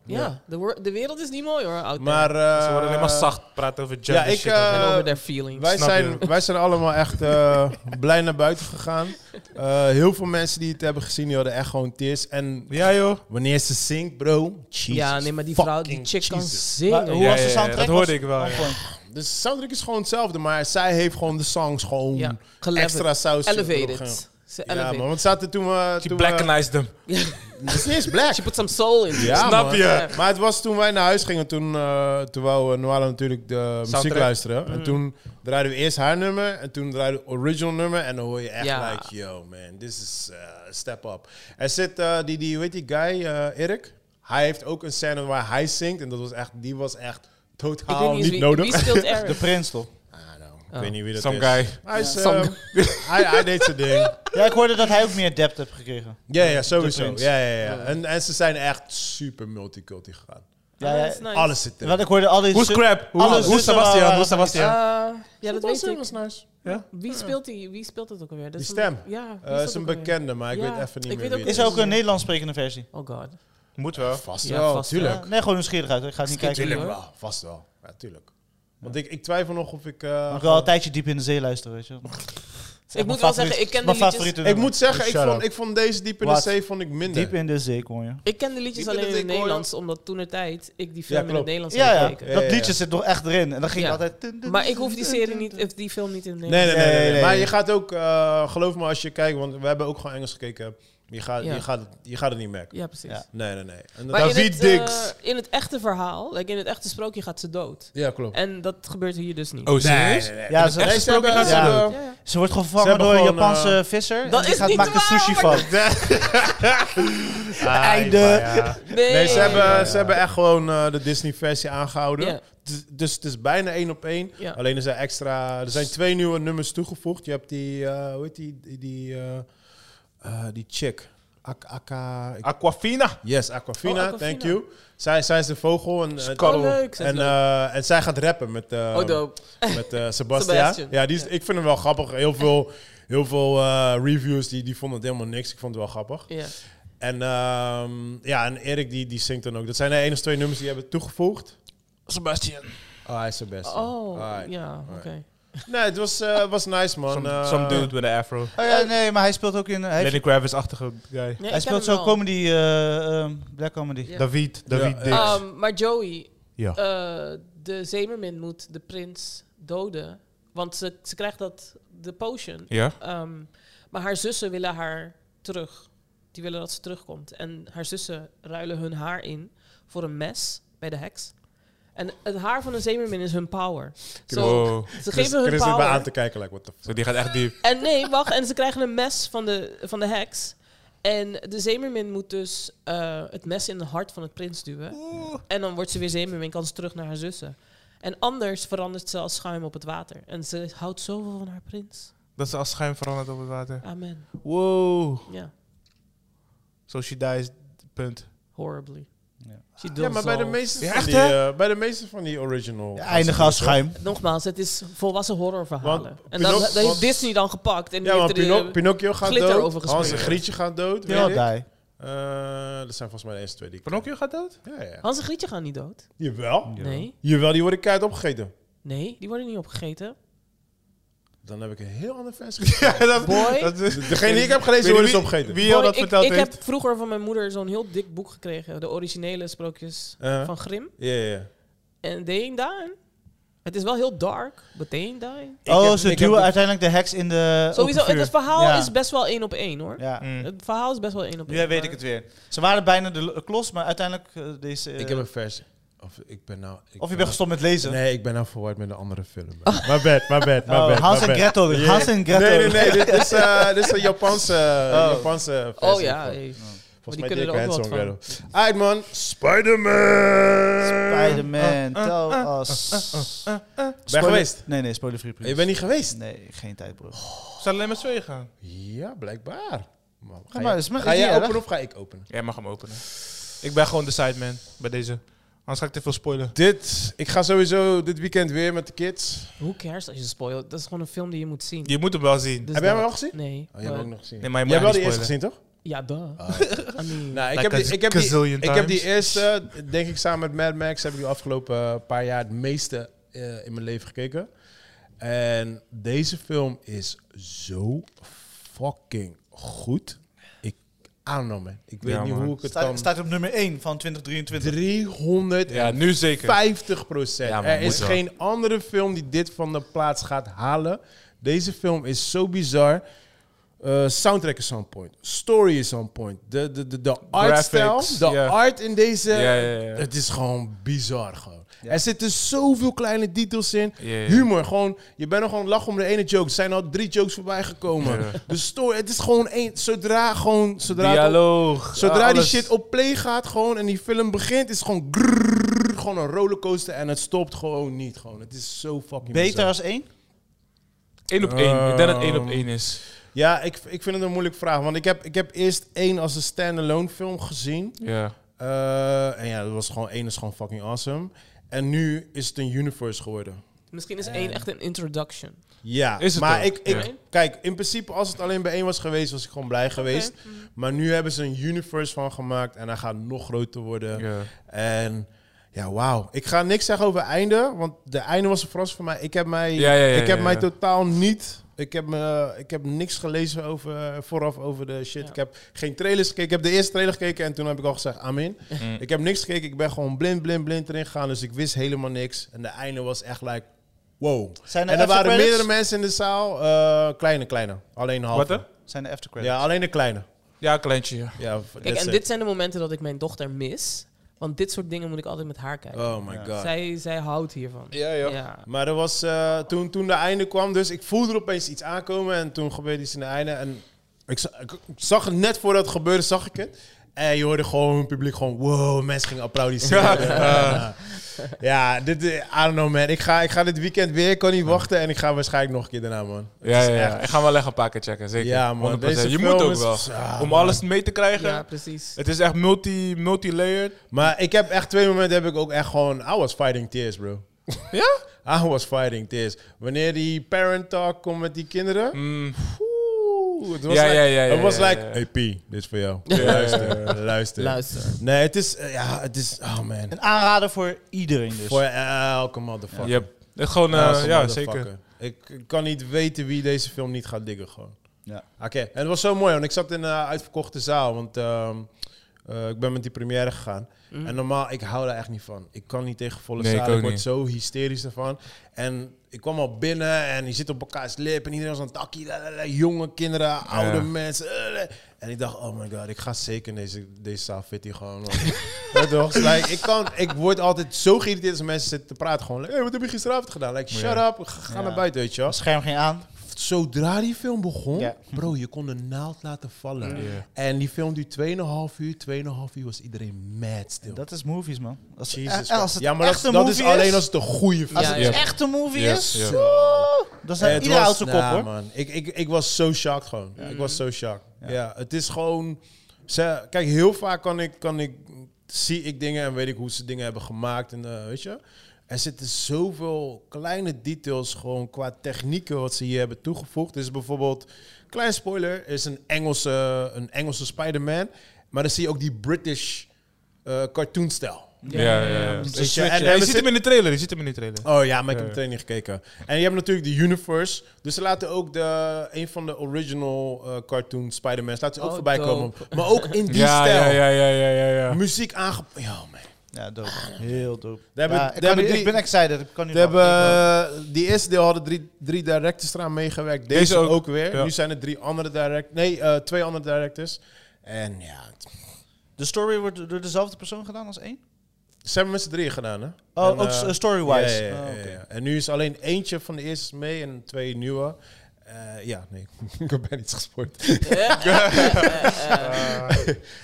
B: de, wor- de wereld is niet mooi hoor, out
A: Maar... eh,
E: Ze worden alleen maar zacht praten over
A: Ja,
E: gender
A: ik...
E: shit.
B: there. En
A: eh,
B: over their feelings.
A: wij,
E: Snap
A: zijn,
E: je.
A: wij zijn allemaal echt eh, blij naar buiten gegaan. Eh, heel veel mensen die het hebben gezien, die hadden echt gewoon tears. En
E: ja, joh.
A: wanneer ze zingt, bro, Jesus
B: ja, nee, maar die vrouw, die
A: fucking
B: chick kan
A: Jesus.
B: zingen.
C: Maar hoe
E: Ja,
C: was
E: ja,
C: de
E: ja,
C: soundtrack?
E: dat hoorde
C: Was-
E: ik wel, ja.
C: gewoon-
A: De soundtrack Dus is gewoon hetzelfde, maar zij heeft gewoon de songs gewoon
B: Ja, geleverd.
A: extra saus
B: Elevated. Ze
A: Ja,
B: elevated.
A: man, want zaten toen we...
E: She
A: toen we-
E: blackenized hem.
A: Het is niet eens black.
B: She put some soul in.
A: Ja,
E: Snap
A: man.
E: je?
A: Maar het was toen wij naar huis gingen, toen, eh toen wou eh, Noala natuurlijk de muziek luisteren.
B: Mm.
A: En toen draaiden we eerst haar nummer en toen draaiden we original nummer. En dan hoor je echt
B: Ja.
A: like, yo man, this is eh, a step up. Er zit eh, die, die, weet die guy, eh, Erik? Hij heeft ook een scène waar hij zingt en dat was echt, die was echt
B: Ik
A: totaal
B: weet
A: niet,
B: niet eens wie,
A: nodig.
B: wie speelt
C: De
B: Eric.
C: prins toch?
A: I don't know.
B: Oh.
A: Ik weet niet wie dat
E: Some
A: is.
E: guy.
A: Hij, is,
B: Some
A: eh, hij, hij deed zijn ding.
C: Ja, ik hoorde dat hij ook meer depth heeft gekregen.
A: Ja, ja, sowieso.
C: Prins.
A: Ja, ja, ja. En, en ze zijn echt super multiculti gegaan.
C: Ja,
B: Ah,
C: ja.
B: dat is nice.
A: Alles zit erin.
C: Want ik hoorde al die...
E: Hoe is
C: su-
E: crap? Hoe,
C: Alles
E: hoe is
C: is er
E: Sebastian?
C: wel-
E: Hoe is Sebastian?
B: Eh, ja, dat weet ik.
A: nice.
B: Wie speelt, die, wie speelt dat ook alweer? Dat
A: Die
B: is
A: stem.
B: Een, ja, wie
A: Eh, is
B: dat
A: een
B: ook alweer?
A: bekende, maar ik
B: Ja,
A: weet even niet
B: ik
A: meer
B: weet
A: wie
B: ook
A: het
C: Is
A: is.
C: er ook een Nederlands sprekende versie?
B: Oh god.
E: Moet wel.
A: Vast
B: Ja,
A: wel,
B: vast
A: tuurlijk.
B: wel.
C: Ja, nee, gewoon nieuwsgierigheid. Ik ga het niet
B: Skip
C: kijken.
A: Tuurlijk
B: hoor.
A: wel, vast wel. Ja, tuurlijk. Want ik, ik twijfel nog of ik... eh,
C: Mag wel een tijdje diep in de zee luisteren, weet je. Dat is echt
B: Ik
C: mijn
B: moet wel
C: favoriet-
B: zeggen, ik ken de
C: mijn
B: liedjes,
C: favoriete
A: ik
C: nummer.
A: moet zeggen, ik
C: Shout
A: vond,
C: out.
A: ik vond deze Diep in de
C: Wat?
A: Zee vond ik minder.
C: Diep in de zee kon je.
B: ik ken de liedjes
D: Die
B: alleen in
D: ben
B: het
D: ik, hoor.
B: Nederlands, omdat toen er tijd ik die film in het
A: klopt.
B: Nederlands
C: Ja,
B: heb
C: ja.
B: gekeken.
A: Ja, ja,
C: Dat
A: ja.
C: liedje zit nog echt erin. En dan ging
B: Ja.
C: ik altijd...
B: Maar ik hoef die serie niet, of die film niet in het
A: Nee,
B: Nederlands.
A: nee, nee, nee, nee.
C: nee,
A: Maar
C: nee.
A: je gaat ook, eh, geloof me als je kijkt, want we hebben ook gewoon Engels gekeken. Je gaat,
B: Ja.
A: je gaat, het- je gaat het niet merken.
B: Ja, precies.
C: Ja.
A: Nee, nee, nee. En dat-
B: Maar in
E: David
B: het, eh,
E: Dix.
B: in het echte verhaal, like in het echte sprookje gaat ze dood.
A: ja, klopt.
B: En dat gebeurt hier dus niet.
E: Oh,
A: nee,
E: serieus?
A: nee, nee.
C: Ja, ze,
A: Nee, ze hebben-
E: gesproken
A: ze hebben-
B: Ja, ja.
C: ze wordt
A: Ze
C: gevangen
A: hebben
C: door een
A: gewoon,
C: Japanse
A: eh,
C: visser.
B: Dat
C: en die
B: is
C: gaat
B: niet
C: maken
B: waar,
C: sushi
B: maar
C: van.
A: Ah,
C: Einde.
A: maar ja.
B: Nee,
A: Nee, ze hebben, ze hebben echt gewoon eh, de Disney-versie aangehouden.
B: Ja.
A: Dus- Dus het is bijna één op één.
B: Ja.
A: Alleen er zijn extra... Er zijn twee nieuwe nummers toegevoegd. Je hebt die... eh, hoe heet die? Die, die, eh, eh, die chick. Ak, Aka... ik-
E: Aquafina.
A: yes, Aquafina.
B: Oh, Aquafina.
A: Thank you. Zij, zij is de vogel. En, en-
B: Oh, leuk. Ze is
A: en,
B: leuk.
A: eh, en zij gaat rappen met, eh,
B: oh, dope.
A: met eh, Sebastian.
B: Sebastian.
A: Ja, die is, ik vind hem wel grappig. Heel veel, heel veel eh, reviews die, die vonden het helemaal niks. Ik vond het wel grappig.
B: Ja.
A: En ehm, ja, en Erik die, die zingt dan ook. Dat zijn de enige twee nummers die hebben toegevoegd.
E: Sebastian.
A: Ah, hij is zijn best.
B: Oh,
A: Alright.
B: ja, oké.
A: Nee, het was, eh, was nice, man.
E: Some,
A: Eh,
E: some dude with an afro.
C: Oh ja, nee, maar hij speelt ook in... Hij,
E: Lenny Kravitz-achtige guy.
B: Nee,
C: hij
B: ik ken
C: speelt
B: hem
C: zo
B: wel.
C: comedy, eh, ehm, black comedy.
B: Ja.
E: David, David
A: Ja,
E: Dix.
A: eh,
B: Ehm, maar Joey,
E: Ja.
B: eh, de zeemermin moet de prins doden. Want ze, ze krijgt dat, de potion.
E: ja?
B: Ehm, maar haar zussen willen haar terug. Die willen dat ze terugkomt. En haar zussen ruilen hun haar in voor een mes bij de heks. En het haar van een zeemermin is hun power. Zo,
E: Wow.
B: Ze
A: Chris,
B: geven hun
A: Chris zit me aan
B: power.
A: te kijken, like, what the fuck.
E: Zo, die gaat echt diep.
B: En nee, wacht. En ze krijgen een mes van de, van de heks. En de zeemermin moet dus eh, het mes in het hart van het prins duwen. En dan wordt ze weer zeemermin, kan ze terug naar haar zussen. En anders verandert ze als schuim op het water. En ze houdt zoveel van haar prins.
E: Dat ze als schuim verandert op het water.
B: Amen.
E: Wow.
B: Ja,
E: So she dies, punt.
B: horribly.
C: Ja.
B: She does
A: Ja, maar bij de
B: all.
A: meeste
E: Ja,
A: van
E: echt,
A: die,
E: hè?
A: eh, bij de meeste van die original...
C: Ja, eindigen als schuim.
B: Nogmaals, het is volwassen horrorverhalen.
A: Want
B: en dat,
A: Pinoc-
B: dat heeft
A: want-
B: Disney dan gepakt. En die
A: Ja, maar
B: heeft er,
A: Pinoc-
B: eh,
A: Pinocchio gaat
B: glitter
A: dood.
B: over
A: Hans en
B: gesmeerd.
A: Grietje gaat dood, weet
C: Ja,
A: ik.
C: die.
A: Eh, dat zijn volgens mij de eerste twee die ik-
E: Pinocchio gaat dood?
A: Ja, ja.
B: Hans en Grietje gaan niet dood.
A: Jawel.
B: Nee,
A: Jawel, die worden keihard opgegeten.
B: nee, die worden niet opgegeten.
A: Dan heb ik een heel ander vers gezien.
E: Ja, dat,
B: Boy.
E: dat is-
A: Degene die ik heb gelezen,
E: Weet je
A: worden ze
E: wie-
A: opgegeten.
E: Wie al
B: Boy,
E: dat
B: ik,
E: verteld
B: ik
E: heeft?
B: heb vroeger van mijn moeder zo'n heel dik boek gekregen. De originele sprookjes
A: Eh?
B: van Grimm.
A: Ja, ja, ja.
B: En they ain't dying. Het is wel heel dark, but they ain't dying.
C: Oh,
A: heb-
C: ze
A: ik heb
C: duwen
A: de-
C: uiteindelijk de heks in
A: Eh,
C: de
B: Sowieso,
C: open
B: het,
C: vuur.
B: het verhaal
C: Ja.
B: is best wel één op één hoor.
C: Ja.
E: Mm.
B: Het verhaal is best wel één op één.
C: Nu weet ik
B: maar-
C: het weer. Ze waren bijna de l- klos, maar uiteindelijk eh, deze... eh,
A: Ik heb een vers. Of ik ben nou... ik
C: of je bent gestopt met lezen.
A: Nee, ik ben nou verward met een andere film. Maar bad, maar bad, maar
C: Oh,
A: bad.
C: Hans en Gretel.
A: Ja.
C: Hans en Gretel.
A: Nee, nee, nee. Dit is, eh, dit is een Japanse, Japanse versie.
B: Oh ja,
A: van-
B: hey. Maar
A: Volgens
B: die
A: mij
B: kunnen er ook
A: Dirk
B: wat
A: Benson.
B: van.
A: Alright man, Spider-Man!
E: Eh,
C: Spider-Man, tell us.
A: Ben je
C: Spoiler-
A: geweest?
C: Nee, nee, spoiler free please.
A: Je bent niet Oh, geweest?
C: Nee, geen tijd, bro.
E: Zal alleen met tweeën gaan?
A: Ja, blijkbaar. Maar ga
C: Ja, maar
A: je-
C: is me-
A: ga
C: is
A: jij
C: niet
A: openen
C: erg.
A: of ga ik openen?
E: Jij mag hem openen. Ik ben gewoon de sideman bij deze. Anders ga ik te veel spoilen.
A: Dit, ik ga sowieso dit weekend weer met de kids.
B: Hoe cares als je spoilt? Dat is gewoon een film die je moet zien.
E: Je moet hem wel zien.
B: Dus
A: Heb jij hem
B: dat-
A: al gezien?
B: Nee.
A: Oh, jij hebt hem
B: maar-
A: ook Ah. nog gezien.
E: Nee, maar je
A: jij hebt
E: mag
A: wel de
E: niet
A: eerste gezien,
E: spoilen.
A: toch?
B: Ja, duh. I mean,
A: Nou, ik,
E: Like
A: heb
E: a
A: die, ik, heb die,
E: gazillion
A: ik heb die
E: times.
A: eerste, denk ik samen met Mad Max, heb ik de afgelopen eh, paar jaar het meeste eh, in mijn leven gekeken. En deze film is zo fucking goed. Ik, I don't know man. Ik weet
E: Ja,
A: niet
E: man.
A: hoe ik het
C: Staat,
A: kan.
C: staat op nummer 1 van 2023.
A: 300
E: Ja, nu zeker.
A: 50 procent.
E: Ja, maar
A: er
E: moet
A: is
E: wel.
A: geen andere film die dit van de plaats gaat halen. Deze film is zo bizar. Eh, soundtrack is on point. Story is on point. De, de, de, de art
E: Graphics,
A: style, de
E: ja.
A: art in deze...
E: Ja, ja, ja.
A: Het is gewoon bizar gewoon. Er zitten zoveel kleine details in.
E: Ja, ja.
A: Humor, gewoon... Je bent nog gewoon lach om de ene joke. Er zijn al drie jokes voorbij gekomen.
E: Ja.
A: De story, het is gewoon één... Zodra gewoon... Zodra het op-
E: Dialoog.
A: Zodra
E: Ah,
A: die
E: alles.
A: shit op play gaat gewoon en die film begint, is het gewoon grrrr, gewoon een rollercoaster en het stopt gewoon niet. Gewoon. Het is zo fucking
C: Beter
A: bizar.
C: als 1?
E: één op één. Ik denk dat één op
A: Ehm,
E: één is.
A: Ja, ik, ik vind het een moeilijke vraag, want ik heb, ik heb eerst één als een standalone film gezien.
E: Ja.
A: Eh, en ja, dat was gewoon één is gewoon fucking awesome. En nu is het een universe geworden.
B: misschien is één echt een introduction.
A: Ja,
E: Is het
A: maar
E: ook?
A: ik, ik
E: Ja.
A: kijk, in principe als het alleen bij één was geweest, was ik gewoon blij geweest. Maar nu hebben ze een universe van gemaakt en hij gaat nog groter worden.
E: Ja.
A: En ja, wauw. Ik ga niks zeggen over einde, want de einde was een verrassing voor mij. Ik heb mij,
E: Ja, ja, ja,
A: ik heb
E: ja,
A: mij
E: ja.
A: totaal niet. Ik heb, me, ik heb niks gelezen over, vooraf over de shit.
B: Ja.
A: Ik heb geen trailers gekeken. Ik heb de eerste trailer gekeken en toen heb ik al gezegd, amen.
E: Mm.
A: Ik heb niks gekeken. Ik ben gewoon blind, blind, blind erin gegaan. Dus ik wist helemaal niks. En de einde was echt like, wow.
C: Zijn er
A: en er
C: after
A: waren
C: credits?
A: meerdere mensen in de zaal. eh, kleine, kleine. Alleen halve.
E: Wat hè?
C: Zijn de aftercredits?
A: Ja, alleen de kleine.
E: Ja, kleintje. ja.
A: Ja,
B: Kijk,
A: that's
B: en
A: it.
B: dit zijn de momenten dat ik mijn dochter mis. Want dit soort dingen moet ik altijd met haar kijken.
A: Oh my god.
B: Zij, zij houdt hiervan.
A: Ja,
B: ja.
A: ja. Maar er was, eh, toen, toen de einde kwam, dus ik voelde er opeens iets aankomen. En toen gebeurde iets in de einde. En ik, za- ik zag het net voordat het gebeurde, zag ik het. En je hoorde gewoon het publiek gewoon, wow, mensen gingen applaudisseren. ja, ja dit, eh, I don't know man. Ik ga, ik ga dit weekend weer, ik kan niet wachten. En ik ga waarschijnlijk nog een keer daarna man. Het
E: Ja,
A: is
E: ja, ja.
A: echt-
E: Ik ga wel echt een paar keer checken, zeker.
A: Ja, man.
E: 100%.
A: Deze
E: je
A: film
E: moet ook
A: is- Ah,
E: wel.
A: Ja,
E: Om alles mee te krijgen.
B: Ja, precies.
E: Het is echt multi, multi-layered.
A: Maar ik heb echt twee momenten heb ik ook echt gewoon, I was fighting tears bro.
E: Ja?
A: I was fighting tears. Wanneer die parent talk komt met die kinderen.
E: Mm.
A: Oeh, oeh. Het was,
E: Ja,
A: like,
E: ja, ja, ja,
A: het was
E: ja, ja,
A: like,
E: ja.
A: hey P, dit is voor jou. Luister, luister.
F: Luister.
A: Nee, het is, eh, ja, het is, oh man.
C: Een aanrader voor iedereen dus.
A: Voor elke motherfucker.
E: Je hebt het gewoon, eh,
A: Elke
E: ja,
A: motherfucker.
E: zeker.
A: Ik ik kan niet weten wie deze film niet gaat diggen gewoon.
C: Ja.
A: Oké, en het was zo mooi, want ik zat in een eh, uitverkochte zaal, want ehm, eh, ik ben met die première gegaan. En normaal, ik hou daar echt niet van. Ik kan niet tegen volle
E: Mm. Nee, ik
A: zaal,
E: ook
A: ik, word
E: niet.
A: zo hysterisch ervan. En ik kwam al binnen en je zit op elkaars lip en iedereen was aan het takkie. la, la, la, jonge kinderen, oude
E: Ja.
A: mensen. eh, la. En ik dacht, oh my god, ik ga zeker in deze, deze zaal fitty gewoon. want- Weet je wel, dus, like, ik, kan, ik word altijd zo geïrriteerd als mensen zitten te praten. Gewoon, like, hey, wat heb je gisteravond gedaan? Like, shut
E: Ja.
A: up, ga, ga
C: Ja.
A: naar buiten, weet je wel
C: Scherm ging aan.
A: zodra die film begon,
C: Ja.
A: bro, je kon de naald laten vallen.
E: Ja.
A: En die film duurde 2,5 uur. 2,5 uur was iedereen mad stil.
C: Dat is movies, man. Als,
A: Jesus
C: eh, als het
A: Christ. Ja, maar dat,
C: echt een
A: dat is
C: movie
A: alleen als het een goede film
C: Als
A: is.
B: Ja,
C: het
E: ja.
C: echt een movie
E: Ja,
C: is,
E: ja.
C: zo, dan
A: En
C: zijn
A: Eh, het
C: ieder
A: was-
C: houdt zijn kop,
A: nah,
C: hoor. Mm.
A: Man. Ik, ik, ik was zo shocked gewoon. Ik was zo shocked. Ja. het is gewoon... Ze, kijk, heel vaak kan ik, kan ik, zie ik dingen en weet ik hoe ze dingen hebben gemaakt. En, eh, weet je? Er zitten zoveel kleine details gewoon qua technieken wat ze hier hebben toegevoegd. Dus bijvoorbeeld, klein spoiler, is een Engelse, een Engelse Spider-Man. Maar dan zie je ook die British eh cartoonstijl.
E: Ja, ja, ja. ja.
A: Weet je,
E: Ja,
A: en- en
E: je
A: we
E: ziet hem in de trailer, je ziet hem in de trailer.
A: Oh ja, maar ik
E: Ja.
A: heb meteen niet gekeken. En je hebt natuurlijk de Universe. Dus ze laten ook de, een van de original eh, cartoon Spider-Man laten ze ook
B: Oh,
A: voorbij
B: dope.
A: komen. Maar ook in die
E: ja,
A: stijl.
E: ja, ja, ja, ja, ja, ja.
A: Muziek aangepast. Ja, man.
C: Ja, dope. Heel dope.
A: Daar
C: Ja,
A: hebben-
C: ik,
A: daar
C: kan nu-
A: hebben
C: ik
A: drie-
C: ben excited. Ik kan nu
A: We
C: nog-
A: hebben, eh, die eerste deel hadden drie, drie directors eraan meegewerkt. Deze,
E: Deze
A: ook,
E: ook,
A: weer.
E: ja.
A: Nu zijn er drie andere direct, nee, eh, twee andere directors. En ja, het-
C: De story wordt door dezelfde persoon gedaan als één?
A: ze hebben met z'n drieën gedaan, hè?
C: Oh,
A: En,
C: ook
A: eh,
C: s- story-wise.
A: Ja, ja, ja,
C: Oh,
E: ah,
A: ja,
C: oké.
A: ja. En nu is alleen eentje van de eerste mee en twee nieuwe. Eh, ja, nee, ik heb bijna iets gespoord.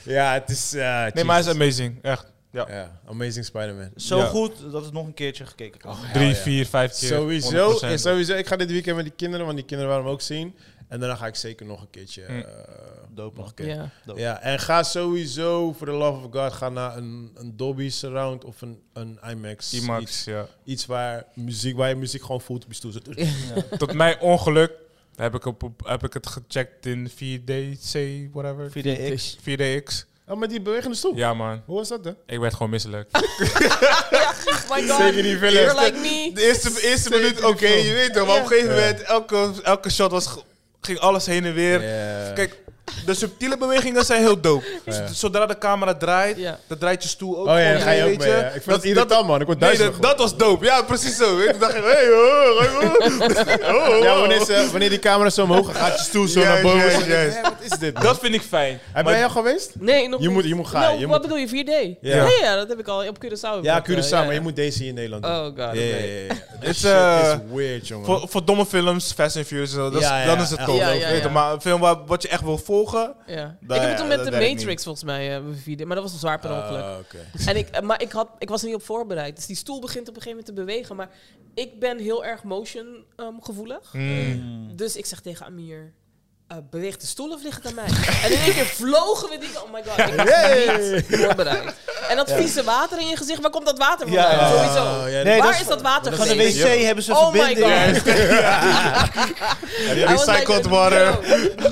A: ja, het is... eh,
E: Ah, Nee, maar hij is
A: Jesus.
E: amazing. Echt. Ja.
A: Ja, Amazing Spider-Man.
C: Zo
E: Ja.
C: goed dat het nog een keertje gekeken kan. worden.
E: Drie,
A: ja.
E: vier, vijf keer.
A: Sowieso,
E: 100%.
A: eh, sowieso, ik ga dit weekend met die kinderen, want die kinderen waren hem ook zien. En daarna ga ik zeker nog een keertje...
E: Mm.
A: eh, nog
C: Dope, man.
A: een keer.
B: Ja.
C: Dope.
A: Ja, en ga sowieso, voor the love of God, ga naar een, een Dolby Surround of een, een IMAX. Iets,
E: IMAX, ja.
A: iets waar, muziek, waar je muziek gewoon voelt op je stoel zit.
E: Tot mijn ongeluk heb ik, op, op- heb ik het gecheckt in 4DC, whatever.
C: 4DX.
A: Dus-
E: 4DX.
A: Oh, met die bewegende stoel.
E: Ja, man.
A: Hoe was dat dan?
E: Ik werd gewoon misselijk.
B: Oh my god.
A: Zeker die film.
B: You're like me.
E: De eerste, eerste minuut, oké, je weet toch. Maar op een gegeven moment, elke, elke shot was, ge- ging alles heen en weer. Kijk, de subtiele bewegingen zijn heel dope.
A: Ja.
E: Z- Zodra de camera draait,
B: Ja.
E: dan draait je stoel ook.
A: Oh ja,
E: gewoon
A: daar ga je ook
E: weet
A: mee. ja. Ik vind dat, irritant, man. Ik word
E: Nee,
A: duizelig.
E: dat, dat was dope. Ja, precies zo. Weet je. Toen dacht ik, hey, oh, oh, oh.
A: ja, wanneer, ze- wanneer die camera zo omhoog gaat, gaat je stoel zo
E: Juist,
A: naar boven.
E: juist,
A: En je denkt,
E: juist.
A: "Hé, wat is dit, man?
E: Dat vind ik fijn.
A: Heb jij al geweest?
B: Nee, nog
A: Je
B: niet.
A: moet- je moet gaan,
B: Nou,
A: je
B: wat
A: moet-
B: bedoel je? 4D?
A: Ja.
B: Ja, ja, dat heb ik al op Curaçao.
A: Ja,
B: gehad, eh,
A: Curaçao, maar je moet deze hier in Nederland doen.
B: Oh god.
A: Ja, ja,
B: oké.
A: ja, ja.
E: Het
A: Dit
E: is,
A: shit
E: eh,
A: is weird, jongen.
E: Voor, voor domme films, Fast and Furious, en zo, dat is-
A: Ja, ja,
E: dan is het
A: ja.
E: tof.
B: Ja,
E: ook,
B: ja,
E: weet je.
B: ja.
E: Maar een film waar, wat je echt wil volgen,
B: Ja.
E: Nou
B: ik heb
E: ja,
B: het toen met
E: dat
B: de
E: werkt
B: Matrix volgens mij eh video, maar dat was een zwaar per ongeluk.
A: Ah, oké.
B: En ik, eh, maar ik, had, ik was er niet op voorbereid. Dus die stoel begint op een gegeven moment te bewegen. Maar ik ben heel erg motion ehm, gevoelig.
E: Mm.
F: Hmm.
A: Hmm.
B: Dus ik zeg tegen Amir, eh, beweegt de stoel of ligt het aan mij? en in één keer vlogen we die, oh my god, ik was niet voorbereid. En dat vieze water in je gezicht, waar komt dat water
C: Ja,
B: vandaan?
C: ja, ja.
A: Ah,
B: Sowieso.
A: ja,
C: Nee,
B: Waar
C: dat
B: is,
C: is
B: dat water
C: Van de
B: geweest?
C: wc hebben ze een
B: Oh my
C: verbinding.
B: god.
E: ja,
B: I was like,
E: recycled water.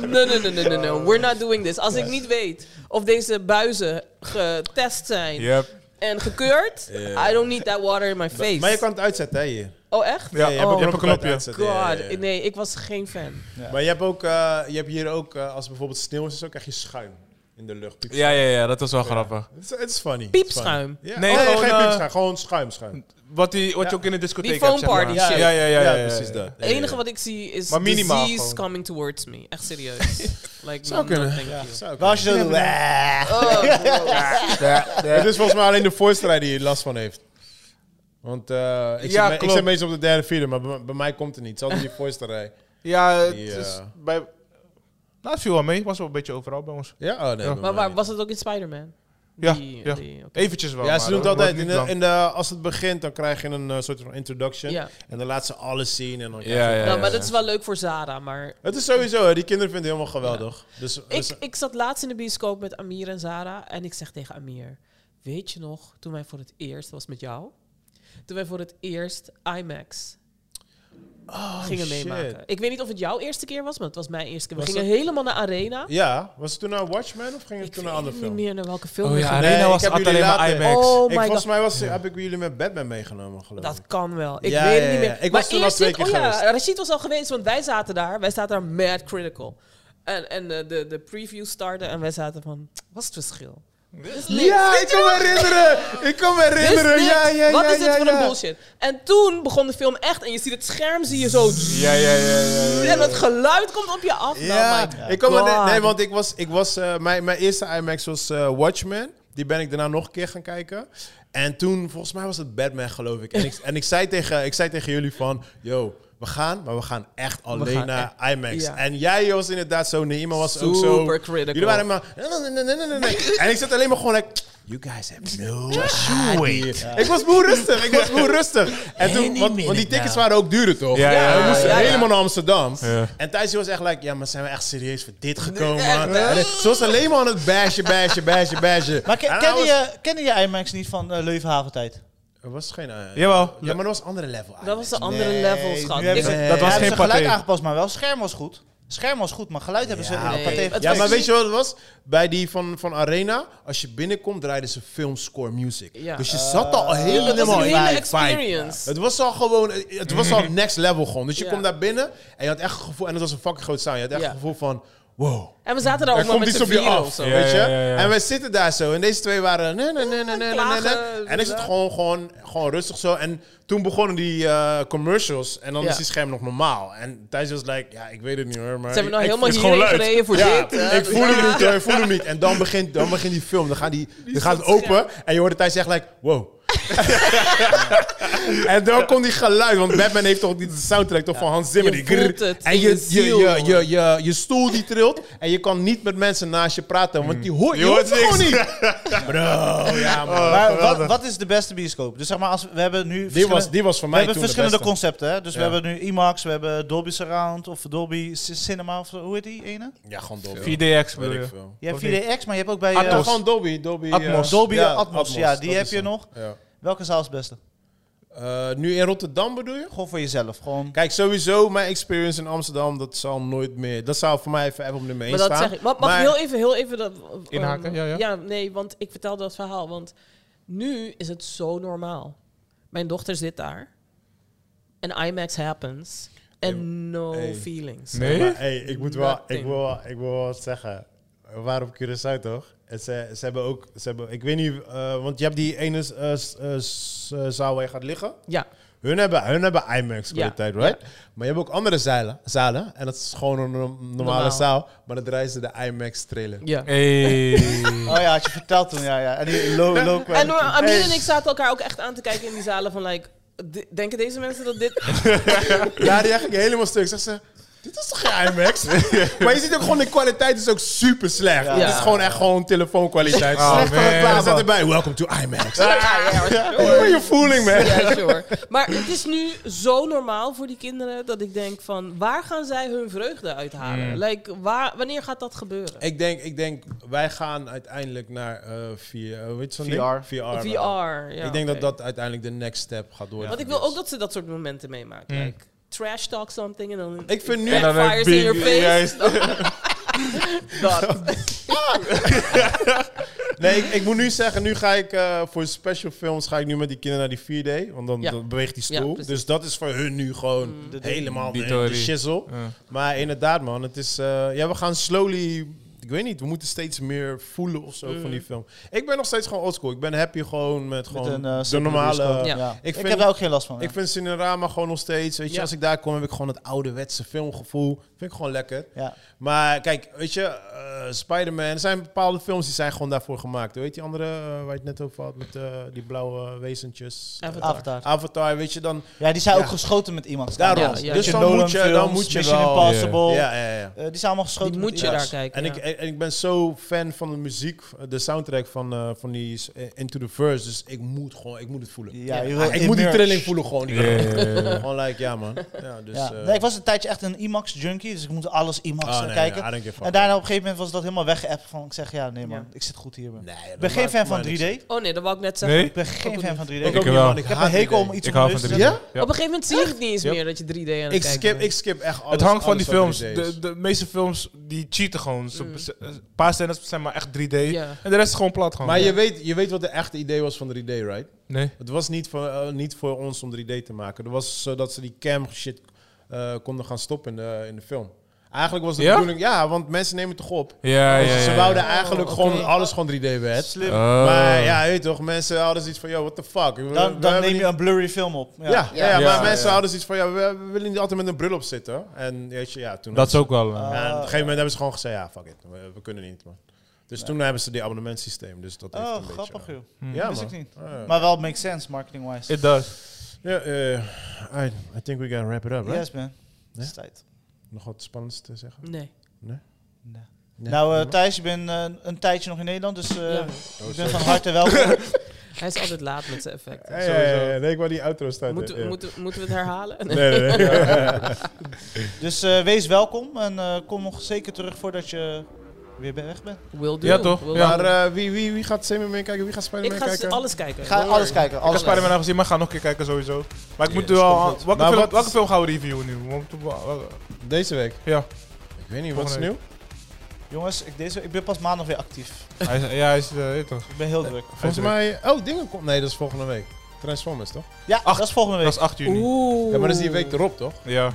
B: No, no, no, no, no, no. We're not doing this. Als ik niet weet of deze buizen getest zijn
E: Yep.
B: en gekeurd,
A: Ja.
B: I don't need that water in my face.
A: Maar je kan het uitzetten, hè, hier.
B: Oh, echt?
E: Ja,
A: je
E: je hebt
B: oh.
E: ook- je hebt
A: knop
E: een knopje.
A: uitzetten,
B: God,
A: ja, ja, ja.
B: nee, ik was geen fan.
A: Maar je hebt, ook, eh, je hebt hier ook, eh, als bijvoorbeeld sneeuw is, dan krijg je schuim in de lucht. Piepschuim.
E: Ja, ja, ja, dat was wel grappig.
A: Het is- Het is funny.
B: Piepschuim.
A: Ja.
E: Nee,
A: Nee,
E: gewoon,
A: geen
E: eh,
A: piepschuim. Gewoon schuim, schuim.
E: Wat, die, wat
A: Ja.
E: je ook in de discotheek
B: Die
E: hebt,
B: foam party
E: zeg maar.
B: Ah, shit.
E: Ja, ja, ja, ja, ja,
A: precies
E: ja.
A: dat.
B: Het enige wat ik zie is
E: Maar minimaal
B: disease
E: gewoon.
B: coming towards me. Echt serieus. like,
A: Zou
B: no,
A: kunnen.
B: no, thank
A: Ja,
B: you.
A: zou
C: Maar als je zo
A: kunnen.
C: doet, "Waaah."
B: Oh, gross.
A: Het is volgens mij alleen de voorstrijd die hier last van heeft. Want eh, ik,
E: Ja,
A: zit me- ik
E: klopt.
A: zit meestal op de derde, vierde, maar bij, bij mij komt het niet. Het is altijd die voorstrijd.
E: Ja, het
A: Die, eh,
E: is bij... Nou, het viel wel mee. Het was wel een beetje overal bij ons.
A: Ja? Oh nee. bij mij
B: maar waar,
A: niet.
B: was het ook in Spider-Man?
E: Ja,
B: Die-
E: ja.
B: die- oké.
E: Eventjes wel.
A: Ja,
E: maar
A: ze doen het
E: dat
A: altijd. In
E: wordt
A: de,
E: niet
A: in de, als het begint, dan krijg je een eh, soort van introduction.
B: Ja.
A: En dan laat ze alles zien. En dan
E: lang. Ja, ja, ja.
B: Nou, maar dat is wel leuk voor Zara, maar...
A: Het is sowieso, hè, die kinderen vinden het helemaal geweldig. Dus,
B: Ik, oh,
A: dus-
B: ik zat laatst in de bioscoop met Amir en Zara en ik zeg tegen Amir... Weet je nog, toen wij voor het eerst, dat was met jou... Toen wij voor het eerst IMAX gingen
A: oh, shit.
B: meemaken. Ik weet niet of het jouw eerste keer was, maar het was mijn eerste keer. We
A: Was
B: gingen
A: dat-
B: helemaal naar Arena.
A: Ja, was het toen naar Watchmen of ging het
B: ik
A: toen naar
B: weet
A: een ander
B: niet
A: film?
B: meer naar welke film.
E: Oh
B: we
E: ja,
B: gingen.
A: Nee,
E: Arena
A: ik
E: was
A: heb
E: altijd alleen
A: jullie
E: maar
A: later.
E: IMAX.
B: Oh
A: ik,
B: my
A: volgens
B: god.
A: mij was, heb ik jullie met Batman meegenomen, geloof ik.
B: Dat kan wel. Ik
A: Ja,
B: weet
A: ja,
B: het niet
A: ja.
B: meer.
A: Ik
B: maar
A: was toen al
B: eerst
A: twee
B: zit-
A: keer
B: oh ja,
A: geweest.
B: Rashid was al geweest, want wij zaten daar. Wij zaten daar mad critical. En, en eh, de, de preview startte en wij zaten van, wat is het verschil? Dit is niks.
A: Ja, ik kan me herinneren! Ik kan me
B: Dit is
A: herinneren!
B: niks.
A: Ja, ja, ja,
B: Wat is dit
A: ja,
B: voor
A: ja.
B: een bullshit? En toen begon de film echt en je ziet het scherm, zie je zo...
A: Ja, ja, ja, ja. ja.
B: En het geluid komt op je af.
A: Ja,
B: Nou, my
A: ik kom er,
B: God.
A: nee, want ik was, ik was eh, mijn, mijn eerste IMAX was eh, Watchmen. Die ben ik daarna nog een keer gaan kijken. En toen, volgens mij was het Batman, geloof ik. En ik, en ik, zei, tegen, ik zei tegen jullie van, yo, we gaan, maar we gaan echt alleen
B: gaan
A: naar IMAX.
B: ja.
A: En jij was inderdaad zo, Neema was ook zo.
B: Super critical.
A: Jullie waren maar, nee, nee, nee, nee, nee, nee. En ik zat alleen maar gewoon, like, you guys have no idea. Ik was moe rustig, ik was moe rustig. En toen, want, want die tickets waren ook duurder, toch?
E: Ja, ja,
A: we
E: ja,
A: moesten
B: ja, ja.
A: helemaal naar Amsterdam.
E: Ja.
A: En Thijs die was echt like, ja, maar zijn we echt serieus voor dit gekomen? man? En Ze was alleen maar aan het bashen, bashen, bashen, bashen.
F: Maar ke-
A: En
F: kennen,
A: hij was-
F: je, kennen je IMAX niet van eh, Leuvenhaventijd?
A: Er was geen... eh,
E: Jawel.
A: Ja, maar dat was een andere level.
B: Dat was een andere
A: Nee,
B: level, schat.
F: nu hebben
B: Ik-
F: ze-
A: Nee.
E: Dat was
F: Ja, hebben
E: geen
F: ze geluid
E: paté.
F: aangepast, maar wel scherm was goed. Scherm was goed, maar geluid hebben ze
A: Ja,
F: in de
A: oké.
F: paté
B: Het
A: Ja,
F: gefixt.
A: maar weet je wat het was? Bij die van, van Arena, als je binnenkomt, draaiden ze filmscore music.
B: Ja. Eh,
A: Dus je zat al
B: dat was
A: helemaal
B: een
A: in
B: hele
A: vibe.
B: experience.
A: Het was al gewoon, eh, het was al next level gewoon. Dus je
B: Ja.
A: komt daar binnen en je had echt het gevoel, en het was een fucking groot sound. Je had echt
B: Ja.
A: het gevoel van, wow.
B: En we zaten daar
A: Er
B: ook nog
A: komt
B: met
A: iets
B: z'n
A: op je
B: vieren of
A: af,
B: zo.
E: Ja,
A: weet je?
E: ja, ja, ja.
A: En wij zitten daar zo. En deze twee waren... Nee, nee, nee, nee, nee, nee, nee.
B: klagen,
A: En ik zat gewoon, gewoon, gewoon rustig zo. En toen begonnen die eh, commercials. En dan
B: Ja.
A: is die scherm nog normaal. En Thijs was like... Ja, ik weet het niet hoor, maar...
B: Zijn we nou
A: ik-
B: helemaal
A: het is gewoon
B: hierheen
A: luid.
B: gereden voor
A: Ja,
B: dit, eh, hè?
A: ik voel hem niet, hoor, ik voel hem niet. En dan begint, dan begint die film. Dan gaat, die, dan gaat het open. En je hoort Thijs echt like... Wow. en dan komt die geluid, want Batman heeft toch die soundtrack toch van Hans Zimmer.
B: Je
A: die grrr.
B: voelt het
A: en
B: in
A: je,
B: je
A: je,
B: ziel,
A: je, je,
B: jongen.
A: je, je stoel die trilt en je kan niet met mensen naast je praten,
F: Mm.
A: want die hoor je,
E: Je hoort
A: hoort het gewoon niet. Bro, ja man.
F: Maar wat, wat is de beste bioscoop? Dus zeg maar, als, we hebben nu
A: Die was,
F: verschillende-
A: die was voor
F: we
A: mij
F: hebben
A: toen
F: verschillende
A: de beste.
F: concepten. Hè? Dus
A: Ja.
F: we hebben nu IMAX, we hebben Dolby Surround of Dolby C- Cinema. Of, zo. hoe heet die ene?
A: Ja, gewoon Dolby.
E: 4DX
A: Weet
E: bedoel
A: ik
E: je.
A: veel.
F: Je hebt
E: Of niet?
F: 4DX, maar je hebt ook bij...
A: Ja,
F: eh,
A: gewoon Dolby. Dolby, eh,
E: Atmos.
F: Dolby Atmos, ja, die
A: dat
F: heb
A: is
F: je
A: hem.
F: nog.
A: Ja.
F: Welke zaal is het beste?
A: Eh, nu in Rotterdam bedoel je?
F: Gewoon voor jezelf. Gewoon...
A: Kijk, sowieso mijn experience in Amsterdam, dat zal nooit meer... Dat zou voor mij even, even op nummer 1
B: Maar dat
A: staan.
B: zeg ik. Mag, mag
A: Maar-
B: heel even, heel even dat, ehm,
E: Inhaken, ja, ja.
B: nee, want ik vertel dat verhaal. Want nu is het zo normaal. Mijn dochter zit daar. En IMAX happens. En no
A: hey.
B: feelings.
E: Nee?
A: Maar hey, ik moet wel,
B: Nothing.
A: ik wil, wel- ik wil wel wat zeggen. We waren op Curaçao toch? En ze, ze hebben ook, ze hebben, ik weet niet, eh, want je hebt die ene eh, s- eh, s- eh, zaal waar je gaat liggen.
B: Ja,
A: Hun hebben, hun hebben IMAX kwaliteit,
B: Ja,
A: right? Maar je hebt ook andere zalen, zalen en dat is gewoon een no- normale
B: Normaal.
A: zaal, maar dan draaien ze de IMAX trailer.
B: ja.
E: Hey.
F: Oh ja, had je verteld toen. Ja, ja. En die low, low
B: En
F: quality.
B: uh, Amir en ik zaten elkaar ook echt aan te kijken in die zalen van like... "D- Denken deze mensen dat dit...
A: Ja, die ging helemaal stuk. Zegt ze, dit is toch geen IMAX? maar je ziet ook gewoon, de kwaliteit is ook super slecht.
F: Ja.
A: Het is gewoon echt gewoon telefoonkwaliteit.
E: Oh,
A: Slechte
E: man.
A: reclame. Er staat erbij, welcome to IMAX.
B: ja, ja,
A: Hoe ben je voeling, man?
B: Ja, sure. Maar het is nu zo normaal voor die kinderen dat ik denk van waar gaan zij hun vreugde uithalen?
A: Mm.
B: Like, waar, wanneer gaat dat gebeuren?
A: Ik denk, ik denk, wij gaan uiteindelijk naar eh via, eh, weet je zo'n
C: VR.
A: ding? VR.
B: VR.
A: wel.
B: ja,
A: ik denk
B: oké.
A: dat dus. dat uiteindelijk de next step gaat worden.
B: Want ik wil ook dat ze dat soort momenten meemaken.
E: Mm.
B: Like, trash talk something en dan.
A: Ik vind nu...
E: En dan
B: Fires
E: een
B: in your
E: big-
B: face.
E: juist.
B: dat.
A: Nee, ik, ik moet nu zeggen, nu ga ik eh, voor special films ga ik nu met die kinderen naar die 4D. Want dan,
B: Ja.
A: dan beweegt die
B: Ja,
A: stoel.
B: precies. Mm.
A: dus dat is voor hun nu gewoon helemaal de, de
E: Ditorie.
A: shizzle.
E: Ja.
A: Maar inderdaad, man, het is. eh, ja, we gaan slowly. Ik weet niet, we moeten steeds meer voelen of zo van
B: Mm.
A: die film. Ik ben nog steeds gewoon oldschool. Ik ben happy gewoon met
F: Met
A: gewoon
F: een eh,
A: de
F: simpele
A: normale.
F: bioscoop.
B: Ja.
F: Ja.
A: Ik
F: Ik
A: vind-
F: heb daar ook geen last van. ja.
A: Ik vind Cinerama gewoon nog steeds. Weet je,
B: Ja.
A: als ik daar kom, heb ik gewoon het ouderwetse filmgevoel. Vind ik gewoon lekker.
F: Ja.
A: Maar kijk, weet je, eh, Spider-Man, er zijn bepaalde films die zijn gewoon daarvoor gemaakt. Weet je, die andere eh, waar je het net over had met eh, die blauwe wezentjes. Eh,
B: Avatar.
F: Avatar.
A: Avatar, weet je dan.
F: Ja, die zijn
A: Ja.
F: ook geschoten met iemand.
A: Daarom.
B: Ja, ja.
A: Dus
F: Christian
A: dan
F: Nolan
A: moet je, dan
F: films,
A: moet je
F: Mission
A: wel.
F: Impossible.
C: Oh.
A: Ja, ja, ja.
F: Eh, die zijn allemaal geschoten
B: Die
F: met
B: moet je
F: iemand.
B: daar kijken.
A: En,
B: ja.
A: ik, en ik ben zo fan van de muziek, de soundtrack van, eh, van die s- eh, Into the Verse. Dus ik moet gewoon, ik moet het voelen.
F: Ja, je
A: Ah,
F: wil
A: ik moet die
F: immersed.
A: trilling voelen gewoon. Die
E: Yeah.
A: Gewoon like, ja man. Ja, dus,
F: Ja.
A: eh,
F: nee, ik was een tijdje echt een IMAX junkie, dus ik moest alles IMAX
A: ah,
F: eh,
A: nee,
F: kijken.
A: nee, I don't give a fuck.
F: en daarna op een gegeven moment was
C: ons dat helemaal weggeappt. Van ik zeg ja, nee man,
B: Ja.
C: ik zit goed hier. Man.
G: Nee,
C: Ik ben geen fan van 3D.
B: Oh nee, dat wou ik net zeggen.
E: Nee?
C: Ik ben geen fan van 3D.
G: Ik,
E: Ik
G: ook
E: wel.
G: niet, man.
C: Ik
G: Ik
C: heb
G: haat
C: een hekel
G: die
C: om iets
E: Ik
C: op mijn
E: hou
C: neus
E: van
C: te
E: 3D.
C: zetten.
B: Op een gegeven moment zie je het niet eens
E: Yep.
B: meer dat je 3D aan het
A: Ik
B: kijken
A: skip,
B: bent.
A: ik skip echt alles.
E: Het hangt van die
A: alles
E: films.
A: 3D is.
E: De, de meeste films die cheaten gewoon. Ze-
A: Mm.
E: ze- Een paar scènes zijn maar echt 3D.
B: Ja.
E: En de rest is gewoon plat gewoon.
A: Maar je weet, je weet wat de echte idee was van 3D, right?
E: nee.
A: Het was niet voor, eh, niet voor ons om 3D te maken. Dat was zodat ze die cam shit eh, konden gaan stoppen in de, in de film. Eigenlijk was de
E: Ja?
A: bedoeling... Ja, want mensen nemen het toch op.
E: Ja,
A: Dus
E: ja, ja.
A: ze
E: ja.
A: wouden eigenlijk
B: Oh,
A: gewoon
B: oké.
A: alles gewoon 3D werd.
C: Slim.
E: Oh.
A: Maar ja, je weet toch, mensen hadden zoiets van... Yo, what the fuck? Eh, We- we
C: Dan,
A: hebben
C: dan neem je
A: niet-
C: een blurry film op.
A: Ja, ja, ja,
E: Ja,
A: maar
E: ja,
A: mensen
C: ja.
A: hadden zoiets van... Ja, we, we willen niet altijd met een bril op zitten. En weet je, ja, toen...
E: Dat is ook wel. eh,
A: Ja, en op een gegeven moment hebben ze gewoon gezegd... Ja, fuck it. We, we kunnen niet, man. Dus toen hebben ze die abonnementsysteem. Dus dat heeft
C: Oh,
A: een
C: grappig
A: beetje...
C: joh.
A: eh, Ja,
C: Wist ik
A: man.
C: niet.
A: Ja.
C: Maar wel makes sense marketing-wise.
E: hm. it does.
A: Ja, eh, I, I think we gotta wrap it up, right?
C: Yes man. Het is tijd.
A: Nog wat spannends te zeggen?
B: Nee.
C: Nee. Nou eh, Thijs, je bent eh, een tijdje nog in Nederland, dus eh
B: Ja.
A: Oh,
C: je bent van harte welkom.
B: Hij is altijd laat met zijn effecten.
A: Hey, hey, hey, nee, ik wou die outro starten.
B: Moeten,
A: ja.
B: moeten, moeten we het herhalen?
A: Nee, nee, nee.
C: dus eh, wees welkom en eh, kom nog zeker terug voordat je weer be- weg bent.
B: Will do.
E: Ja, toch?
B: Will
E: Ja.
B: do.
A: maar eh, wie, wie, wie gaat Simon mee kijken? Wie gaat Spider-Man
B: Ik ga
A: kijken?
B: alles kijken.
C: Ga
B: Don't
C: alles
B: worry.
C: kijken.
E: Ik heb
C: Alles
E: Spider-Man al gezien, maar ik ga nog een keer kijken sowieso. Maar ik moet
A: Yes,
E: wel...
A: komt goed.
E: welke,
A: Maar
E: film,
A: wat-
E: welke film gaan we reviewen nu? We moeten- welke-
A: Deze week?
E: Ja.
A: Ik weet niet, wat is
E: Volgende
A: nieuw?
C: Jongens, ik, deze, ik ben pas maandag weer actief.
E: Hij is- ja, hij is... eh, weet toch.
C: Ik ben heel druk.
A: Volgens mij... Oh, dingen komt... Nee, dat is volgende week. Transformers, toch?
C: Ja, dat is volgende
E: Dat
C: week.
E: is 8 juni.
B: Oeh.
A: Ja, maar dat is die week erop, toch? Oh,
E: Ja.
C: Ja,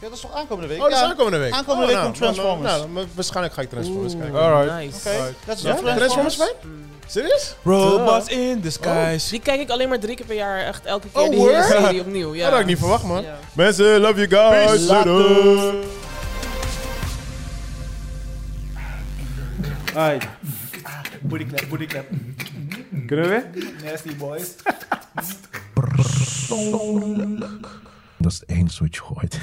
C: dat is toch aankomende week?
A: dat is
C: Ja.
A: aankomende week.
C: Aankomende
A: Oh,
C: week
A: nou,
C: komt Transformers.
A: Nou, nou, maar waarschijnlijk ga ik Transformers
B: Oeh,
A: kijken.
E: Alright.
B: Nice.
C: Oké, dat is
A: Ja?
C: wel
A: Transformers fan? Serieus?
E: Robots in the skies.
B: Die kijk ik alleen maar drie keer per jaar. Echt elke keer
A: Oh,
B: die hele
A: word?
B: serie opnieuw. Ja.
A: Dat had ik niet verwacht, man.
B: Ja.
A: Mensen, love you guys.
C: Peace.
A: Later.
H: Dat is één switch gooit.